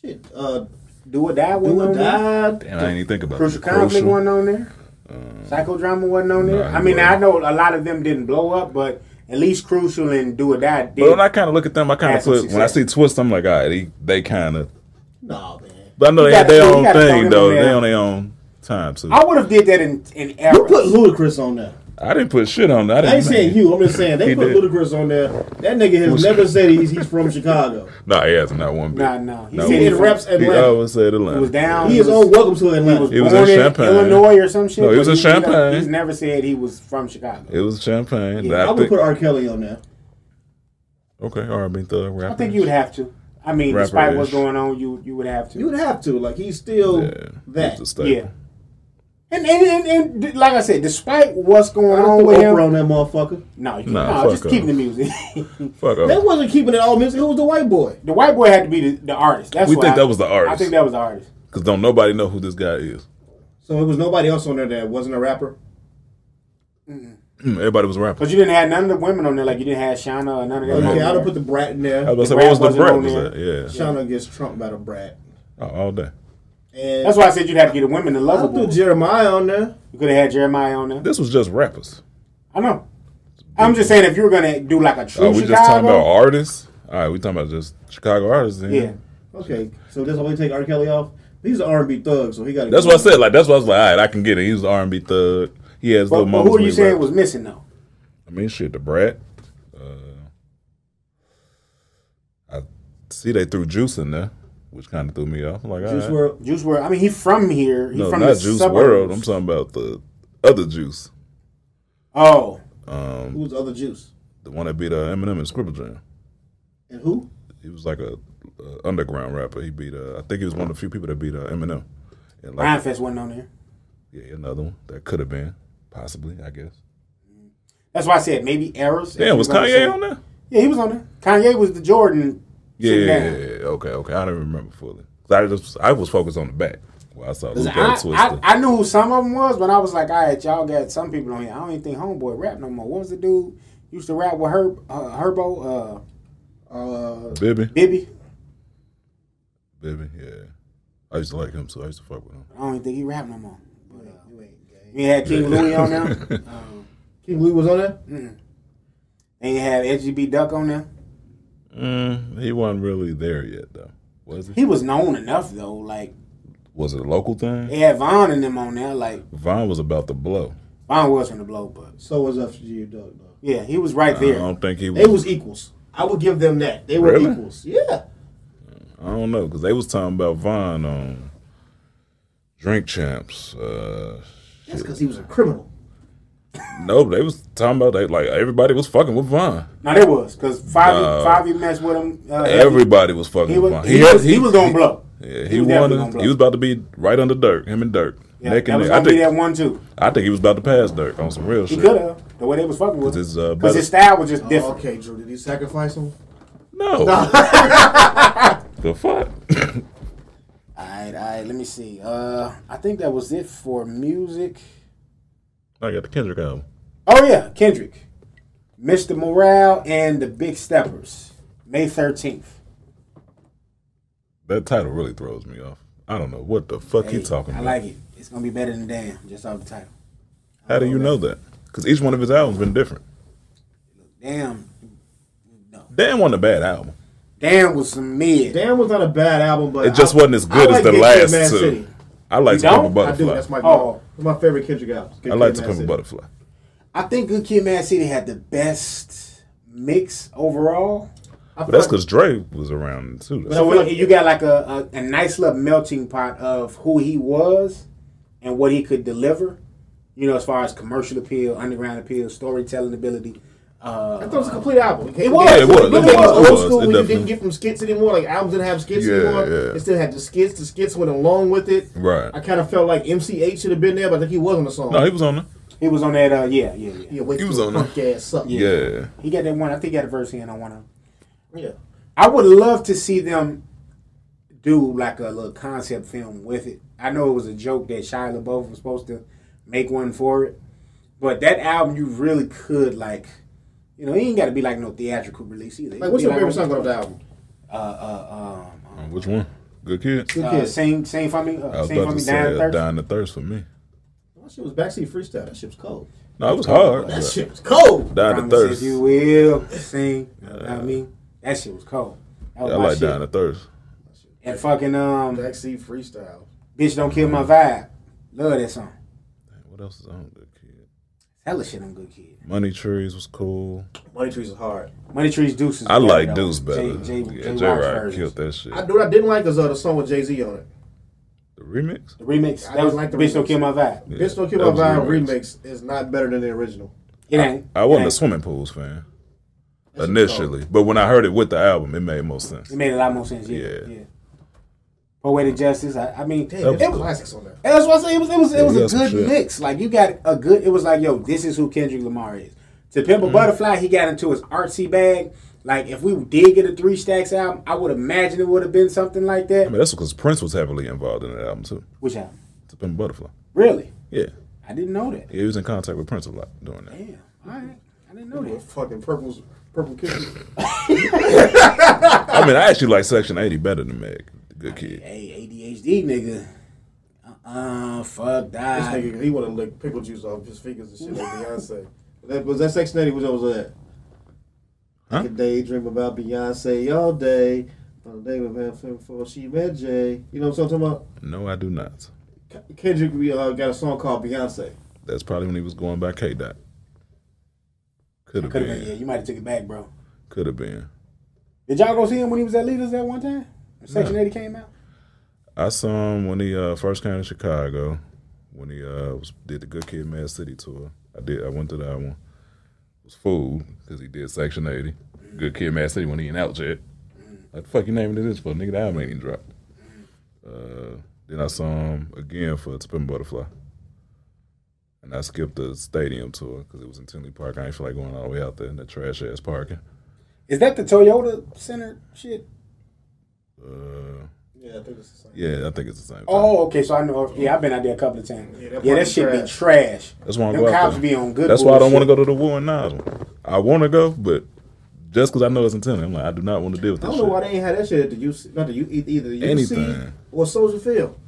[SPEAKER 3] shit, uh,
[SPEAKER 5] Do or die.
[SPEAKER 3] do or
[SPEAKER 5] wasn't on there.
[SPEAKER 3] die.
[SPEAKER 4] Damn, I didn't even think about
[SPEAKER 5] Crucial
[SPEAKER 4] that.
[SPEAKER 5] conflict wasn't on there. Psychodrama wasn't on there.
[SPEAKER 4] Uh, nah,
[SPEAKER 5] I mean,
[SPEAKER 4] bro.
[SPEAKER 5] I know a lot of them didn't blow up, but at least Crucial and Do or Die did.
[SPEAKER 4] But when I kind of look at them, I kind
[SPEAKER 5] Had
[SPEAKER 4] of
[SPEAKER 5] some
[SPEAKER 4] put when I see
[SPEAKER 5] success.
[SPEAKER 4] Twist, I'm like, all right, he, they kind of.
[SPEAKER 3] Nah, man.
[SPEAKER 4] But I know
[SPEAKER 5] You
[SPEAKER 4] they had
[SPEAKER 5] gotta-
[SPEAKER 4] their
[SPEAKER 5] you
[SPEAKER 4] own
[SPEAKER 5] gotta throw
[SPEAKER 4] thing
[SPEAKER 5] them
[SPEAKER 4] though.
[SPEAKER 5] in there.
[SPEAKER 4] They on their own time too.
[SPEAKER 5] I would have did that in in
[SPEAKER 3] You put
[SPEAKER 5] errors.
[SPEAKER 3] Ludacris on there.
[SPEAKER 4] I didn't put shit on that. I,
[SPEAKER 3] I ain't
[SPEAKER 4] didn't
[SPEAKER 3] saying you. I'm just saying they
[SPEAKER 4] He
[SPEAKER 3] put
[SPEAKER 4] did.
[SPEAKER 3] Ludacris on there. That nigga has
[SPEAKER 4] Was- <laughs>
[SPEAKER 3] never said he's he's from Chicago.
[SPEAKER 4] Nah, he hasn't. Not one bit.
[SPEAKER 5] Nah, no. He
[SPEAKER 4] No,
[SPEAKER 5] said
[SPEAKER 4] he
[SPEAKER 5] he
[SPEAKER 3] It
[SPEAKER 5] was,
[SPEAKER 3] reps
[SPEAKER 4] He
[SPEAKER 3] Atlanta.
[SPEAKER 4] always said Atlanta.
[SPEAKER 5] he was down.
[SPEAKER 3] He is
[SPEAKER 5] was-
[SPEAKER 3] on Welcome to
[SPEAKER 5] He was,
[SPEAKER 3] Atlanta.
[SPEAKER 4] He was
[SPEAKER 5] born
[SPEAKER 4] in
[SPEAKER 5] in
[SPEAKER 4] Champaign.
[SPEAKER 5] Illinois or some shit.
[SPEAKER 4] No, he
[SPEAKER 5] but uh,
[SPEAKER 4] was in Champaign.
[SPEAKER 5] He's never said he was from Chicago.
[SPEAKER 4] It was champagne.
[SPEAKER 5] Yeah,
[SPEAKER 4] I
[SPEAKER 3] I would
[SPEAKER 4] think-
[SPEAKER 3] put R. Kelly on there.
[SPEAKER 4] okay, R&B thug rapper.
[SPEAKER 5] I think you would have to. I mean,
[SPEAKER 4] Rapper-ish.
[SPEAKER 5] despite what's going on, you you would have to.
[SPEAKER 3] You would have to. Like he's still
[SPEAKER 4] Yeah,
[SPEAKER 3] that.
[SPEAKER 4] It's a staple.
[SPEAKER 5] yeah. And and, and and like I said, despite what's going
[SPEAKER 3] I
[SPEAKER 5] on
[SPEAKER 3] threw
[SPEAKER 5] with him,
[SPEAKER 3] Oprah on that motherfucker.
[SPEAKER 5] no, you,
[SPEAKER 4] Nah,
[SPEAKER 5] no,
[SPEAKER 4] fuck
[SPEAKER 5] just
[SPEAKER 4] her.
[SPEAKER 5] keep the music. <laughs>
[SPEAKER 4] Fuck.
[SPEAKER 3] That
[SPEAKER 4] Up.
[SPEAKER 3] wasn't keeping it all music. It was the white boy.
[SPEAKER 5] the white boy had to be the, the artist. That's
[SPEAKER 4] We
[SPEAKER 5] what
[SPEAKER 4] think
[SPEAKER 5] I-
[SPEAKER 4] that was the
[SPEAKER 5] I
[SPEAKER 4] artist.
[SPEAKER 5] think that was the artist.
[SPEAKER 4] Cause don't nobody know who this guy is.
[SPEAKER 3] So it was nobody else on there that wasn't a rapper.
[SPEAKER 4] Mm, Everybody was rapping.
[SPEAKER 5] But you didn't have none of the women on there, like you didn't have Shauna or none of them.
[SPEAKER 3] Okay,
[SPEAKER 5] on
[SPEAKER 3] I'd
[SPEAKER 5] there.
[SPEAKER 3] have put the brat
[SPEAKER 4] I
[SPEAKER 3] in there.
[SPEAKER 4] was
[SPEAKER 5] the
[SPEAKER 4] like, what was
[SPEAKER 5] rap
[SPEAKER 4] the brat?
[SPEAKER 5] wasn't
[SPEAKER 4] Was
[SPEAKER 5] on
[SPEAKER 4] that? Yeah.
[SPEAKER 3] Shauna gets trumped by the brat.
[SPEAKER 4] Oh, all day.
[SPEAKER 3] And
[SPEAKER 5] That's why I said you'd have to get the women to
[SPEAKER 3] I
[SPEAKER 5] love
[SPEAKER 3] threw
[SPEAKER 5] it.
[SPEAKER 3] Jeremiah on there.
[SPEAKER 5] you could have had Jeremiah on there.
[SPEAKER 4] This was just rappers.
[SPEAKER 5] I know. I'm just saying if you were gonna do like a true
[SPEAKER 4] Oh, we
[SPEAKER 5] Chicago,
[SPEAKER 4] just talking about artists. All right, we talking about just Chicago artists. then.
[SPEAKER 5] yeah.
[SPEAKER 3] Okay, so that's why we take R. Kelly off. He's an R&B thug, so he got.
[SPEAKER 4] That's what I said. Like that's what I was like. All right, I can get it. He's an R and B thug. He has
[SPEAKER 5] But,
[SPEAKER 4] little
[SPEAKER 5] but
[SPEAKER 4] moments.
[SPEAKER 5] who are
[SPEAKER 4] where
[SPEAKER 5] you
[SPEAKER 4] he
[SPEAKER 5] saying
[SPEAKER 4] raps.
[SPEAKER 5] was missing though?
[SPEAKER 4] I mean, shit, the brat. Uh, I see they threw Juice in there, which kind of threw me off. I'm like,
[SPEAKER 3] Juice
[SPEAKER 4] all right.
[SPEAKER 3] World.
[SPEAKER 5] Juice World. I mean, he from here. He
[SPEAKER 4] no,
[SPEAKER 5] from
[SPEAKER 4] not
[SPEAKER 5] the
[SPEAKER 4] Juice
[SPEAKER 5] suburbs.
[SPEAKER 4] World. I'm talking about the other Juice,
[SPEAKER 5] oh,
[SPEAKER 3] Who's the other Juice?
[SPEAKER 4] the one that beat uh, Eminem and Scribble Jam.
[SPEAKER 3] And who?
[SPEAKER 4] He was like a, uh underground rapper. He beat. Uh, I think he was one of the few people that beat uh, Eminem. And like,
[SPEAKER 5] Ryan Fest wasn't on there.
[SPEAKER 4] yeah, another one that could have been possibly, I guess.
[SPEAKER 5] That's why I said maybe Eros.
[SPEAKER 4] Damn, was Kanye on there?
[SPEAKER 5] Yeah, he was on there. Kanye was the Jordan.
[SPEAKER 4] Yeah,
[SPEAKER 5] sitting
[SPEAKER 4] yeah,
[SPEAKER 5] down.
[SPEAKER 4] yeah, yeah. okay, okay. I don't remember fully. 'Cause I just I was focused on the back. Well, I saw Luke
[SPEAKER 5] I,
[SPEAKER 4] Twister.
[SPEAKER 5] I, I knew who some of them was, but I was like, all right, y'all got some people on here. I don't even think Homeboy rap no more. What was the dude used to rap with Herb, uh, Herbo, uh,
[SPEAKER 3] Uh,
[SPEAKER 4] Bibby,
[SPEAKER 5] Bibby?
[SPEAKER 4] Bibby, yeah. I used to like him, so I used to fuck with him.
[SPEAKER 5] I don't even think he rap no more. But, uh,
[SPEAKER 3] you ain't gay.
[SPEAKER 5] They had King Louis
[SPEAKER 4] <laughs>
[SPEAKER 5] on there.
[SPEAKER 3] King Louis was on there.
[SPEAKER 5] They had SGB Duck on there.
[SPEAKER 4] Mm, he wasn't really there yet, though. Was he?
[SPEAKER 5] He was known enough though. Like
[SPEAKER 4] Was it a local thing?
[SPEAKER 5] they had Vaughn and them on there. Like
[SPEAKER 4] Vine was about to blow.
[SPEAKER 5] Vaughn was from the blow, but
[SPEAKER 3] So was FG Doug though.
[SPEAKER 5] yeah, he was right
[SPEAKER 4] I
[SPEAKER 5] there.
[SPEAKER 4] don't think he was.
[SPEAKER 6] They was equals. I would give them that. They were
[SPEAKER 4] Really?
[SPEAKER 6] equals. Yeah.
[SPEAKER 4] I don't know because they was talking about Vine on Drink Champs. Uh,
[SPEAKER 6] That's because he was a criminal.
[SPEAKER 4] no, they was talking about they like everybody was fucking with Vine.
[SPEAKER 5] No, there was because five E,
[SPEAKER 4] Nah.
[SPEAKER 5] five you messed with him. Uh,
[SPEAKER 4] Uh, Everybody was fucking
[SPEAKER 5] he
[SPEAKER 4] with
[SPEAKER 5] was
[SPEAKER 4] Vaughn.
[SPEAKER 5] he, was, he was gonna blow.
[SPEAKER 4] Yeah,
[SPEAKER 5] He
[SPEAKER 4] he
[SPEAKER 5] was definitely gonna
[SPEAKER 4] wanted.
[SPEAKER 5] blow.
[SPEAKER 4] He was about to be right under Dirk. Him and Dirk,
[SPEAKER 5] Yeah,
[SPEAKER 4] neck
[SPEAKER 5] that
[SPEAKER 4] and
[SPEAKER 5] was
[SPEAKER 4] neck.
[SPEAKER 5] gonna
[SPEAKER 4] I
[SPEAKER 5] be
[SPEAKER 4] think
[SPEAKER 5] that one too.
[SPEAKER 4] I think he was about to pass Dirk on some real
[SPEAKER 5] He
[SPEAKER 4] shit.
[SPEAKER 5] could have the way they was fucking with
[SPEAKER 4] His,
[SPEAKER 5] him
[SPEAKER 4] uh,
[SPEAKER 5] because
[SPEAKER 4] brother-
[SPEAKER 5] his style was just
[SPEAKER 6] Oh,
[SPEAKER 5] different.
[SPEAKER 6] okay, Drew. Did he sacrifice him?
[SPEAKER 5] <laughs>
[SPEAKER 4] No. the fuck?
[SPEAKER 5] All right, all right. Let me see. Uh, I think that was it for music.
[SPEAKER 4] I got the Kendrick album.
[SPEAKER 5] Oh yeah, Kendrick, Mr. Morale, and the Big Steppers, May thirteenth.
[SPEAKER 4] That title really throws me off. I don't know what the fuck he
[SPEAKER 5] Hey,
[SPEAKER 4] talking
[SPEAKER 5] I
[SPEAKER 4] about.
[SPEAKER 5] like it. It's gonna be better than damn, just off the title.
[SPEAKER 4] How do you know that? Because each one of his albums been different.
[SPEAKER 5] Damn,
[SPEAKER 4] Damn, wasn't a bad album.
[SPEAKER 5] damn was some mid.
[SPEAKER 6] Damn was not a bad album, but
[SPEAKER 4] It just wasn't as good as the last two. I like to
[SPEAKER 5] don't?
[SPEAKER 4] come a
[SPEAKER 6] I do.
[SPEAKER 4] butterfly.
[SPEAKER 6] That's my
[SPEAKER 5] Oh.
[SPEAKER 6] that's my favorite Kendrick album.
[SPEAKER 4] I like to come a butterfly.
[SPEAKER 5] I think Good Kid, Mad City had the best mix overall.
[SPEAKER 4] But that's because Dre was around too.
[SPEAKER 5] So it- you got like a, a, a nice little melting pot of who he was and what he could deliver. You know, as far as commercial appeal, underground appeal, storytelling ability.
[SPEAKER 6] I
[SPEAKER 5] Uh,
[SPEAKER 6] thought it was a complete album. It
[SPEAKER 5] was.
[SPEAKER 4] Yeah, it was. It
[SPEAKER 6] Remember
[SPEAKER 4] was.
[SPEAKER 6] when
[SPEAKER 4] It
[SPEAKER 6] old
[SPEAKER 4] was.
[SPEAKER 6] school
[SPEAKER 4] It
[SPEAKER 6] when you
[SPEAKER 4] definitely-
[SPEAKER 6] didn't get from skits anymore. Like albums didn't have skits
[SPEAKER 4] Yeah,
[SPEAKER 6] anymore.
[SPEAKER 4] yeah.
[SPEAKER 6] It still had the skits. The skits went along with it.
[SPEAKER 4] Right.
[SPEAKER 6] I kind of felt like MCH should have been there, but I think he was on the song.
[SPEAKER 4] no, he was on it.
[SPEAKER 5] he was on that. Uh, yeah, yeah, yeah.
[SPEAKER 6] yeah, wake
[SPEAKER 4] he was
[SPEAKER 6] your
[SPEAKER 4] on there.
[SPEAKER 6] punk ass up.
[SPEAKER 4] Yeah.
[SPEAKER 5] He got that one. I think he had a verse in on one of. them.
[SPEAKER 6] yeah.
[SPEAKER 5] I would love to see them do like a little concept film with it. I know it was a joke that Shia LaBeouf was supposed to make one for it, but that album you really could like, you know, it ain't got to be like no theatrical release either. It
[SPEAKER 6] Like,
[SPEAKER 5] could
[SPEAKER 6] what's
[SPEAKER 5] be
[SPEAKER 6] your favorite song
[SPEAKER 5] on-
[SPEAKER 6] off the album?
[SPEAKER 5] Uh, uh, um,
[SPEAKER 4] Uh, Which one? Good kid.
[SPEAKER 6] Good
[SPEAKER 5] uh,
[SPEAKER 6] Kid.
[SPEAKER 5] same, same for me.
[SPEAKER 4] I
[SPEAKER 5] Uh,
[SPEAKER 4] was
[SPEAKER 5] same
[SPEAKER 4] about
[SPEAKER 5] for
[SPEAKER 4] to
[SPEAKER 5] me.
[SPEAKER 4] say
[SPEAKER 5] Down
[SPEAKER 4] uh,
[SPEAKER 5] third.
[SPEAKER 4] dying the thirst for me.
[SPEAKER 6] That shit was backseat freestyle. That shit was cold.
[SPEAKER 4] No, it was hard.
[SPEAKER 6] That shit was cold.
[SPEAKER 4] Dying the
[SPEAKER 5] Promise
[SPEAKER 4] thirst.
[SPEAKER 5] if you will sing about me. That shit was cold. That was
[SPEAKER 4] I
[SPEAKER 5] my
[SPEAKER 4] like
[SPEAKER 5] shit.
[SPEAKER 4] dying the thirst.
[SPEAKER 5] And fucking um,
[SPEAKER 6] Backseat freestyle.
[SPEAKER 5] bitch, don't kill my vibe. Love that song.
[SPEAKER 4] What else is on Good Kid?
[SPEAKER 5] Hella shit on Good Kid.
[SPEAKER 4] Money Trees was cool.
[SPEAKER 6] Money Trees is hard.
[SPEAKER 5] Money Trees Deuce is
[SPEAKER 4] I
[SPEAKER 5] better,
[SPEAKER 4] like
[SPEAKER 5] though.
[SPEAKER 4] Deuce better.
[SPEAKER 5] J, J,
[SPEAKER 4] yeah,
[SPEAKER 5] J,
[SPEAKER 4] J
[SPEAKER 5] Rock's
[SPEAKER 4] Rod
[SPEAKER 5] version.
[SPEAKER 4] killed that shit.
[SPEAKER 6] I do what I didn't like is uh, the song with Jay Z on it.
[SPEAKER 4] the remix?
[SPEAKER 5] The remix.
[SPEAKER 6] I didn't
[SPEAKER 5] that was
[SPEAKER 6] like
[SPEAKER 5] like the
[SPEAKER 6] the
[SPEAKER 5] Bitch Don't
[SPEAKER 6] remix.
[SPEAKER 5] Kill My Vibe.
[SPEAKER 4] Yeah,
[SPEAKER 6] Bitch Don't Kill
[SPEAKER 4] that was
[SPEAKER 6] My Vibe
[SPEAKER 4] remix.
[SPEAKER 6] remix is not better than the original.
[SPEAKER 5] It ain't.
[SPEAKER 4] I
[SPEAKER 5] it
[SPEAKER 4] wasn't a
[SPEAKER 5] ain't.
[SPEAKER 4] swimming pools fan initially, but when I heard it with the album, it made more sense.
[SPEAKER 5] It made a lot more sense. Yeah.
[SPEAKER 4] Yeah.
[SPEAKER 5] yeah. Poetic Justice. I, I mean,
[SPEAKER 6] Damn,
[SPEAKER 5] it,
[SPEAKER 6] there's
[SPEAKER 5] was-
[SPEAKER 6] classics on there.
[SPEAKER 5] that's what I say. It was it was it was
[SPEAKER 4] we got
[SPEAKER 5] a
[SPEAKER 4] some
[SPEAKER 5] good
[SPEAKER 4] shit.
[SPEAKER 5] mix. Like you got a good. It was like yo, this is who Kendrick Lamar is. To Pimp
[SPEAKER 6] Mm-hmm.
[SPEAKER 5] a Butterfly, he got into his artsy bag. Like if we did get a Three Stacks album, I would imagine it would have been something like
[SPEAKER 4] I
[SPEAKER 5] that.
[SPEAKER 4] mean, that's because Prince was heavily involved in that album too.
[SPEAKER 5] Which album?
[SPEAKER 4] To Pimp a Butterfly.
[SPEAKER 5] Really?
[SPEAKER 4] Yeah.
[SPEAKER 5] I didn't know that.
[SPEAKER 4] yeah, he was in contact with Prince a lot during that.
[SPEAKER 5] Damn. All right. I didn't know that.
[SPEAKER 6] Fucking purple's purple kisses.
[SPEAKER 4] I mean, I actually like Section 80 better than Meg. Good kid.
[SPEAKER 5] Hey, ADHD nigga. Uh, fuck
[SPEAKER 4] Ah.
[SPEAKER 6] This
[SPEAKER 5] that.
[SPEAKER 6] nigga, he want to lick pickle juice off his fingers and shit like Beyonce. That, was that Section 80? Which one was that?
[SPEAKER 4] Huh?
[SPEAKER 6] I could daydream about Beyonce all day.
[SPEAKER 3] Brother David, man, before she met Jay. You know what I'm talking about?
[SPEAKER 4] No, I do not.
[SPEAKER 3] K- Kendrick we, uh, got a song called Beyonce.
[SPEAKER 4] That's probably when he was going by K Dot. Could have
[SPEAKER 5] Could have been. Yeah,
[SPEAKER 4] been.
[SPEAKER 5] you might have took it back, bro.
[SPEAKER 4] Could have been.
[SPEAKER 5] Did y'all go see him when he was at Leaders that one time? When Section Eighty came out.
[SPEAKER 4] I saw him when he uh, first came to Chicago, when he uh, was, did the Good Kid, Mad City tour. I did. I went to that one. Was fooled because he did Section Eighty, Good Kid, Mad City when he ain't out yet. Like the fuck you naming it this for, nigga? The album ain't even dropped. Uh, then I saw him again for To Pimp a Butterfly, and I skipped the stadium tour because it was in Tinley Park. I ain't feel like going all the way out there in that trash ass parking.
[SPEAKER 5] Is that the Toyota Center shit?
[SPEAKER 4] Uh,
[SPEAKER 3] Yeah, I think it's the same.
[SPEAKER 4] yeah, I think it's the same. thing.
[SPEAKER 5] Oh, okay. So I know. Yeah, I've been out there a couple of times. Yeah,
[SPEAKER 3] that
[SPEAKER 5] that,
[SPEAKER 3] part is
[SPEAKER 5] shit be
[SPEAKER 3] trash.
[SPEAKER 5] trash.
[SPEAKER 4] That's why I
[SPEAKER 5] Them
[SPEAKER 4] go out
[SPEAKER 5] cops
[SPEAKER 4] there.
[SPEAKER 5] be on good.
[SPEAKER 4] That's why I don't want to
[SPEAKER 5] bullshit.
[SPEAKER 4] go to the Wu and Nas one. I want to go, but just because I know it's intended, I'm like, I do not want to deal with
[SPEAKER 3] I
[SPEAKER 4] this
[SPEAKER 3] don't
[SPEAKER 4] shit.
[SPEAKER 3] know why they ain't had that shit at the UC, not the
[SPEAKER 6] e,
[SPEAKER 3] U, either the UC
[SPEAKER 4] Anything.
[SPEAKER 3] or Soldier Field.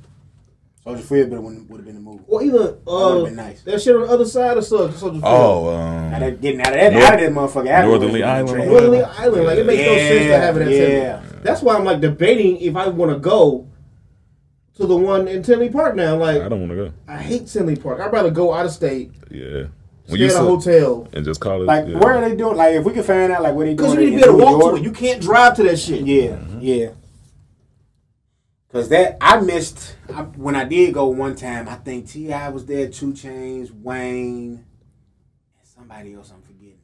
[SPEAKER 5] Soldier Field would have been the move.
[SPEAKER 3] Or even uh,
[SPEAKER 5] would've been nice.
[SPEAKER 3] that shit on the other side of Sol- Soldier Field.
[SPEAKER 4] oh,
[SPEAKER 5] Now
[SPEAKER 4] um,
[SPEAKER 5] that getting out of that,
[SPEAKER 4] North-
[SPEAKER 5] out of this motherfucker. afterwards
[SPEAKER 4] Northerly
[SPEAKER 5] would've been
[SPEAKER 4] Island.
[SPEAKER 5] trash.
[SPEAKER 3] Northern Island. Like it makes no sense to
[SPEAKER 5] Yeah,
[SPEAKER 3] have it at
[SPEAKER 5] yeah.
[SPEAKER 3] Tinley. That's why I'm like debating if I want to go to the one in Tinley Park now. Like
[SPEAKER 4] I
[SPEAKER 3] I,
[SPEAKER 4] don't want to go.
[SPEAKER 3] hate Tinley Park. I'd rather go out of state,
[SPEAKER 4] Yeah. When
[SPEAKER 3] stay at a
[SPEAKER 4] said-
[SPEAKER 3] hotel.
[SPEAKER 4] and just call it.
[SPEAKER 5] Like,
[SPEAKER 4] yeah.
[SPEAKER 5] where are they doing? Like, if we could find out, like, where they doing
[SPEAKER 6] Because you need to
[SPEAKER 5] in
[SPEAKER 6] be able to
[SPEAKER 5] New
[SPEAKER 6] walk
[SPEAKER 5] York.
[SPEAKER 6] to it. You can't drive to that shit.
[SPEAKER 5] Yeah,
[SPEAKER 4] Mm-hmm.
[SPEAKER 5] yeah. Cause that I missed I, when I did go one time. I think Ti was there, Two Chains, Wayne, and somebody else. I'm forgetting.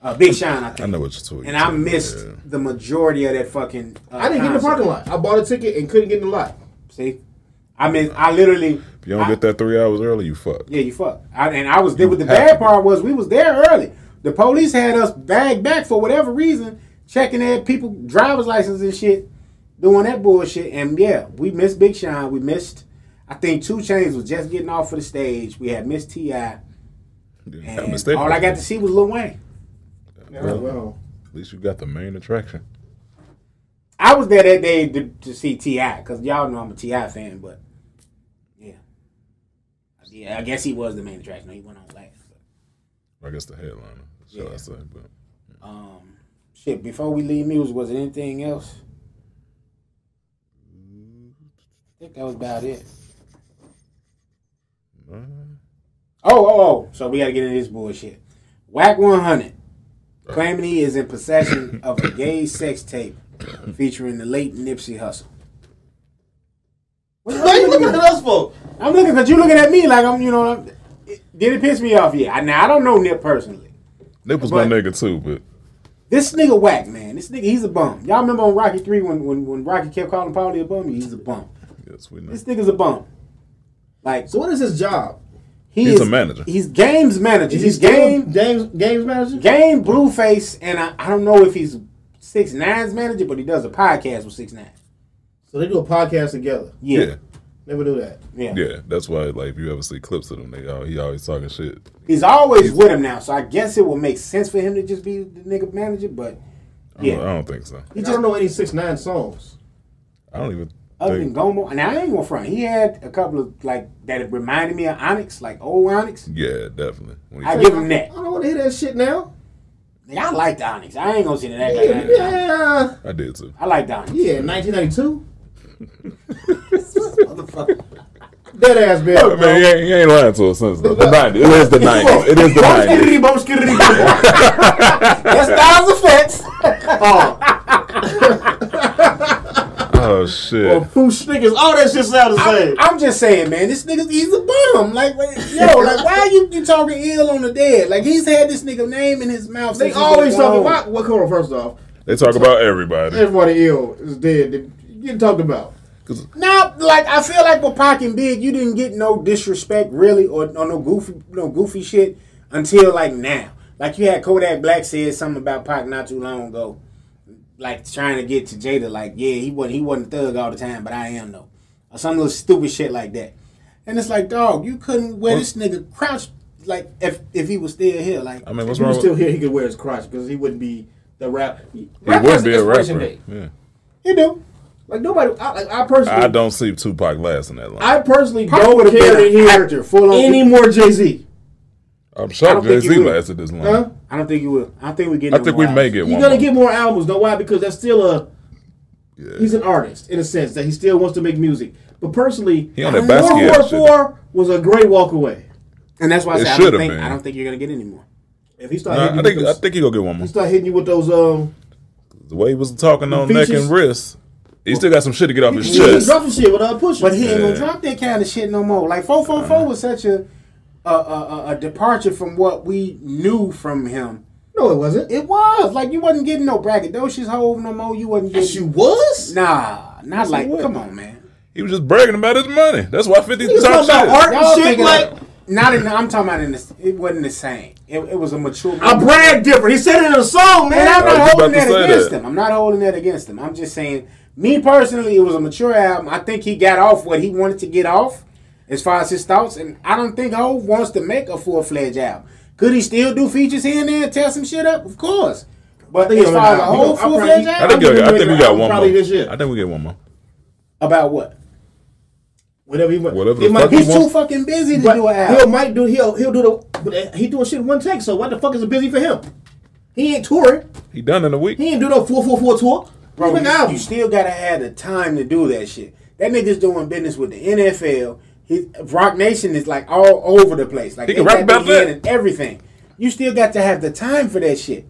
[SPEAKER 5] Uh, Big Sean, I think.
[SPEAKER 4] I know what you're talking
[SPEAKER 5] And I
[SPEAKER 4] about,
[SPEAKER 5] missed
[SPEAKER 4] yeah.
[SPEAKER 5] the majority of that fucking. Uh,
[SPEAKER 3] I didn't get in the
[SPEAKER 5] concert.
[SPEAKER 3] parking lot. I bought a ticket and couldn't get in the lot.
[SPEAKER 5] See, I mean, I literally.
[SPEAKER 4] If you don't
[SPEAKER 5] I-
[SPEAKER 4] get that three hours early, you fuck.
[SPEAKER 5] Yeah, you fuck. I, and I was there. With the bad part was we was there early. The police had us bagged back for whatever reason, checking at people driver's licenses and shit, doing that bullshit. And yeah, we missed Big Sean. We missed. I think Two Chains was just getting off of the stage. We had missed Ti, and
[SPEAKER 4] Yeah, I missed that.
[SPEAKER 5] all I got to see was Lil Wayne.
[SPEAKER 3] Yeah, <laughs> well,
[SPEAKER 4] At least you got the main attraction.
[SPEAKER 5] I was there that day to, to see Ti because y'all know I'm a Ti fan, but yeah, yeah, I guess he was the main attraction. He went on last. But.
[SPEAKER 4] I guess the headliner. Shall I say? But
[SPEAKER 5] Um, shit. Before we leave music, was there anything else? I think that was about it. Oh, oh, oh! So we gotta get into this bullshit. Whack one hundred claiming he is in possession of a gay sex tape featuring the late Nipsey Hussle. What-
[SPEAKER 6] Why you looking at us for?
[SPEAKER 5] I'm looking because you looking at me like I'm, you know. I'm, it, did it piss me off? Yeah. I, now I don't know Nip personally.
[SPEAKER 4] Nip was my
[SPEAKER 5] But-
[SPEAKER 4] nigga too, but
[SPEAKER 5] This nigga whack, man. This nigga, he's a bum. Y'all remember on Rocky 3 when, when, when Rocky kept calling Paulie a bum? He's a bum.
[SPEAKER 4] yes, we know.
[SPEAKER 5] This nigga's a bum. Like,
[SPEAKER 3] so what is his job?
[SPEAKER 5] he
[SPEAKER 4] He's
[SPEAKER 5] is,
[SPEAKER 4] a manager.
[SPEAKER 5] He's games manager.
[SPEAKER 3] Is
[SPEAKER 5] he's
[SPEAKER 3] he still
[SPEAKER 5] game
[SPEAKER 3] games games manager?
[SPEAKER 5] game blueface, and I, I don't know if he's six nine's manager, but he does a podcast with six nine.
[SPEAKER 3] So they do a podcast together.
[SPEAKER 5] Yeah,
[SPEAKER 3] Never do that.
[SPEAKER 5] yeah.
[SPEAKER 4] yeah, yeah. That's why, like, if you ever see clips of them, they all he always talking shit.
[SPEAKER 5] He's always with him now, so I guess it will make sense for him to just be the nigga manager. But
[SPEAKER 4] I don't,
[SPEAKER 5] yeah,
[SPEAKER 4] I don't think so.
[SPEAKER 3] He just don't know any six nine songs.
[SPEAKER 4] I don't even.
[SPEAKER 5] Other than
[SPEAKER 4] think,
[SPEAKER 5] Gomo, and I ain't gonna front. He had a couple of like that it reminded me of Onyx, like old Onyx.
[SPEAKER 4] yeah, definitely. When he
[SPEAKER 5] I
[SPEAKER 4] said-
[SPEAKER 5] give him that.
[SPEAKER 3] I don't want to hear that shit now.
[SPEAKER 5] Nigga, I like the Onyx. I ain't gonna sit in that.
[SPEAKER 3] Yeah,
[SPEAKER 5] goddamn Onyx.
[SPEAKER 3] yeah,
[SPEAKER 4] I did too.
[SPEAKER 5] I like the Onyx.
[SPEAKER 3] yeah. Nineteen ninety <laughs> two. Dead ass
[SPEAKER 4] I
[SPEAKER 3] bill.
[SPEAKER 4] mean, he ain't, he ain't lying to us since though. The 90s. It is the 90s. It is the 90s.
[SPEAKER 5] That's Styles Effects.
[SPEAKER 4] Oh, shit.
[SPEAKER 6] Who's niggas? All that shit sound the same.
[SPEAKER 5] I'm just saying, man, this nigga, he's a bum. Like, like, yo, like, why are you, you talking ill on the dead? Like, he's had this nigga name in his mouth.
[SPEAKER 3] They
[SPEAKER 5] since he
[SPEAKER 3] always
[SPEAKER 5] was
[SPEAKER 3] talking
[SPEAKER 5] born.
[SPEAKER 3] about. Well, come on. First off,
[SPEAKER 4] They talk about everybody.
[SPEAKER 3] everybody ill is dead. They Getting talked about.
[SPEAKER 4] 'Cause-
[SPEAKER 5] Nah, like, I feel like with Pac and Big, you didn't get no disrespect really, or, or no goofy, no goofy shit until like now. Like, you had Kodak Black said something about Pac not too long ago, like trying to get to Jada, like, yeah, he wasn't, he wasn't a thug all the time, but I am though, or some little stupid shit like that. And it's like, dog, you couldn't wear this nigga crouched like if if he was still here, like.
[SPEAKER 4] I mean,
[SPEAKER 3] If
[SPEAKER 4] what's
[SPEAKER 3] he
[SPEAKER 4] wrong
[SPEAKER 3] was
[SPEAKER 4] with
[SPEAKER 3] still here, he could wear his crotch because he wouldn't be the rap. He
[SPEAKER 4] He would be a rapper.
[SPEAKER 3] expression bait.
[SPEAKER 4] Yeah.
[SPEAKER 5] You do.
[SPEAKER 3] Like nobody. I, like, I personally.
[SPEAKER 4] I don't see Tupac lasting that long. I,
[SPEAKER 3] I personally
[SPEAKER 5] Pac
[SPEAKER 3] don't
[SPEAKER 5] would've
[SPEAKER 3] care to
[SPEAKER 5] been an actor,
[SPEAKER 3] hear
[SPEAKER 5] full on-
[SPEAKER 3] any more Jay Z.
[SPEAKER 4] am
[SPEAKER 5] I don't
[SPEAKER 4] shocked Jay
[SPEAKER 5] think
[SPEAKER 4] Z
[SPEAKER 5] he would.
[SPEAKER 4] lasted this long.
[SPEAKER 3] Huh?
[SPEAKER 5] I don't think you will. I don't think we get.
[SPEAKER 4] I
[SPEAKER 5] no
[SPEAKER 4] think
[SPEAKER 5] more
[SPEAKER 4] we may
[SPEAKER 5] albums.
[SPEAKER 4] get
[SPEAKER 3] You're
[SPEAKER 4] one.
[SPEAKER 3] gonna
[SPEAKER 4] more.
[SPEAKER 3] get more albums. Know why? Because that's still a
[SPEAKER 4] Yeah.
[SPEAKER 3] He's an artist in a sense that he still wants to make music. But personally,
[SPEAKER 4] He on that
[SPEAKER 3] World War
[SPEAKER 4] Basquiat shit.
[SPEAKER 3] Four was a great walk away.
[SPEAKER 5] And that's why I
[SPEAKER 4] It
[SPEAKER 5] said I
[SPEAKER 4] should
[SPEAKER 5] don't
[SPEAKER 4] have
[SPEAKER 5] think
[SPEAKER 4] been.
[SPEAKER 5] I don't think you're gonna get any more.
[SPEAKER 3] If he started,
[SPEAKER 4] Nah, I
[SPEAKER 3] hitting, you
[SPEAKER 4] think
[SPEAKER 3] with
[SPEAKER 4] I
[SPEAKER 3] those,
[SPEAKER 4] think he gonna get one more.
[SPEAKER 3] he started hitting you with those um,
[SPEAKER 4] The way he was talking on neck
[SPEAKER 3] features-
[SPEAKER 4] and wrist, he still got some shit to get off his
[SPEAKER 3] he
[SPEAKER 4] chest.
[SPEAKER 3] dropped some shit uh, without pushing.
[SPEAKER 5] But he ain't gonna drop that kind of shit no more. Like four four
[SPEAKER 3] Uh-huh.
[SPEAKER 5] four was such a a, a a- a departure from what we knew from him.
[SPEAKER 3] no, it wasn't.
[SPEAKER 5] It was like you wasn't getting no braggadocious hove no more. You wasn't
[SPEAKER 3] Yes,
[SPEAKER 5] getting
[SPEAKER 3] you was.
[SPEAKER 5] <laughs> nah, not like
[SPEAKER 4] what?
[SPEAKER 5] come on man.
[SPEAKER 4] He was just bragging about his money. That's why Fifty
[SPEAKER 3] You
[SPEAKER 4] talk
[SPEAKER 3] talking
[SPEAKER 4] shit.
[SPEAKER 3] about art
[SPEAKER 5] Y'all
[SPEAKER 3] and shit?
[SPEAKER 5] thinking
[SPEAKER 3] Like
[SPEAKER 5] like not in. I'm talking about in this. It wasn't the same. It, it was a mature.
[SPEAKER 3] I brag different. He said it in a song,
[SPEAKER 5] And I'm
[SPEAKER 3] man.
[SPEAKER 4] I
[SPEAKER 5] not
[SPEAKER 4] was
[SPEAKER 5] holding
[SPEAKER 4] about
[SPEAKER 5] that
[SPEAKER 4] to say
[SPEAKER 5] against
[SPEAKER 4] that.
[SPEAKER 5] him. I'm not holding that against him. I'm just saying, me personally, it was a mature album. I think he got off what he wanted to get off as far as his thoughts, and I don't think Hov wants to make a full fledged album. Could he still do features here and there and tear some shit up? Of course. But
[SPEAKER 3] think
[SPEAKER 5] as
[SPEAKER 3] he'll
[SPEAKER 5] far as
[SPEAKER 3] make an
[SPEAKER 5] a
[SPEAKER 3] album.
[SPEAKER 5] whole
[SPEAKER 3] He'll- I'll
[SPEAKER 5] full
[SPEAKER 3] probably-
[SPEAKER 5] fledged
[SPEAKER 4] I
[SPEAKER 5] album
[SPEAKER 4] think, I,
[SPEAKER 3] I'm
[SPEAKER 4] think we
[SPEAKER 3] gonna
[SPEAKER 4] got
[SPEAKER 3] do
[SPEAKER 4] one
[SPEAKER 3] probably
[SPEAKER 4] more.
[SPEAKER 3] this year.
[SPEAKER 4] I think we get one more.
[SPEAKER 5] about what?
[SPEAKER 3] Whatever he went.
[SPEAKER 4] Whatever
[SPEAKER 3] He
[SPEAKER 4] the
[SPEAKER 3] might-
[SPEAKER 4] fuck he
[SPEAKER 5] He's
[SPEAKER 4] He wants-
[SPEAKER 5] too fucking busy to
[SPEAKER 3] But
[SPEAKER 5] do an
[SPEAKER 3] He'll
[SPEAKER 5] album.
[SPEAKER 3] might do he'll he'll do the but he doing shit in one take. So what the fuck is it busy for him? He ain't touring.
[SPEAKER 4] He done in a week.
[SPEAKER 3] He ain't do no four four four tour. Bro,
[SPEAKER 5] Bro,
[SPEAKER 3] he
[SPEAKER 5] you, you still gotta have the time to do that shit. That nigga's doing business with the NFL. He, Rock Nation is like all over the place. Like
[SPEAKER 4] He can
[SPEAKER 5] they
[SPEAKER 4] rap
[SPEAKER 5] got their
[SPEAKER 4] about that.
[SPEAKER 5] hand in everything. You still got to have the time for that shit.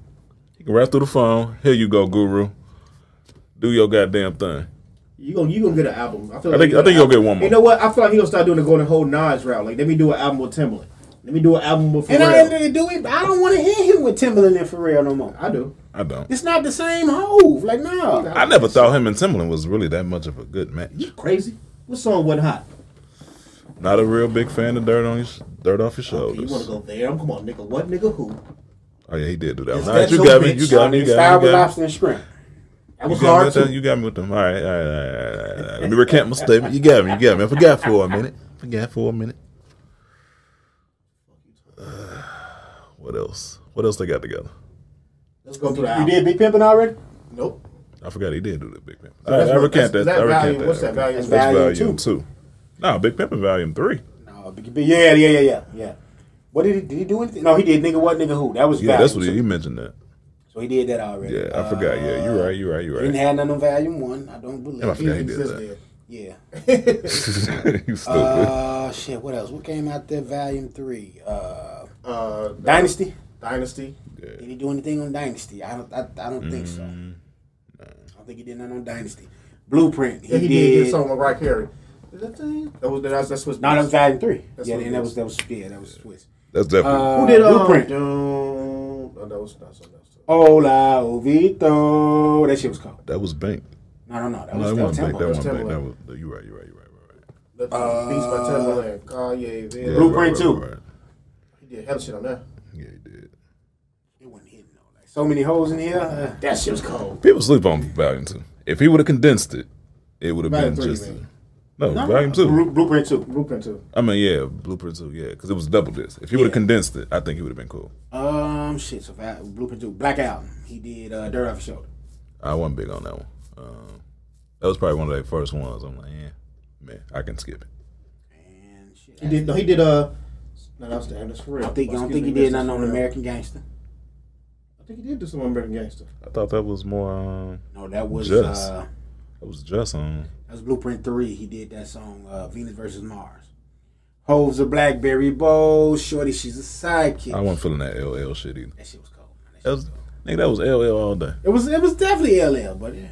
[SPEAKER 4] He can rap through the phone. Here you go, Guru. Do your goddamn thing.
[SPEAKER 3] you gonna you gonna get an album. I, feel
[SPEAKER 4] I think-
[SPEAKER 3] he gonna
[SPEAKER 4] I think
[SPEAKER 3] get an
[SPEAKER 4] he'll
[SPEAKER 3] album.
[SPEAKER 4] get one more.
[SPEAKER 3] You know what? I feel like he gonna start doing the golden whole Nas route. Like let me do an album with Timbaland. Let me do an album with
[SPEAKER 5] And I
[SPEAKER 3] Pharrell.
[SPEAKER 5] didn't do it. I don't want to hear him with Timberland and Pharrell no more.
[SPEAKER 3] I do.
[SPEAKER 4] I don't.
[SPEAKER 5] It's not the same hove. Like no.
[SPEAKER 4] I never thought him and Timberland was really that much of a good match.
[SPEAKER 3] You crazy? What song wasn't hot?
[SPEAKER 4] Not a real big fan of dirt on his dirt off his
[SPEAKER 3] Okay, you wanna
[SPEAKER 4] shoulders.
[SPEAKER 3] go there? Come on, nigga. What nigga? Who?
[SPEAKER 4] Oh yeah, he did do that. One.
[SPEAKER 5] that
[SPEAKER 4] All right, you
[SPEAKER 5] your
[SPEAKER 4] got me.
[SPEAKER 5] bitch?
[SPEAKER 4] You got me. You
[SPEAKER 5] Style
[SPEAKER 4] got me. You got
[SPEAKER 5] with
[SPEAKER 4] me.
[SPEAKER 5] lobster and shrimp.
[SPEAKER 3] That
[SPEAKER 4] You
[SPEAKER 3] was
[SPEAKER 4] got me
[SPEAKER 3] hard
[SPEAKER 4] with them.
[SPEAKER 3] too.
[SPEAKER 4] You got me with them. All right, all right, all right, all right, all right. Let me recant my statement. You got me. You got me. I forgot for a minute. Forgot for a minute. Uh, what else? What else they got together?
[SPEAKER 3] Let's go through the
[SPEAKER 5] You
[SPEAKER 3] album.
[SPEAKER 5] did Big Pimpin' already?
[SPEAKER 3] Nope.
[SPEAKER 4] I forgot he did do the Big Pimpin.
[SPEAKER 3] that's
[SPEAKER 4] I, I
[SPEAKER 3] what-
[SPEAKER 4] recant that.
[SPEAKER 3] that's- that
[SPEAKER 4] I recant
[SPEAKER 3] value-
[SPEAKER 4] that.
[SPEAKER 3] what's that
[SPEAKER 4] I recant
[SPEAKER 3] value?
[SPEAKER 4] That's
[SPEAKER 5] Value
[SPEAKER 4] volume
[SPEAKER 5] two.
[SPEAKER 4] two. Nah, Big Pimpin volume three.
[SPEAKER 5] No. Big- Big- Yeah, yeah, yeah, yeah, yeah. What did he did he do anything? No, he did nigga what nigga who. That was
[SPEAKER 4] Yeah, that's what
[SPEAKER 5] value
[SPEAKER 4] he,
[SPEAKER 5] two.
[SPEAKER 4] he mentioned that.
[SPEAKER 5] So he did that already.
[SPEAKER 4] Yeah, I forgot. Yeah, you're right. You're right. You're
[SPEAKER 5] Didn't
[SPEAKER 4] right.
[SPEAKER 5] have none on volume one. I don't believe.
[SPEAKER 4] Damn, I forgot he
[SPEAKER 5] it
[SPEAKER 4] did
[SPEAKER 5] existed.
[SPEAKER 4] that. <laughs>
[SPEAKER 5] Yeah.
[SPEAKER 4] <laughs> you stupid.
[SPEAKER 5] Uh, shit. What else? What came out there? Volume three. Uh,
[SPEAKER 3] Uh,
[SPEAKER 5] Dynasty.
[SPEAKER 3] Dynasty.
[SPEAKER 5] Did he do anything on Dynasty? I don't. I, I don't think so.
[SPEAKER 4] Mm-hmm.
[SPEAKER 5] I don't think he did nothing on Dynasty. Blueprint. He,
[SPEAKER 3] Yeah, he did,
[SPEAKER 5] did.
[SPEAKER 3] get something with Rock Harry. Is that thing? That was that's that's what's
[SPEAKER 5] no, that was volume three.
[SPEAKER 3] That's
[SPEAKER 5] yeah,
[SPEAKER 3] what it
[SPEAKER 5] and that
[SPEAKER 3] is.
[SPEAKER 5] was that was yeah, that was Swiss.
[SPEAKER 4] That's definitely.
[SPEAKER 5] Uh,
[SPEAKER 3] Who did um,
[SPEAKER 5] Blueprint?
[SPEAKER 3] dun- no, that was not something else.
[SPEAKER 5] Hola, Ovito. That shit was called.
[SPEAKER 4] that was Bank.
[SPEAKER 5] No, no, no. That
[SPEAKER 4] No, that
[SPEAKER 5] was that was
[SPEAKER 4] wasn't Bank. That
[SPEAKER 5] Timberland.
[SPEAKER 4] wasn't Bank. That
[SPEAKER 3] Timberland.
[SPEAKER 4] was. You're right. You're right. You're right. You're right.
[SPEAKER 3] That Beats by Timberland, Kanye, Vin.
[SPEAKER 4] Yeah,
[SPEAKER 5] Blueprint
[SPEAKER 4] right, right,
[SPEAKER 5] two.
[SPEAKER 4] right, right.
[SPEAKER 3] He did hell shit on that.
[SPEAKER 4] Yeah, he did.
[SPEAKER 5] It wasn't hitting though. Like, so many holes in here. Uh,
[SPEAKER 3] That shit was cold.
[SPEAKER 4] People sleep on Volume Two. If he would have condensed it, it would have
[SPEAKER 3] Volume
[SPEAKER 4] been
[SPEAKER 3] three,
[SPEAKER 4] just.
[SPEAKER 3] man.
[SPEAKER 4] No, Volume Two.
[SPEAKER 5] Blu- Blueprint two.
[SPEAKER 3] Blueprint too.
[SPEAKER 4] I mean, yeah, Blueprint Two. Yeah, because it was double disc. If he would have
[SPEAKER 5] Yeah.
[SPEAKER 4] condensed it, I think he would have been cool.
[SPEAKER 5] Um, shit. So Val- Blueprint Two, Black Album. He did uh, Dirt Off His Shoulder.
[SPEAKER 4] I wasn't big on that one. Um, that was probably one of their first ones. I'm like, yeah, man, I can skip it.
[SPEAKER 5] And shit,
[SPEAKER 3] He did no, he did uh no, that was the Ernest for
[SPEAKER 5] I
[SPEAKER 3] real.
[SPEAKER 5] don't think I
[SPEAKER 3] Excuse
[SPEAKER 5] don't think
[SPEAKER 3] me,
[SPEAKER 5] he did
[SPEAKER 3] Mr.
[SPEAKER 5] nothing on
[SPEAKER 3] Pharrell.
[SPEAKER 5] American Gangster.
[SPEAKER 3] I think he did do some American Gangster.
[SPEAKER 4] I thought that was more. Um,
[SPEAKER 5] No, that was
[SPEAKER 4] Just.
[SPEAKER 5] uh,
[SPEAKER 4] that was just um, on.
[SPEAKER 5] that was Blueprint Three. He did that song uh, Venus versus Mars. Hove's a blackberry bowl. Shorty, she's a sidekick.
[SPEAKER 4] I wasn't feeling that LL shit either.
[SPEAKER 5] that shit was cold. man. That shit
[SPEAKER 4] That was, nigga, that was LL all day.
[SPEAKER 5] It was it was definitely LL, but yeah.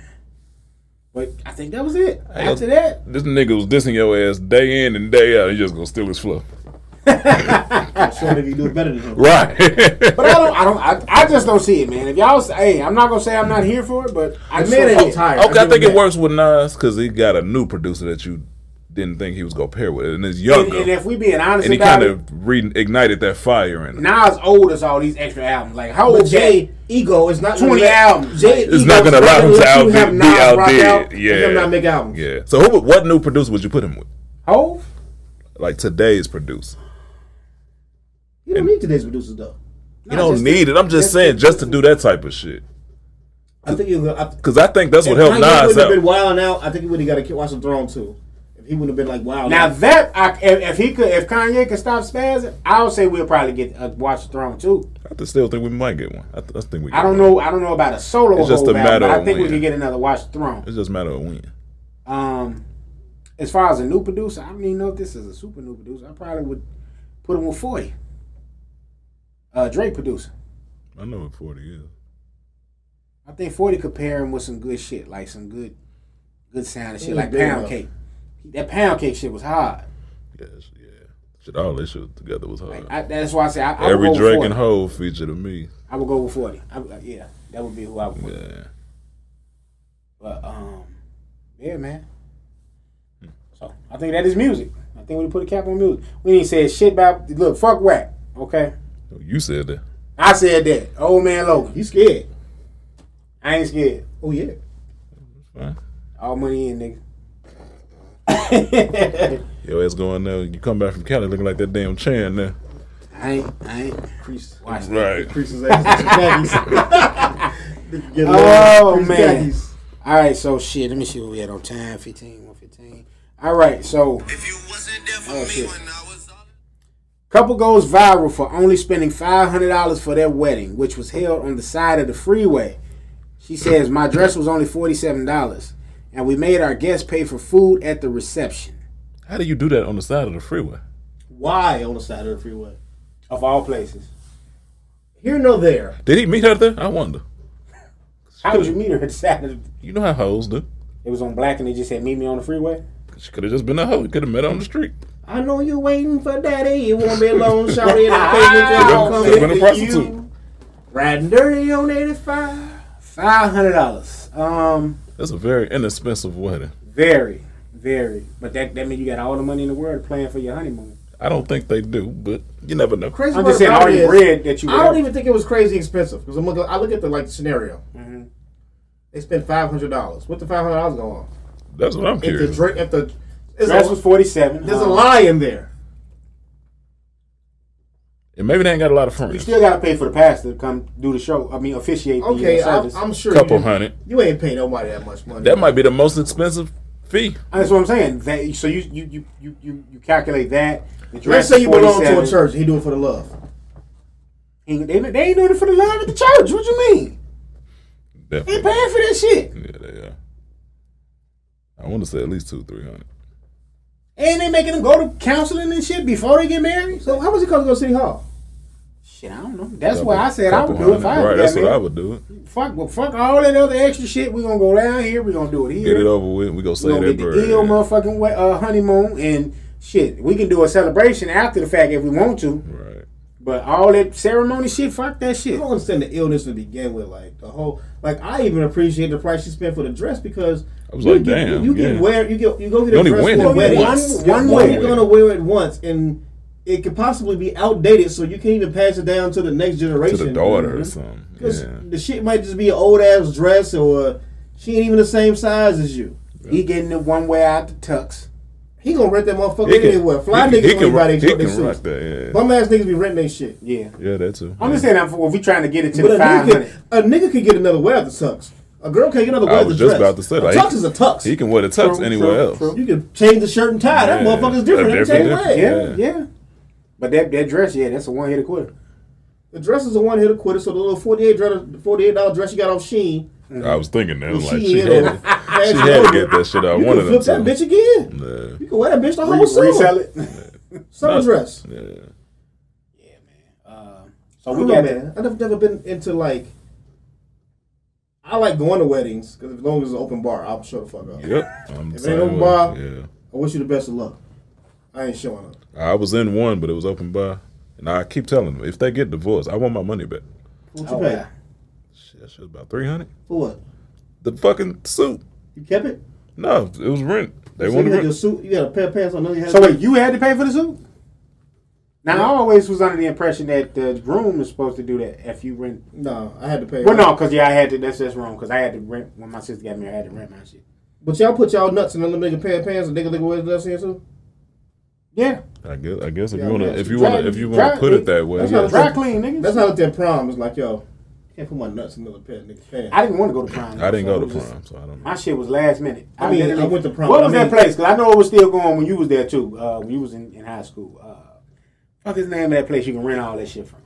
[SPEAKER 5] But I think that was it.
[SPEAKER 4] Hey,
[SPEAKER 5] After that,
[SPEAKER 4] This nigga was dissing your ass day in and day out. He just gonna steal his flow.
[SPEAKER 3] I'm sure that he do it better than him.
[SPEAKER 5] <laughs>
[SPEAKER 4] Right. <laughs>
[SPEAKER 5] but I don't, I don't, I, I just don't see it, man. If y'all, say, hey, I'm not gonna say I'm not here for it, but I
[SPEAKER 3] The
[SPEAKER 5] just
[SPEAKER 3] man
[SPEAKER 5] don't
[SPEAKER 3] ain't
[SPEAKER 5] see it.
[SPEAKER 3] retired.
[SPEAKER 4] okay, I
[SPEAKER 3] give
[SPEAKER 4] think
[SPEAKER 3] him
[SPEAKER 4] it
[SPEAKER 3] that.
[SPEAKER 4] works with Nas because he got a new producer that you didn't think he was gonna pair with, and it's
[SPEAKER 5] And,
[SPEAKER 4] younger.
[SPEAKER 5] and
[SPEAKER 4] And,
[SPEAKER 5] if we being honest
[SPEAKER 4] he
[SPEAKER 5] about
[SPEAKER 4] kind
[SPEAKER 5] it,
[SPEAKER 4] of reignited that fire in him.
[SPEAKER 5] Nas owed us all these extra albums. Like how
[SPEAKER 3] <laughs> But
[SPEAKER 5] old
[SPEAKER 3] Jay Ego is not gonna
[SPEAKER 5] 20
[SPEAKER 3] let-
[SPEAKER 5] albums.
[SPEAKER 3] Jay
[SPEAKER 5] It's
[SPEAKER 4] It's
[SPEAKER 3] Ego's
[SPEAKER 4] not gonna allow him to
[SPEAKER 3] let
[SPEAKER 4] out
[SPEAKER 3] you
[SPEAKER 4] be,
[SPEAKER 3] have Nas rock
[SPEAKER 4] out
[SPEAKER 3] out
[SPEAKER 4] there.
[SPEAKER 3] and
[SPEAKER 4] Yeah.
[SPEAKER 3] him not make albums.
[SPEAKER 4] Yeah. So who, would- what new producer would you put him with?
[SPEAKER 5] Hove?
[SPEAKER 4] Like today's producer.
[SPEAKER 3] You don't need today's producers though.
[SPEAKER 4] You don't need it. I'm just saying, just to do that type of shit.
[SPEAKER 3] I think you. I,
[SPEAKER 4] Because I think that's what
[SPEAKER 3] if
[SPEAKER 4] helped
[SPEAKER 3] Kanye
[SPEAKER 4] Nas
[SPEAKER 3] would have been
[SPEAKER 4] out.
[SPEAKER 3] wilding out. I think he would have got a kid watching Throne too. If he would have been like wild.
[SPEAKER 5] Now
[SPEAKER 3] Now
[SPEAKER 5] that I, if, if he could, if Kanye could stop spazzing, I would say we'll probably get uh, Watch the Throne too.
[SPEAKER 4] I I th- still think we might get one. I, th- I think we. Get
[SPEAKER 5] I don't
[SPEAKER 4] one.
[SPEAKER 5] know. I don't know about a solo.
[SPEAKER 4] It's just
[SPEAKER 5] whole
[SPEAKER 4] a
[SPEAKER 5] battle,
[SPEAKER 4] matter
[SPEAKER 5] but I
[SPEAKER 4] of
[SPEAKER 5] think we
[SPEAKER 4] when.
[SPEAKER 5] can get another Watch the Throne.
[SPEAKER 4] It's just a matter of when.
[SPEAKER 5] Um, as far as a new producer, I don't even know if this is a super new producer. I probably would put him with forty. Uh, Drake producer.
[SPEAKER 4] I know what forty is.
[SPEAKER 5] I think forty could pair him with some good shit, like some good, good sound and shit,
[SPEAKER 7] Yeah,
[SPEAKER 5] like
[SPEAKER 7] big
[SPEAKER 5] Pound
[SPEAKER 7] enough.
[SPEAKER 5] Cake. That Pound Cake shit was hard.
[SPEAKER 4] Yeah, it's- yeah. Shit, all this shit together was hard.
[SPEAKER 5] I, that's why I say I, I
[SPEAKER 4] Every
[SPEAKER 5] would go
[SPEAKER 4] Drake
[SPEAKER 5] with
[SPEAKER 4] and
[SPEAKER 5] 40.
[SPEAKER 4] Hove feature to me.
[SPEAKER 5] I would go with forty. I would, yeah, that would be who I would. put.
[SPEAKER 4] Yeah.
[SPEAKER 5] But um, yeah, man. So I think that is music. I think we put a cap on music. We ain't said shit about look. Fuck whack. Okay.
[SPEAKER 4] You said that.
[SPEAKER 5] I said that. Old man Logan.
[SPEAKER 7] You scared?
[SPEAKER 5] I ain't scared.
[SPEAKER 7] Oh yeah.
[SPEAKER 4] Fine.
[SPEAKER 5] All money in, nigga.
[SPEAKER 4] Yo, ass going there. You come back from Cali looking like that damn Chan now.
[SPEAKER 5] I ain't. I ain't.
[SPEAKER 7] Crease,
[SPEAKER 5] Watch that.
[SPEAKER 4] Right.
[SPEAKER 7] crease his ass with
[SPEAKER 5] <laughs>
[SPEAKER 7] some khakis. Get a little
[SPEAKER 5] Oh,
[SPEAKER 7] crease
[SPEAKER 5] man.
[SPEAKER 7] khakis.
[SPEAKER 5] All right. So shit. Let me see what we had on time. 15, 115. All right. So
[SPEAKER 1] If you wasn't there for
[SPEAKER 5] Oh, shit.
[SPEAKER 1] I was all
[SPEAKER 5] couple goes viral for only spending five hundred dollars for their wedding, which was held on the side of the freeway. She says my dress was only forty seven dollars, and we made our guests pay for food at the reception.
[SPEAKER 4] How do you do that on the side of the freeway?
[SPEAKER 3] Why on the side of the freeway?
[SPEAKER 5] Of all places,
[SPEAKER 3] Here nor there.
[SPEAKER 4] Did he meet her there? I wonder.
[SPEAKER 5] how did you meet her at the side of the?
[SPEAKER 4] You know how hoes do.
[SPEAKER 5] It was on black, and they just said meet me on the freeway.
[SPEAKER 4] She could have just been a hoe. Could have met her on the street.
[SPEAKER 3] I know you waiting for daddy. You won't be alone, shawty. And I think you
[SPEAKER 4] Could've
[SPEAKER 3] just
[SPEAKER 4] been-
[SPEAKER 3] come
[SPEAKER 4] could've been a
[SPEAKER 3] in for you.
[SPEAKER 4] prostitute.
[SPEAKER 3] Riding dirty on 85.
[SPEAKER 5] Five hundred dollars. Um,
[SPEAKER 4] That's a very inexpensive wedding.
[SPEAKER 5] very, very. But that that means you got all the money in the world playing for your honeymoon.
[SPEAKER 4] I don't think they do, but you never know.
[SPEAKER 3] Crazy
[SPEAKER 5] I'm
[SPEAKER 3] part
[SPEAKER 5] just saying all
[SPEAKER 3] about it
[SPEAKER 5] the
[SPEAKER 3] is,
[SPEAKER 5] bread that you.
[SPEAKER 3] I
[SPEAKER 5] have.
[SPEAKER 3] don't even think it was crazy expensive because <laughs> I'm looking, I look at the like scenario.
[SPEAKER 5] Mhm.
[SPEAKER 3] They spent five hundred dollars. What the five hundred dollars going on?
[SPEAKER 4] That's what I'm
[SPEAKER 3] If the
[SPEAKER 4] curious.
[SPEAKER 3] drink, if the it's
[SPEAKER 5] Dress
[SPEAKER 3] a-
[SPEAKER 5] was Uh-huh. forty seven.
[SPEAKER 3] there's a lie in there.
[SPEAKER 4] And maybe they ain't got a lot of
[SPEAKER 5] You
[SPEAKER 4] friends.
[SPEAKER 5] still gotta pay for the pastor to come do the show. I mean, officiate
[SPEAKER 3] Okay,
[SPEAKER 5] the uh,
[SPEAKER 3] I,
[SPEAKER 5] service.
[SPEAKER 3] I'm sure
[SPEAKER 4] Couple
[SPEAKER 3] you, didn't-
[SPEAKER 4] hundred.
[SPEAKER 3] you ain't paying nobody that much money.
[SPEAKER 4] That might be the most expensive fee.
[SPEAKER 5] That's what I'm saying. That so you you you you you, you calculate that. The
[SPEAKER 3] Let's
[SPEAKER 5] dress
[SPEAKER 3] say you belong to a
[SPEAKER 5] 47.
[SPEAKER 3] church. He do it for the love.
[SPEAKER 5] Ain't- They, they ain't doing it for the love of the church. What you mean? They paying for
[SPEAKER 4] Definitely.
[SPEAKER 5] that shit,
[SPEAKER 4] Yeah, they are. I want to say at least two, three hundred.
[SPEAKER 5] and they making them go to counseling and shit before they get married.
[SPEAKER 3] So how much it cost to go to City Hall?
[SPEAKER 5] Shit, I don't know. That's why I said I would
[SPEAKER 4] Couple
[SPEAKER 5] do it if
[SPEAKER 4] hundred.
[SPEAKER 5] I
[SPEAKER 4] Right,
[SPEAKER 5] was
[SPEAKER 4] that's
[SPEAKER 5] that
[SPEAKER 4] what I
[SPEAKER 5] man.
[SPEAKER 4] would do. It.
[SPEAKER 5] Fuck, well, fuck all that other extra shit. We gonna go down here. We gonna do it here.
[SPEAKER 4] Get it over with. We go
[SPEAKER 5] We
[SPEAKER 4] say
[SPEAKER 5] gonna
[SPEAKER 4] that
[SPEAKER 5] get the ill
[SPEAKER 4] bird.
[SPEAKER 5] motherfucking we- uh, honeymoon and shit. We can do a celebration after the fact if we want to.
[SPEAKER 4] Right.
[SPEAKER 5] But all that ceremony shit, fuck that
[SPEAKER 3] I
[SPEAKER 5] shit.
[SPEAKER 3] don't understand the illness to begin with. Like the whole, like I even appreciate the price she spent for the dress because
[SPEAKER 4] I was
[SPEAKER 3] you
[SPEAKER 4] like,
[SPEAKER 3] get-
[SPEAKER 4] damn,
[SPEAKER 3] you can
[SPEAKER 4] yeah.
[SPEAKER 3] wear, you get, you go get
[SPEAKER 4] You
[SPEAKER 3] a
[SPEAKER 4] only
[SPEAKER 3] dress
[SPEAKER 4] wear
[SPEAKER 3] for a
[SPEAKER 4] it
[SPEAKER 3] wedding.
[SPEAKER 4] once.
[SPEAKER 3] One,
[SPEAKER 5] You're
[SPEAKER 3] one,
[SPEAKER 5] only
[SPEAKER 3] way you're
[SPEAKER 4] wear it.
[SPEAKER 3] gonna wear it once, and it could possibly be outdated, so you can't even pass it down to the next
[SPEAKER 4] To
[SPEAKER 3] generation,
[SPEAKER 4] the daughter or
[SPEAKER 3] Because
[SPEAKER 4] something.
[SPEAKER 3] the shit might just be an old ass dress, or she ain't even the same size as you.
[SPEAKER 5] He getting it one way out the tux.
[SPEAKER 3] He gonna rent that motherfucker
[SPEAKER 4] Yeah.
[SPEAKER 3] anywhere. Fly
[SPEAKER 4] he
[SPEAKER 3] niggas
[SPEAKER 4] can,
[SPEAKER 3] gonna buy
[SPEAKER 4] he
[SPEAKER 3] their
[SPEAKER 4] can, he can rock
[SPEAKER 3] suits.
[SPEAKER 4] that. Yeah,
[SPEAKER 3] Bum ass niggas be renting their shit.
[SPEAKER 5] Yeah.
[SPEAKER 4] yeah that too.
[SPEAKER 5] I'm
[SPEAKER 4] yeah.
[SPEAKER 5] just saying that for, if we trying to get it to
[SPEAKER 3] But
[SPEAKER 5] the
[SPEAKER 3] a nigga,
[SPEAKER 5] five hundred.
[SPEAKER 3] could, a nigga could get another wear of the tux. A girl can't get another wear
[SPEAKER 4] I
[SPEAKER 3] of the
[SPEAKER 4] was just
[SPEAKER 3] dress.
[SPEAKER 4] about to say like
[SPEAKER 3] a tux is a tux.
[SPEAKER 4] He can wear the tux anywhere else.
[SPEAKER 3] You can change the shirt and tie. That
[SPEAKER 4] Yeah,
[SPEAKER 3] motherfucker's different.
[SPEAKER 4] that's
[SPEAKER 3] Every change
[SPEAKER 4] different,
[SPEAKER 3] leg.
[SPEAKER 4] different.
[SPEAKER 5] Yeah, yeah, But that that dress, yeah, that's a one hitter quitter.
[SPEAKER 3] The dress is a one hit quitter, so the little forty eight dollar forty eight dollar dress you got off Sheen.
[SPEAKER 4] I was thinking that
[SPEAKER 3] Well,
[SPEAKER 4] like
[SPEAKER 3] she
[SPEAKER 4] she
[SPEAKER 3] in
[SPEAKER 4] had,
[SPEAKER 3] on
[SPEAKER 4] to-
[SPEAKER 3] Fast
[SPEAKER 4] she had to
[SPEAKER 3] forward.
[SPEAKER 4] get that shit out.
[SPEAKER 3] You
[SPEAKER 4] One
[SPEAKER 3] can
[SPEAKER 4] of
[SPEAKER 3] flip that
[SPEAKER 4] them.
[SPEAKER 3] bitch again.
[SPEAKER 4] too.
[SPEAKER 3] You can wear that bitch the whole
[SPEAKER 5] Re-
[SPEAKER 3] summer.
[SPEAKER 5] resell it.
[SPEAKER 3] Summer dress.
[SPEAKER 4] Yeah, yeah.
[SPEAKER 5] So
[SPEAKER 3] I
[SPEAKER 5] we
[SPEAKER 3] don't know,
[SPEAKER 5] got that.
[SPEAKER 3] man. I've never been into like. I like going to weddings because as long as it's an open bar, I'll show the fuck up.
[SPEAKER 4] Yep. I'm the
[SPEAKER 3] If
[SPEAKER 4] same
[SPEAKER 3] ain't no
[SPEAKER 4] way.
[SPEAKER 3] bar-
[SPEAKER 4] Yeah.
[SPEAKER 3] I wish you the best of luck. I ain't showing up.
[SPEAKER 4] I was in one, but it was open bar. And I keep telling them, if they get divorced, I want my money back.
[SPEAKER 3] What you
[SPEAKER 5] Oh,
[SPEAKER 3] pay?
[SPEAKER 5] wow.
[SPEAKER 4] Shit, that shit was about three hundred.
[SPEAKER 3] For what?
[SPEAKER 4] The fucking suit.
[SPEAKER 3] You kept it?
[SPEAKER 4] No, it was rent. They
[SPEAKER 3] so
[SPEAKER 4] wanted
[SPEAKER 3] you had your
[SPEAKER 4] rent.
[SPEAKER 3] suit. You got a pair of pants on. None of you had
[SPEAKER 5] So wait, you had to pay for the suit? Now I always was under the impression that the groom is supposed to do that if you rent.
[SPEAKER 3] No, I had to pay.
[SPEAKER 5] Well, no, because yeah, I had to. That's that's wrong. Because I had to rent when my sister got married. I had to rent my shit.
[SPEAKER 3] But y'all put y'all nuts in another nigga pair of pants and nigga nigga wears less here too.
[SPEAKER 5] Yeah,
[SPEAKER 4] I guess. I guess if
[SPEAKER 3] Yeah,
[SPEAKER 4] you wanna,
[SPEAKER 3] man.
[SPEAKER 4] if you wanna, if you wanna
[SPEAKER 5] Dry-
[SPEAKER 4] put it that way,
[SPEAKER 3] That's not
[SPEAKER 4] yeah.
[SPEAKER 3] a
[SPEAKER 5] dry clean, nigga.
[SPEAKER 3] That's how at that prom. It's like yo, can't put my nuts in another pair of nigga pants.
[SPEAKER 5] I didn't want to go to prom.
[SPEAKER 4] I didn't
[SPEAKER 5] so
[SPEAKER 4] go
[SPEAKER 5] it
[SPEAKER 4] to
[SPEAKER 5] was just-
[SPEAKER 4] prom, so I don't know.
[SPEAKER 5] My shit was last minute.
[SPEAKER 3] I mean,
[SPEAKER 5] literally-
[SPEAKER 3] I went to prom.
[SPEAKER 5] What
[SPEAKER 3] I
[SPEAKER 5] was
[SPEAKER 3] mean-
[SPEAKER 5] that place? Because I know it was still going when you was there too. Uh, when you was in, in high school. Uh, fuck his name of that place you can rent all that shit from.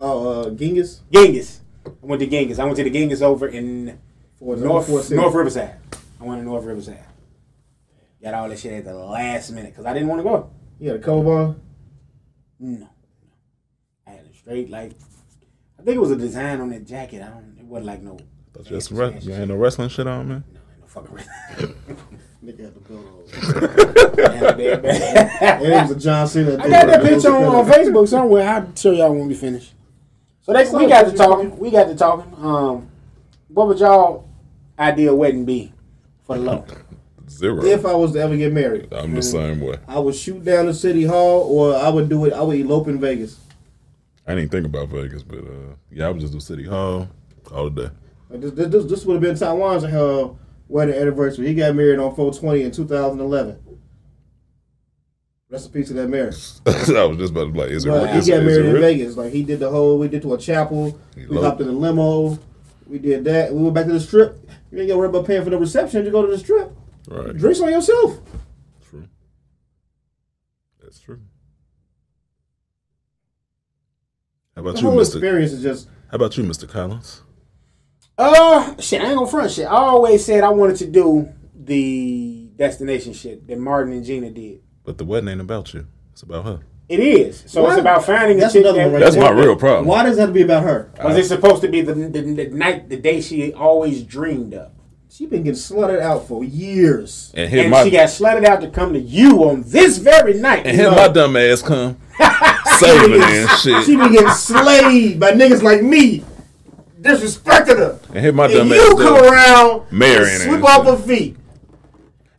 [SPEAKER 3] Oh, uh, Genghis.
[SPEAKER 5] Genghis. I went to Genghis. I went to the Genghis over in
[SPEAKER 3] For
[SPEAKER 5] North
[SPEAKER 3] for
[SPEAKER 5] North Riverside. I went to North Riverside. Got all that shit at the last minute because I didn't want to go.
[SPEAKER 3] Yeah, the Cobalt.
[SPEAKER 5] No, I had a straight like. I think it was a design on that jacket. I don't. It wasn't like no.
[SPEAKER 4] Just re- you ain't no wrestling shit on, man.
[SPEAKER 5] No, ain't no fucking. <laughs> reason.
[SPEAKER 3] Nigga had the belt
[SPEAKER 5] Bad, bad.
[SPEAKER 3] on. <laughs> And it was a John Cena.
[SPEAKER 5] <laughs> I got that picture on, on Facebook somewhere. I'll show y'all when we finish. So they, we got to talking. We got to talking. Um, what would y'all ideal wedding be for the low?
[SPEAKER 4] Zero.
[SPEAKER 3] If Mm. I was to ever get married,
[SPEAKER 4] I'm the same way.
[SPEAKER 3] I would shoot down to City Hall, or I would do it. I would elope in Vegas.
[SPEAKER 4] I didn't think about Vegas, but uh, yeah, I would just do City Hall all day. <laughs>
[SPEAKER 3] Like, this this, this would have been Taiwan's uh, wedding anniversary. He got married on 420 in 2011. Rest in peace to that marriage.
[SPEAKER 4] I was just about to be like, is it?
[SPEAKER 3] But
[SPEAKER 4] real? Is,
[SPEAKER 3] he
[SPEAKER 4] is
[SPEAKER 3] got
[SPEAKER 4] it
[SPEAKER 3] married in
[SPEAKER 4] real?
[SPEAKER 3] Vegas. Like he did the whole. We did to a chapel. We
[SPEAKER 4] Elope.
[SPEAKER 3] hopped in a limo. We did that. We went back to the strip. You ain't gotta worry about paying for the reception. You go to the strip.
[SPEAKER 4] Right.
[SPEAKER 3] Drinks on yourself.
[SPEAKER 4] True. That's true. How about
[SPEAKER 3] The
[SPEAKER 4] you,
[SPEAKER 3] whole
[SPEAKER 4] Mister?
[SPEAKER 3] experience is just
[SPEAKER 4] How about you, Mister Collins?
[SPEAKER 5] Uh, shit, I ain't gonna front shit. I always said I wanted to do the destination shit that Martin and Gina did.
[SPEAKER 4] But the wedding ain't about you. It's about her.
[SPEAKER 5] It is. So
[SPEAKER 3] Why?
[SPEAKER 5] it's about finding
[SPEAKER 3] That's
[SPEAKER 5] a chick
[SPEAKER 3] another
[SPEAKER 5] that
[SPEAKER 3] one right
[SPEAKER 4] That's my
[SPEAKER 3] Why-
[SPEAKER 4] real problem.
[SPEAKER 3] why does it have to be about her?
[SPEAKER 5] was it supposed to be the, the, the night, the day she always dreamed of.
[SPEAKER 3] She been getting slutted out for years.
[SPEAKER 4] And here
[SPEAKER 5] And
[SPEAKER 4] my
[SPEAKER 5] she got slutted out to come to you on this very night.
[SPEAKER 4] and here
[SPEAKER 5] No.
[SPEAKER 4] my dumb ass
[SPEAKER 3] <laughs>
[SPEAKER 4] come saving it and shit.
[SPEAKER 3] She been getting slayed by niggas like me. Disrespected her.
[SPEAKER 4] and here my
[SPEAKER 3] And
[SPEAKER 4] dumb ass
[SPEAKER 3] you come
[SPEAKER 4] come
[SPEAKER 3] around
[SPEAKER 4] marrying
[SPEAKER 3] and
[SPEAKER 4] it
[SPEAKER 3] slip
[SPEAKER 4] and
[SPEAKER 3] off
[SPEAKER 4] shit.
[SPEAKER 3] her feet.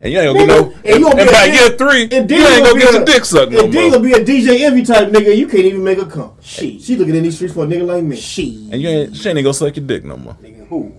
[SPEAKER 4] and you ain't gonna
[SPEAKER 3] Nigga,
[SPEAKER 4] get no.
[SPEAKER 3] and you gonna be
[SPEAKER 4] and
[SPEAKER 3] a
[SPEAKER 4] by
[SPEAKER 3] dick-
[SPEAKER 4] year three,
[SPEAKER 3] And
[SPEAKER 4] you ain't gonna
[SPEAKER 3] be
[SPEAKER 4] get
[SPEAKER 3] a-
[SPEAKER 4] your dick sucked no
[SPEAKER 3] And D
[SPEAKER 4] more.
[SPEAKER 3] gonna be a DJ Envy type nigga. You can't even make her come.
[SPEAKER 5] She.
[SPEAKER 3] She looking in these streets for a nigga like me.
[SPEAKER 5] She.
[SPEAKER 4] And you ain't she ain't gonna suck your dick no more.
[SPEAKER 5] Who?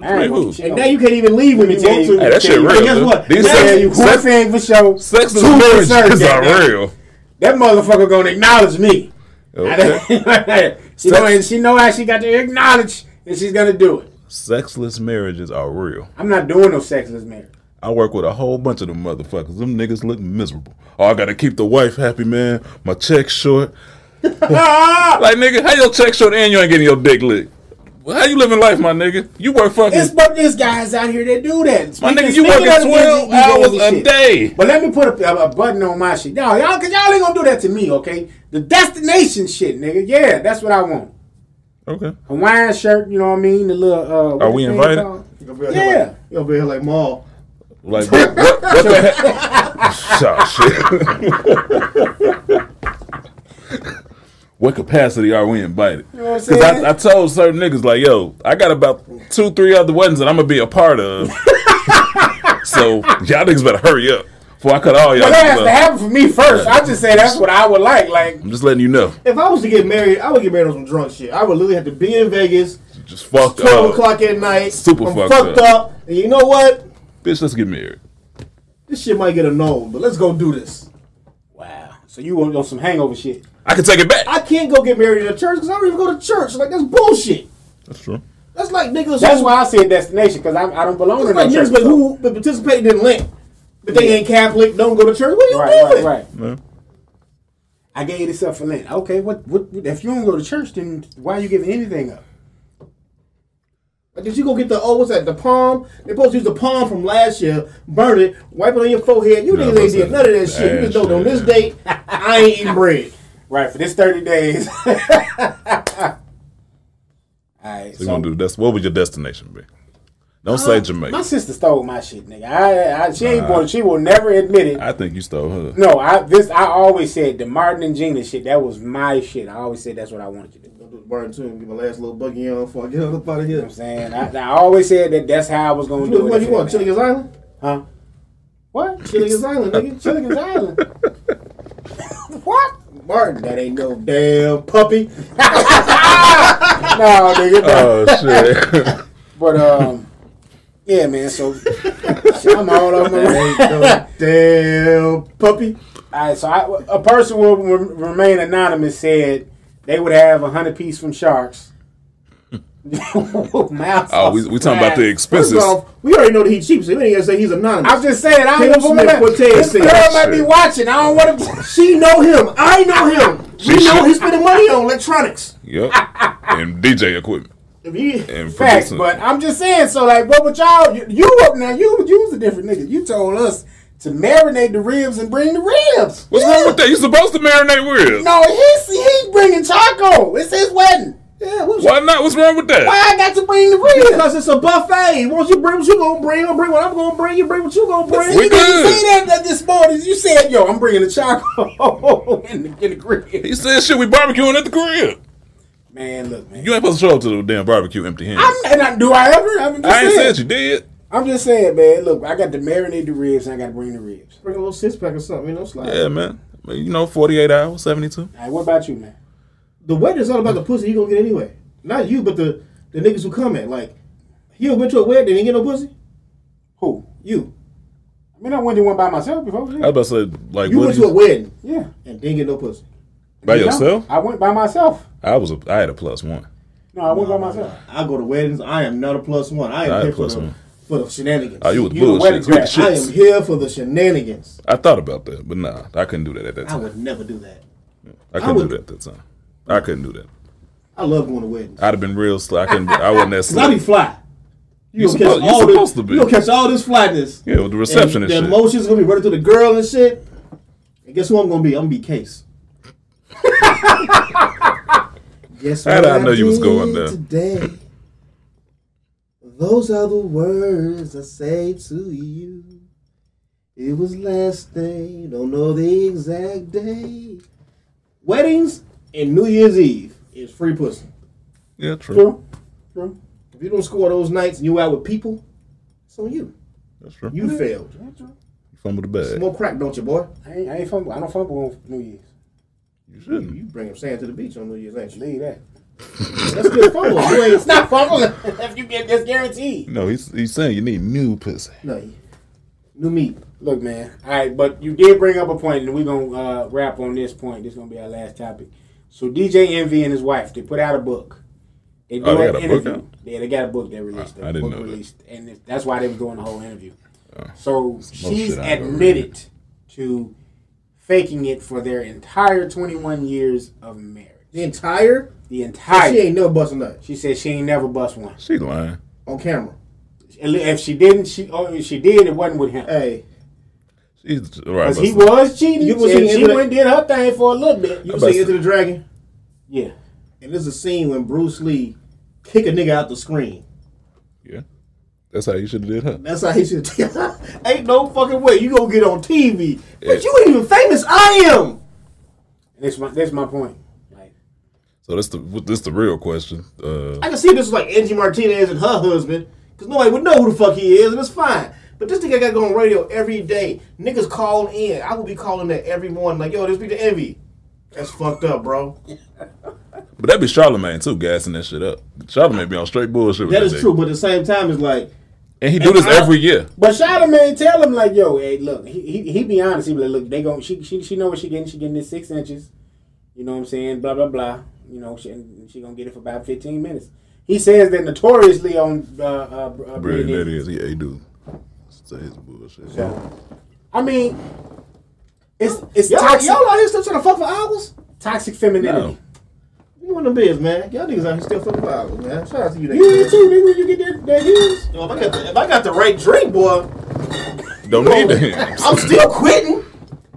[SPEAKER 5] I ain't
[SPEAKER 4] Who?
[SPEAKER 5] want to-
[SPEAKER 3] And now you can't even leave when you
[SPEAKER 5] tell
[SPEAKER 3] want
[SPEAKER 5] you-
[SPEAKER 3] to.
[SPEAKER 4] Hey, that shit
[SPEAKER 5] And
[SPEAKER 4] real.
[SPEAKER 3] guess
[SPEAKER 4] dude.
[SPEAKER 3] what?
[SPEAKER 4] These
[SPEAKER 3] Now
[SPEAKER 4] sex,
[SPEAKER 5] you
[SPEAKER 4] sex,
[SPEAKER 5] one thing for sure.
[SPEAKER 4] sex
[SPEAKER 5] two
[SPEAKER 4] and
[SPEAKER 5] for
[SPEAKER 4] marriages
[SPEAKER 5] certain.
[SPEAKER 4] are real.
[SPEAKER 5] That motherfucker gonna acknowledge me.
[SPEAKER 4] Okay.
[SPEAKER 5] <laughs> she, know, and she know how she got to acknowledge, and she's gonna do it.
[SPEAKER 4] Sexless marriages are real.
[SPEAKER 5] I'm not doing no sexless marriage.
[SPEAKER 4] I work with a whole bunch of them motherfuckers. Them niggas look miserable. Oh, I gotta keep the wife happy, man. My check's short. like nigga, how your check short and you ain't getting your dick licked? Well, how you living life, my nigga? You work fucking
[SPEAKER 5] It's but there's guys out here that do that.
[SPEAKER 4] my nigga,
[SPEAKER 5] Speaking-
[SPEAKER 4] you
[SPEAKER 5] speaking
[SPEAKER 4] working
[SPEAKER 5] of the
[SPEAKER 4] twelve
[SPEAKER 5] DJs and
[SPEAKER 4] hours a
[SPEAKER 5] shit.
[SPEAKER 4] day.
[SPEAKER 5] But let me put a, a, a button on my shit. Y'all, y'all, cause y'all ain't gonna do that to me, okay? The destination shit, nigga. Yeah, that's what I want.
[SPEAKER 4] Okay.
[SPEAKER 5] Hawaiian shirt, you know what I mean? The little. Uh, what
[SPEAKER 4] Are
[SPEAKER 5] the
[SPEAKER 4] we
[SPEAKER 5] thing
[SPEAKER 4] invited?
[SPEAKER 5] called?
[SPEAKER 3] You gonna be out here
[SPEAKER 5] Yeah.
[SPEAKER 3] like- You gonna be out here like Maul.
[SPEAKER 4] Like what what, what the heck? Oh, shit. <laughs> what capacity are we invited?
[SPEAKER 5] know what I'm
[SPEAKER 4] Because
[SPEAKER 5] saying?
[SPEAKER 4] I, I told certain niggas like, yo, I got about two, three other weddings that I'm gonna be a part
[SPEAKER 5] <laughs>
[SPEAKER 4] of. so y'all niggas better hurry up before I cut all y'all.
[SPEAKER 5] Well,
[SPEAKER 4] niggas
[SPEAKER 5] that has to
[SPEAKER 4] up.
[SPEAKER 5] happen for me first. I just say that's what I would like. Like,
[SPEAKER 4] I'm just letting you know.
[SPEAKER 3] If I was to get married, I would get married on some drunk shit. I would literally have to be in Vegas,
[SPEAKER 4] Just fuck
[SPEAKER 3] twelve
[SPEAKER 4] up,
[SPEAKER 3] o'clock at night.
[SPEAKER 4] Uh, Super
[SPEAKER 3] I'm
[SPEAKER 4] fucked
[SPEAKER 3] fucked up. And you know what?
[SPEAKER 4] bitch. Let's get married.
[SPEAKER 3] This shit might get annulled, but let's go do this.
[SPEAKER 5] wow. So you want on some hangover shit?
[SPEAKER 4] I can take it back.
[SPEAKER 3] I can't go get married in a church because I don't even go to church. Like that's bullshit.
[SPEAKER 4] That's true.
[SPEAKER 3] That's like niggas.
[SPEAKER 5] That's
[SPEAKER 3] who-
[SPEAKER 5] why I said destination because I, I don't belong
[SPEAKER 3] That's
[SPEAKER 5] in
[SPEAKER 3] like
[SPEAKER 5] that
[SPEAKER 3] niggas
[SPEAKER 5] church.
[SPEAKER 3] but
[SPEAKER 5] so-
[SPEAKER 3] who but participated in Lent, but they ain't Catholic. Don't go to church. What are you
[SPEAKER 5] Right, right,
[SPEAKER 3] doing?
[SPEAKER 5] right.
[SPEAKER 4] Yeah.
[SPEAKER 5] I gave this up for Lent. Okay, what, what? If you don't go to church, then why are you giving anything up?
[SPEAKER 3] Like, did you go get the oh what's that? The palm? They supposed to use the palm from last year, burn it, wipe it on your forehead. You
[SPEAKER 4] No,
[SPEAKER 3] niggas ain't
[SPEAKER 4] listen,
[SPEAKER 3] did none of that shit. You
[SPEAKER 4] that
[SPEAKER 3] just know on
[SPEAKER 4] shit,
[SPEAKER 3] this
[SPEAKER 4] yeah.
[SPEAKER 3] date, I ain't eating bread. <laughs>
[SPEAKER 5] Right for this thirty days. <laughs> All right.
[SPEAKER 4] So
[SPEAKER 5] So
[SPEAKER 4] you wanna do that's what would your destination be? Don't say Jamaica.
[SPEAKER 5] my sister stole my shit, nigga. I, I she ain't born. She will never admit it.
[SPEAKER 4] I think you stole her.
[SPEAKER 5] no, I this I always said the Martin and Gina shit. That was my shit. I always said that's what I wanted to do. You know
[SPEAKER 3] I'm gonna Burn too and get my last little buggy on before I get up out of here.
[SPEAKER 5] what I'm saying I, I always said that that's how I was gonna do it.
[SPEAKER 3] What you
[SPEAKER 5] if
[SPEAKER 3] want?
[SPEAKER 5] it-
[SPEAKER 3] Chilligan's Island?
[SPEAKER 5] Huh? What?
[SPEAKER 3] <laughs> Chilligan's Island, nigga.
[SPEAKER 5] Chilligan's
[SPEAKER 3] Chilligan's
[SPEAKER 5] Island. what?
[SPEAKER 3] Martin, that ain't no
[SPEAKER 5] <laughs>
[SPEAKER 3] damn <laughs> puppy.
[SPEAKER 5] No, nigga. No.
[SPEAKER 4] Oh shit.
[SPEAKER 5] But um, yeah, man. So I'm all over.
[SPEAKER 3] Ain't no damn puppy.
[SPEAKER 5] All right, so I, a person will rem- remain anonymous said they would have a hundred piece from sharks.
[SPEAKER 4] <laughs>
[SPEAKER 5] <laughs>
[SPEAKER 4] oh, we we talking about the
[SPEAKER 3] First
[SPEAKER 4] expenses.
[SPEAKER 3] off, we already know that he's cheap, so we ain't gotta say he's anonymous.
[SPEAKER 5] I'm just saying, I
[SPEAKER 3] Taylor
[SPEAKER 5] don't want
[SPEAKER 3] Swift,
[SPEAKER 5] to.
[SPEAKER 3] what Ted
[SPEAKER 5] This
[SPEAKER 3] said.
[SPEAKER 5] girl might be
[SPEAKER 4] <laughs>
[SPEAKER 5] <laughs> watching. I don't want to.
[SPEAKER 3] She know him. I know him. We know
[SPEAKER 4] should-
[SPEAKER 3] he's spending money on electronics.
[SPEAKER 4] Yep. and DJ equipment.
[SPEAKER 3] If he,
[SPEAKER 4] And
[SPEAKER 5] Facts,
[SPEAKER 4] producing.
[SPEAKER 5] but I'm just saying. So like, what would y'all? You, you up now? You you was a different nigga. You told us to marinate the ribs and bring the ribs.
[SPEAKER 4] What's wrong with that? You supposed to marinate ribs.
[SPEAKER 5] No, he's he bringing charcoal. It's his wedding.
[SPEAKER 3] yeah, what's
[SPEAKER 4] Why not? What's wrong with that?
[SPEAKER 5] Why I got to bring the ribs?
[SPEAKER 3] Because it's a buffet. Once you bring what you gonna bring, I'm bring what I'm gonna bring. You bring what you gonna bring.
[SPEAKER 5] You
[SPEAKER 4] We
[SPEAKER 5] didn't
[SPEAKER 4] good.
[SPEAKER 5] say that, that this morning. You said, "Yo, I'm bringing the charcoal <laughs> in the, in the grill."
[SPEAKER 4] He said, "Shit, we barbecuing at the crib.
[SPEAKER 5] Man, look, man.
[SPEAKER 4] You ain't supposed to show up to the damn barbecue empty-handed."
[SPEAKER 5] I'm, and I, do I ever? I'm just
[SPEAKER 4] I ain't
[SPEAKER 5] saying.
[SPEAKER 4] said you did.
[SPEAKER 5] I'm just saying, man. Look, I got to marinate the ribs, and I got to bring the ribs.
[SPEAKER 3] Bring a little six pack or something. You know, slide.
[SPEAKER 4] Yeah, man. I mean, you know, forty-eight hours, seventy-two.
[SPEAKER 5] All right, what about you, man?
[SPEAKER 3] The wedding is all about the pussy you gonna get anyway. Not you, but the the niggas who come at. Like, you went to a wedding and didn't get no pussy.
[SPEAKER 5] Who?
[SPEAKER 3] You,
[SPEAKER 5] I mean, I went to one by myself before.
[SPEAKER 4] I was
[SPEAKER 5] Yeah.
[SPEAKER 4] about to say, like,
[SPEAKER 3] you
[SPEAKER 4] what
[SPEAKER 3] went
[SPEAKER 4] do
[SPEAKER 3] to a
[SPEAKER 4] you,
[SPEAKER 3] wedding
[SPEAKER 5] yeah.
[SPEAKER 3] and didn't get no pussy.
[SPEAKER 4] by
[SPEAKER 5] You know,
[SPEAKER 4] yourself?
[SPEAKER 5] I went by myself.
[SPEAKER 4] I was, a, I had a plus one.
[SPEAKER 5] No, I went by myself.
[SPEAKER 3] I go to weddings. I am not a plus one. I am
[SPEAKER 4] Not a
[SPEAKER 3] here for
[SPEAKER 4] plus
[SPEAKER 3] the,
[SPEAKER 4] one.
[SPEAKER 3] for the shenanigans.
[SPEAKER 4] Oh, you was
[SPEAKER 5] You the
[SPEAKER 4] bullshit.
[SPEAKER 5] wedding
[SPEAKER 4] You the
[SPEAKER 5] crashers.
[SPEAKER 3] I am
[SPEAKER 4] shits.
[SPEAKER 3] here for the shenanigans.
[SPEAKER 4] I thought about that, but nah, I couldn't do that at that
[SPEAKER 3] I
[SPEAKER 4] time.
[SPEAKER 3] would never do that.
[SPEAKER 4] I couldn't
[SPEAKER 3] would-
[SPEAKER 4] do that at that time. I couldn't do that.
[SPEAKER 3] I love going to weddings.
[SPEAKER 4] I'd have been real slow. I couldn't. I wasn't that
[SPEAKER 3] Cause I be
[SPEAKER 4] slow.
[SPEAKER 3] fly. You
[SPEAKER 4] You
[SPEAKER 3] gonna
[SPEAKER 4] supposed-
[SPEAKER 3] catch
[SPEAKER 4] you
[SPEAKER 3] all
[SPEAKER 4] supposed to
[SPEAKER 3] this,
[SPEAKER 4] be.
[SPEAKER 3] You gonna catch all this flatness.
[SPEAKER 4] Yeah, with the reception and,
[SPEAKER 3] the
[SPEAKER 4] shit.
[SPEAKER 3] emotions gonna be running through the girl and shit. And guess who I'm gonna be? I'm gonna
[SPEAKER 4] <laughs>
[SPEAKER 3] be Case. Guess
[SPEAKER 4] How
[SPEAKER 3] what
[SPEAKER 4] did I know you was going
[SPEAKER 3] did
[SPEAKER 4] there?
[SPEAKER 3] today. Those are the words I say to you. It was last day. Don't know the exact day. Weddings and New Year's Eve is free pussy.
[SPEAKER 4] yeah, true.
[SPEAKER 5] True. True.
[SPEAKER 3] If you don't score those nights and you out with people, it's on you.
[SPEAKER 4] That's true.
[SPEAKER 3] You failed.
[SPEAKER 4] fumble the bag.
[SPEAKER 3] Smoke crack, don't you, boy?
[SPEAKER 5] I ain't, I ain't fumble. I don't fumble on New Year's.
[SPEAKER 4] You
[SPEAKER 3] You,
[SPEAKER 4] shouldn't.
[SPEAKER 3] you bring him sand to the beach on New Year's, ain't you?
[SPEAKER 5] Leave that.
[SPEAKER 3] That's good fumble. You ain't
[SPEAKER 5] It's not fumbling if you get this guaranteed.
[SPEAKER 4] No, he's he's saying you need new pussy.
[SPEAKER 3] No, you- new meat.
[SPEAKER 5] Look, man. All right, but you did bring up a point, and we're gonna uh, wrap on this point. This is gonna be our last topic. So DJ Envy and his wife, they put out a book. They do
[SPEAKER 4] Oh, they got
[SPEAKER 5] an
[SPEAKER 4] a book
[SPEAKER 5] interview.
[SPEAKER 4] out?
[SPEAKER 5] Yeah, they got a book they released.
[SPEAKER 4] I-
[SPEAKER 5] The
[SPEAKER 4] I didn't
[SPEAKER 5] book
[SPEAKER 4] know that. Oh.
[SPEAKER 5] released, and it- that's why they was doing the whole interview. so she's
[SPEAKER 4] shit I ain't gonna
[SPEAKER 5] admitted to faking it for their entire 21 years of marriage.
[SPEAKER 3] The entire.
[SPEAKER 5] The entire.
[SPEAKER 3] She ain't never busting that
[SPEAKER 5] She said she ain't never bust one.
[SPEAKER 4] She lying.
[SPEAKER 3] on camera.
[SPEAKER 5] If she didn't, she oh, if she did, it wasn't with him.
[SPEAKER 3] Hey,
[SPEAKER 4] She's right.
[SPEAKER 5] Cause
[SPEAKER 4] but
[SPEAKER 5] he was cheating,
[SPEAKER 3] You
[SPEAKER 5] and
[SPEAKER 3] was in
[SPEAKER 5] she
[SPEAKER 3] into the-
[SPEAKER 5] went and did her thing for a little bit.
[SPEAKER 3] you
[SPEAKER 4] I
[SPEAKER 3] was
[SPEAKER 4] bust-
[SPEAKER 3] singing Into the Dragon,
[SPEAKER 5] yeah,
[SPEAKER 3] and there's a scene when Bruce Lee kick a nigga out the screen.
[SPEAKER 4] Yeah, that's how you should have did her.
[SPEAKER 3] That's how he should. <laughs> ain't no fucking way you gonna get on TV.
[SPEAKER 4] Yeah.
[SPEAKER 3] But you ain't even famous. I am.
[SPEAKER 5] and that's my that's my point. Like,
[SPEAKER 4] So that's the this the real question. Uh,
[SPEAKER 3] I can see this is like Angie Martinez and her husband, because nobody would know who the fuck he is, and it's fine. But this nigga got to go on radio every day. Niggas call in. I would be calling that every morning, like, yo, this be the envy. That's fucked up, bro.
[SPEAKER 4] but that'd be Charlemagne too, gassing that shit up. Charlemagne be on straight bullshit. With
[SPEAKER 3] That
[SPEAKER 4] that
[SPEAKER 3] is
[SPEAKER 4] nigga.
[SPEAKER 3] true, but at the same time, it's like,
[SPEAKER 4] and he do this every year.
[SPEAKER 5] but Charlamagne tell him like, yo, hey, look, he, he he be honest. He be like, look, they gon' she she she know what she getting. She getting this six inches. You know what I'm saying? Blah blah blah. You know she and she gonna get it for about 15 minutes. He says that notoriously on uh, uh, uh,
[SPEAKER 4] Brilliant
[SPEAKER 5] Brilliant
[SPEAKER 4] that is. Yeah, he do. So his bullshit.
[SPEAKER 5] Idiot. I mean, it's it's
[SPEAKER 3] y'all,
[SPEAKER 5] toxic
[SPEAKER 3] y'all out here still trying to fuck for hours?
[SPEAKER 5] toxic femininity.
[SPEAKER 4] No.
[SPEAKER 3] You in the biz, man. Y'all niggas out here still fucking for hours, man. Shout out to you,
[SPEAKER 5] You You
[SPEAKER 3] niggas.
[SPEAKER 5] too, nigga. You get that, that heels.
[SPEAKER 3] Yo, if, I got the, if I got the right drink, boy,
[SPEAKER 4] Don't need him.
[SPEAKER 3] I'm still quitting.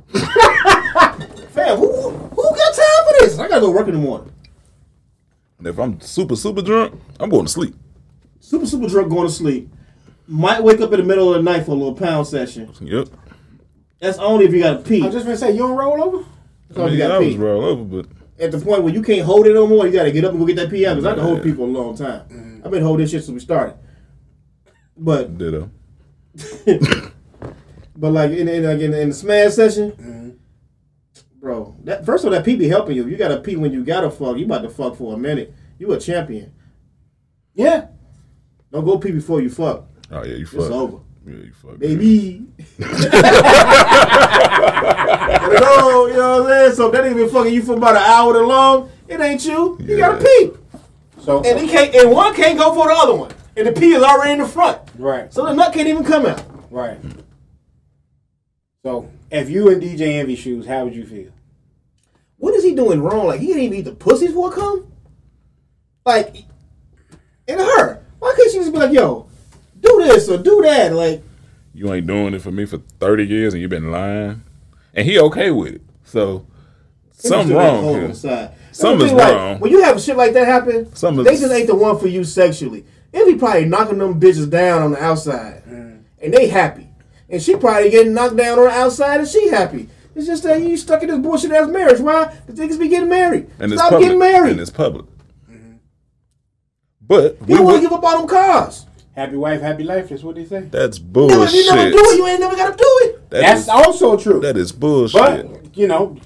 [SPEAKER 3] <laughs> Fam, who, who got time for this? I got to go work in the morning.
[SPEAKER 4] if I'm super super drunk, I'm going to sleep.
[SPEAKER 3] super super drunk going to sleep might wake up in the middle of the night for a little pound session
[SPEAKER 4] Yep.
[SPEAKER 3] that's only if you got to pee
[SPEAKER 5] I'm just gonna say you don't roll over.
[SPEAKER 3] That's
[SPEAKER 4] I,
[SPEAKER 3] only if
[SPEAKER 4] mean,
[SPEAKER 3] you
[SPEAKER 4] I
[SPEAKER 3] gotta
[SPEAKER 4] was
[SPEAKER 3] pee.
[SPEAKER 4] roll over, but
[SPEAKER 3] at the point where you can't hold it no more you got to get up and go get that pee out because i can hold people a long time
[SPEAKER 5] Mm.
[SPEAKER 3] i've been holding this shit since we started but
[SPEAKER 4] ditto.
[SPEAKER 3] but like in, in, like in, in the smash session
[SPEAKER 5] Mm.
[SPEAKER 3] bro that first of all that pee be helping you you gotta pee when you gotta fuck you about to fuck for a minute you a champion
[SPEAKER 5] Yeah.
[SPEAKER 3] don't go pee before you fuck
[SPEAKER 4] Oh yeah, you fuck.
[SPEAKER 3] it's over
[SPEAKER 4] Yeah, you fuck.
[SPEAKER 3] baby. no, you know what I'm saying? So if that nigga been fucking you for about an hour too long, it ain't you. You
[SPEAKER 4] Yeah.
[SPEAKER 3] gotta pee.
[SPEAKER 5] So
[SPEAKER 3] And he can't and one can't go for the other one. And the pee is already in the front.
[SPEAKER 5] right,
[SPEAKER 3] So the nut can't even come out.
[SPEAKER 5] right. So if you in DJ Envy shoes, how would you feel?
[SPEAKER 3] What is he doing wrong? Like he didn't even eat the pussies for come? like in her. Why couldn't she just be like, yo, do this or do that? Like,
[SPEAKER 4] You ain't doing it for me for thirty years, and you've been lying. And he okay with it. So something wrong.
[SPEAKER 3] Hold
[SPEAKER 4] here.
[SPEAKER 3] on the side.
[SPEAKER 4] Something's
[SPEAKER 3] That's the thing, like,
[SPEAKER 4] wrong.
[SPEAKER 3] When you have shit like that happen,
[SPEAKER 4] Something's-
[SPEAKER 3] they just ain't the one for you sexually. They be probably knocking them bitches down on the outside, and they happy. And she probably getting knocked down on the outside, and she happy. It's just that you stuck in this bullshit ass marriage. Why? Because niggas be getting married.
[SPEAKER 4] And it's
[SPEAKER 3] Stop
[SPEAKER 4] public.
[SPEAKER 3] getting married. Mm-hmm.
[SPEAKER 4] And it's public. But
[SPEAKER 3] you
[SPEAKER 4] we
[SPEAKER 3] don't want
[SPEAKER 4] would,
[SPEAKER 3] to give up on them cars.
[SPEAKER 5] Happy wife, happy life. That's what they say.
[SPEAKER 4] that's
[SPEAKER 3] Now, if
[SPEAKER 4] bullshit.
[SPEAKER 3] you never do it, you ain't never got to do it.
[SPEAKER 4] That
[SPEAKER 5] That's
[SPEAKER 4] is-
[SPEAKER 5] also true.
[SPEAKER 4] that is bullshit.
[SPEAKER 5] but you know,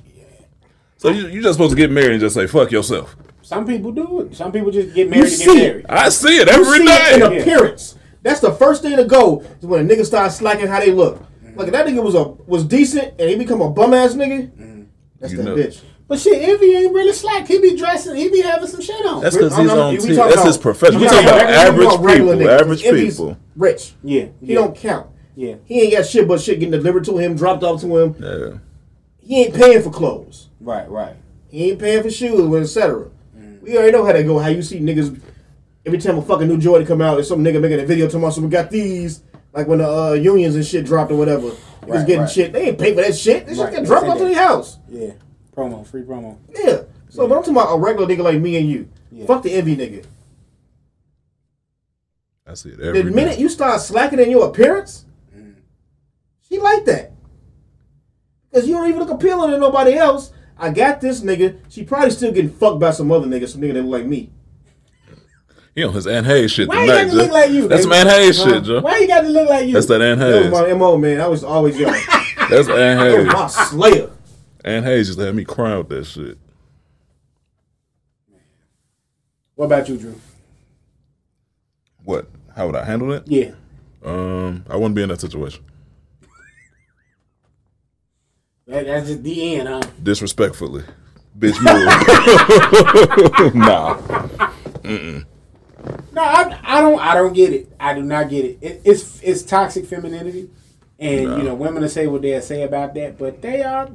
[SPEAKER 4] so you you just supposed to get married and just say fuck yourself.
[SPEAKER 5] some people do it. Some people just get married to
[SPEAKER 3] see
[SPEAKER 5] get
[SPEAKER 3] it.
[SPEAKER 5] married.
[SPEAKER 4] I see it
[SPEAKER 3] You
[SPEAKER 4] every
[SPEAKER 3] see
[SPEAKER 4] day.
[SPEAKER 3] it in appearance. That's the first thing to go is when a nigga starts slacking how they look. Like if that nigga was a was decent and he become a bum ass nigga, that's
[SPEAKER 4] You
[SPEAKER 3] that
[SPEAKER 4] know.
[SPEAKER 3] bitch.
[SPEAKER 5] But shit, Envy ain't really slack. He be dressing. He be having some shit on.
[SPEAKER 4] That's because
[SPEAKER 3] I'm
[SPEAKER 4] he's
[SPEAKER 3] not-
[SPEAKER 4] on
[SPEAKER 3] we
[SPEAKER 4] TV.
[SPEAKER 3] talking
[SPEAKER 4] That's his profession.
[SPEAKER 3] we
[SPEAKER 4] We're talking about
[SPEAKER 3] we
[SPEAKER 4] average
[SPEAKER 3] talking about regular
[SPEAKER 4] people.
[SPEAKER 3] niggas.
[SPEAKER 4] Average
[SPEAKER 3] If he's
[SPEAKER 4] people.
[SPEAKER 3] Rich.
[SPEAKER 5] Yeah,
[SPEAKER 3] He
[SPEAKER 5] yeah.
[SPEAKER 3] don't count.
[SPEAKER 5] Yeah.
[SPEAKER 3] He ain't got shit but shit getting delivered to him, dropped off to him.
[SPEAKER 4] Yeah.
[SPEAKER 3] He ain't paying for clothes.
[SPEAKER 5] right, right.
[SPEAKER 3] He ain't paying for shoes, etc.
[SPEAKER 5] Mm.
[SPEAKER 3] We already know how that go. How you see niggas every time a fucking new Jordan come out, there's some nigga making a video tomorrow. So we got these, like when the uh, unions and shit dropped or whatever. Niggas
[SPEAKER 5] Right,
[SPEAKER 3] getting
[SPEAKER 5] right.
[SPEAKER 3] shit. They ain't pay for that shit. They
[SPEAKER 5] Right,
[SPEAKER 3] just get
[SPEAKER 5] they
[SPEAKER 3] dropped
[SPEAKER 5] said
[SPEAKER 3] off to
[SPEAKER 5] that.
[SPEAKER 3] their house.
[SPEAKER 5] Yeah, promo, free promo.
[SPEAKER 3] Yeah. So but I'm talking about a regular nigga like me and you.
[SPEAKER 5] Yeah.
[SPEAKER 3] Fuck the envy nigga.
[SPEAKER 4] I see it
[SPEAKER 3] The
[SPEAKER 4] every day.
[SPEAKER 3] minute you start slacking in your appearance,
[SPEAKER 5] Mm.
[SPEAKER 3] she like that. Cause you don't even look appealing to nobody else. I got this nigga. She probably still getting fucked by some other nigga, some nigga that look like me.
[SPEAKER 4] He on his Aunt Hayes shit
[SPEAKER 5] Why you
[SPEAKER 4] tonight,
[SPEAKER 5] gotta look
[SPEAKER 4] Joe.
[SPEAKER 5] like you?
[SPEAKER 4] eh? That's
[SPEAKER 5] baby?
[SPEAKER 4] some Aunt Hayes
[SPEAKER 5] Huh?
[SPEAKER 4] shit, Joe.
[SPEAKER 5] Why you gotta look like you?
[SPEAKER 4] That's that Aunt
[SPEAKER 3] That was
[SPEAKER 4] Hayes.
[SPEAKER 3] my MO, man. I was always
[SPEAKER 5] <laughs>
[SPEAKER 3] young.
[SPEAKER 4] That's Aunt
[SPEAKER 3] my
[SPEAKER 5] Oh,
[SPEAKER 4] Hayes.
[SPEAKER 3] slayer.
[SPEAKER 4] Aunt Hayes just had me cry with that shit.
[SPEAKER 5] What about you, Drew?
[SPEAKER 4] What? How would I handle it?
[SPEAKER 5] Yeah,
[SPEAKER 4] Um, I wouldn't be in that situation.
[SPEAKER 5] that, that's just the end, huh?
[SPEAKER 4] Disrespectfully. Bitch move. <laughs>
[SPEAKER 5] <laughs>
[SPEAKER 4] nah.
[SPEAKER 5] No, I, I don't. I don't get it. I do not get it. it it's it's toxic femininity, and you know women will say what they will say about that, but they are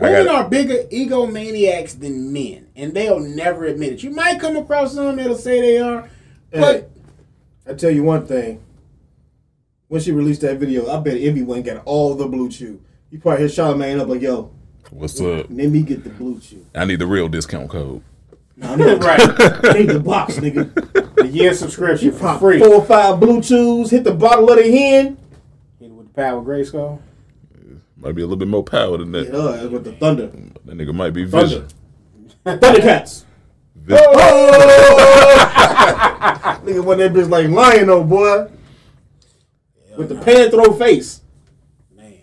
[SPEAKER 5] women
[SPEAKER 4] got-
[SPEAKER 5] are bigger egomaniacs than men, and they'll never admit it. You might come across some that'll say they are, but
[SPEAKER 3] I tell you one thing. When she released that video, I bet Envy went and got all the blue chew. You probably hit Charlamagne up like, yo,
[SPEAKER 4] What's up?
[SPEAKER 3] let me get the blue chew.
[SPEAKER 4] I need the real discount code.
[SPEAKER 3] Nah, I'm
[SPEAKER 5] <laughs>
[SPEAKER 4] <laughs>
[SPEAKER 3] not
[SPEAKER 5] <laughs> right,
[SPEAKER 3] take the box, nigga.
[SPEAKER 5] <laughs> the year subscription for
[SPEAKER 3] Pop
[SPEAKER 5] free.
[SPEAKER 3] four or five blue chews, hit the bottle of the hen.
[SPEAKER 5] Hit it With the power of Grayskull.
[SPEAKER 4] Might be a little bit more power than that.
[SPEAKER 3] Yeah, uh, with the thunder.
[SPEAKER 4] That nigga might be vision.
[SPEAKER 3] Thundercats.
[SPEAKER 4] Vis-
[SPEAKER 5] Oh!
[SPEAKER 3] Nigga went that bitch like lion though, boy. With the pan throw face.
[SPEAKER 5] Man,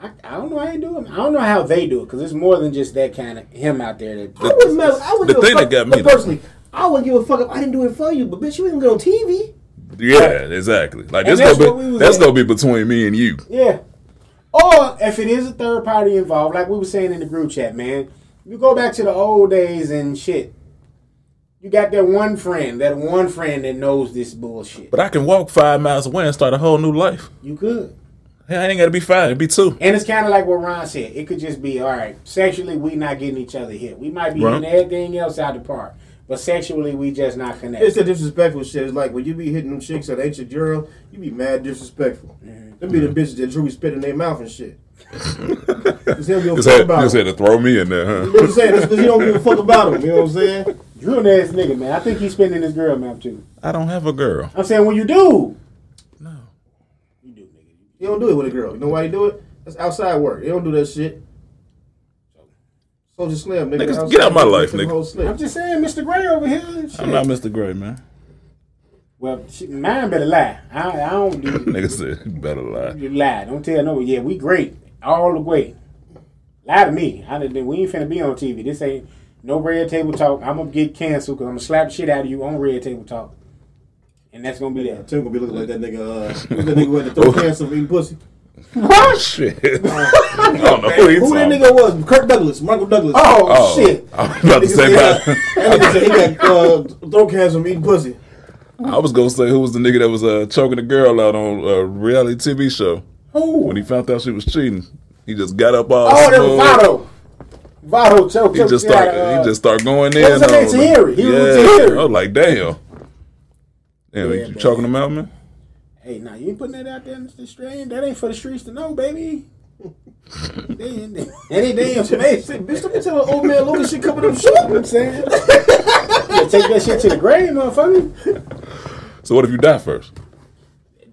[SPEAKER 5] I, I don't know how you do it. I don't know how they do it because it's more than just that kind of him out there. That
[SPEAKER 3] I would mess. I would
[SPEAKER 4] The
[SPEAKER 3] give
[SPEAKER 4] thing
[SPEAKER 3] a
[SPEAKER 4] that
[SPEAKER 3] fuck.
[SPEAKER 4] got me
[SPEAKER 3] look,
[SPEAKER 4] though-
[SPEAKER 3] personally, I would give a fuck if I didn't do it for you. But bitch, you ain't gonna get on TV.
[SPEAKER 4] <laughs> Yeah, exactly. Like
[SPEAKER 5] And
[SPEAKER 4] this
[SPEAKER 5] Oh, that's
[SPEAKER 4] gonna
[SPEAKER 5] what we
[SPEAKER 4] be
[SPEAKER 5] was
[SPEAKER 4] that's
[SPEAKER 5] at.
[SPEAKER 4] gonna be between me and you.
[SPEAKER 5] Yeah. Or if it is a third party involved, like we were saying in the group chat, man, you go back to the old days and shit. You got that one friend, that one friend that knows this bullshit.
[SPEAKER 4] But I can walk five miles away and start a whole new life.
[SPEAKER 5] You could.
[SPEAKER 4] Hey, I ain't gotta be five, it'd be two.
[SPEAKER 5] And it's kind of like what Ron said. It could just be, all right, sexually, we not getting each other hit. We might be
[SPEAKER 4] Right.
[SPEAKER 5] hitting everything else out the park. But sexually, we just not
[SPEAKER 3] It's the
[SPEAKER 5] connected.
[SPEAKER 3] disrespectful shit. It's like when you be hitting them chicks that ain't your girl, you be mad disrespectful. Them be the bitches that Drew be spit in their mouth and shit. Cause he don't give a
[SPEAKER 4] <laughs> Just
[SPEAKER 3] fuck
[SPEAKER 4] had,
[SPEAKER 3] about
[SPEAKER 4] just had
[SPEAKER 3] them.
[SPEAKER 4] to throw me in there, huh?
[SPEAKER 3] You know what I'm saying? That's because he don't give a fuck about them. You know what I'm
[SPEAKER 5] <laughs>
[SPEAKER 3] saying?
[SPEAKER 5] Drew an ass nigga, man. I think he's spending his girl mouth too.
[SPEAKER 4] I don't have a girl.
[SPEAKER 5] I'm saying when you do,
[SPEAKER 3] He don't do it with a girl. You know why he do it? That's outside work. He don't do that shit. Soldier Slim, nigga.
[SPEAKER 4] Niggas,
[SPEAKER 3] outside
[SPEAKER 4] get out my
[SPEAKER 3] work,
[SPEAKER 4] life,
[SPEAKER 3] them
[SPEAKER 4] nigga.
[SPEAKER 3] hoes slick.
[SPEAKER 5] I'm just saying, Mr. Gray over here. Shit.
[SPEAKER 4] I'm not Mr. Gray, man.
[SPEAKER 5] Well, she, mine better lie. I, I don't
[SPEAKER 4] <laughs>
[SPEAKER 5] do
[SPEAKER 4] Nigga said, you better lie.
[SPEAKER 5] you lie. Don't tell no. Yeah, we great all the way. Lie to me. I didn't. We ain't finna be on TV. This ain't no red table talk. I'm gonna get canceled because I'm gonna slap shit out of you on red table talk, and that's gonna be that.
[SPEAKER 3] Tim gonna be looking like that nigga. Uh, <laughs> who's that nigga who had to throw cancer for eating pussy.
[SPEAKER 4] Oh, Shit.
[SPEAKER 5] <laughs>
[SPEAKER 4] <laughs> I don't know who you
[SPEAKER 3] Who that
[SPEAKER 4] talking
[SPEAKER 3] nigga was? Kirk Douglas, Michael Douglas.
[SPEAKER 5] Oh,
[SPEAKER 4] Oh,
[SPEAKER 5] shit!
[SPEAKER 4] I was about to say,
[SPEAKER 3] <laughs> That
[SPEAKER 4] man,
[SPEAKER 3] nigga said he got uh, throat cancer from eating pussy.
[SPEAKER 4] <laughs> I was gonna say who was the nigga that was uh, choking the girl out on a reality TV show
[SPEAKER 5] Who?
[SPEAKER 4] when he found out she was cheating. He just got up all.
[SPEAKER 5] oh, that
[SPEAKER 4] smooth.
[SPEAKER 5] was Votto. Votto choked
[SPEAKER 4] He just start. he just start going in.
[SPEAKER 5] uh, was her name?
[SPEAKER 4] on,
[SPEAKER 5] Tahiri. He was with
[SPEAKER 4] yeah.
[SPEAKER 5] Tahiri.
[SPEAKER 4] I was like, damn. Damn,
[SPEAKER 5] Yeah,
[SPEAKER 4] you
[SPEAKER 5] man.
[SPEAKER 4] choking him out, man.
[SPEAKER 5] Hey, now you ain't putting that out there in the stream. That ain't for the streets to know, baby. That ain't- that ain't uh, damn information.
[SPEAKER 6] Bitch, let me tell an old man Logan shit coming up short.
[SPEAKER 5] I'm saying. Yeah, take that shit to the grave, motherfucker.
[SPEAKER 4] So what if you die first?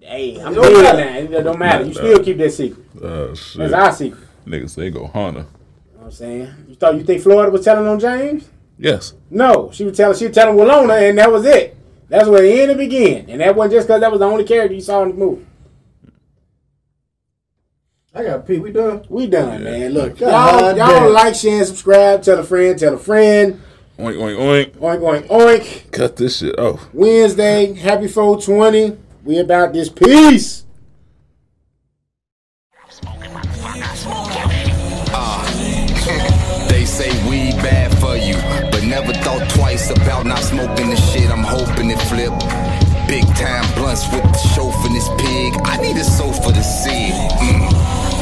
[SPEAKER 5] Hey, I'm doing that now. It don't matter. You
[SPEAKER 4] Nah,
[SPEAKER 5] still keep that secret.
[SPEAKER 4] Oh shit!
[SPEAKER 5] That's our secret. You
[SPEAKER 4] Nigga say go Honda.
[SPEAKER 5] know what I'm saying. You thought you think Florida was telling on James?
[SPEAKER 4] Yes.
[SPEAKER 5] No, she was telling she was telling Walona, and that was it. That's where it ended and began, and that wasn't just because that was the only character you saw in the movie.
[SPEAKER 3] I got Pete. We done.
[SPEAKER 5] We done, man. Look, y'all,
[SPEAKER 3] God
[SPEAKER 5] y'all
[SPEAKER 3] damn.
[SPEAKER 5] like, share, and subscribe. Tell a friend. Tell a friend.
[SPEAKER 4] Oink oink oink.
[SPEAKER 5] Oink, oink, oink.
[SPEAKER 4] Cut this shit off.
[SPEAKER 5] Wednesday, happy 420. We about this peace.
[SPEAKER 1] They say weed bad for you, but never thought twice about not smoking the shit. I'm hoping it flip. Big time blunts with the chauvinist pig. I need a sofa to see it. Mm.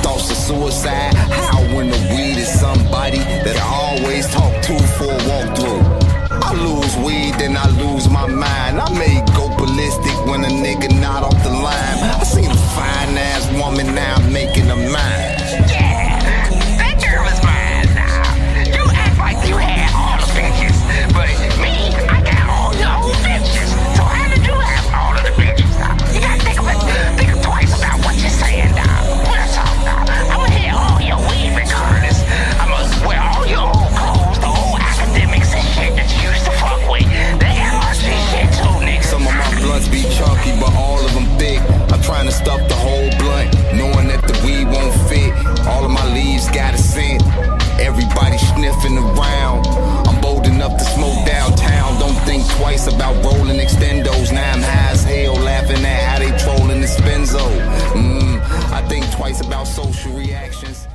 [SPEAKER 1] Thoughts of suicide. How when the weed is somebody that I always talk to for a walkthrough. I lose weed, then I lose my mind. I may go ballistic when a nigga not off the line. I seen a fine ass woman, now I'm making her mine.
[SPEAKER 8] Yeah, that girl is mine now. You act like you had all the bitches, but me, I got all your old bitches. So how did you have all of the bitches? Now? You gotta think about, think twice about what you're saying now. What I'm talking about. I'ma have all your weed regardless. I'ma wear all your old clothes, the old academics and shit that you used to fuck with. The MRC shit too, nigga.
[SPEAKER 1] Some of my blunts be chunky, but all of them thick. I'm trying to stuff the whole blunt, knowing that the weed won't fit. All of my leaves got a scent. Everybody sniffing around. I'm bold enough to smoke downtown. Don't think twice about rolling extendos. Now I'm high as hell, laughing at how they trolling the Spenzo. Mm, I think twice about social reactions.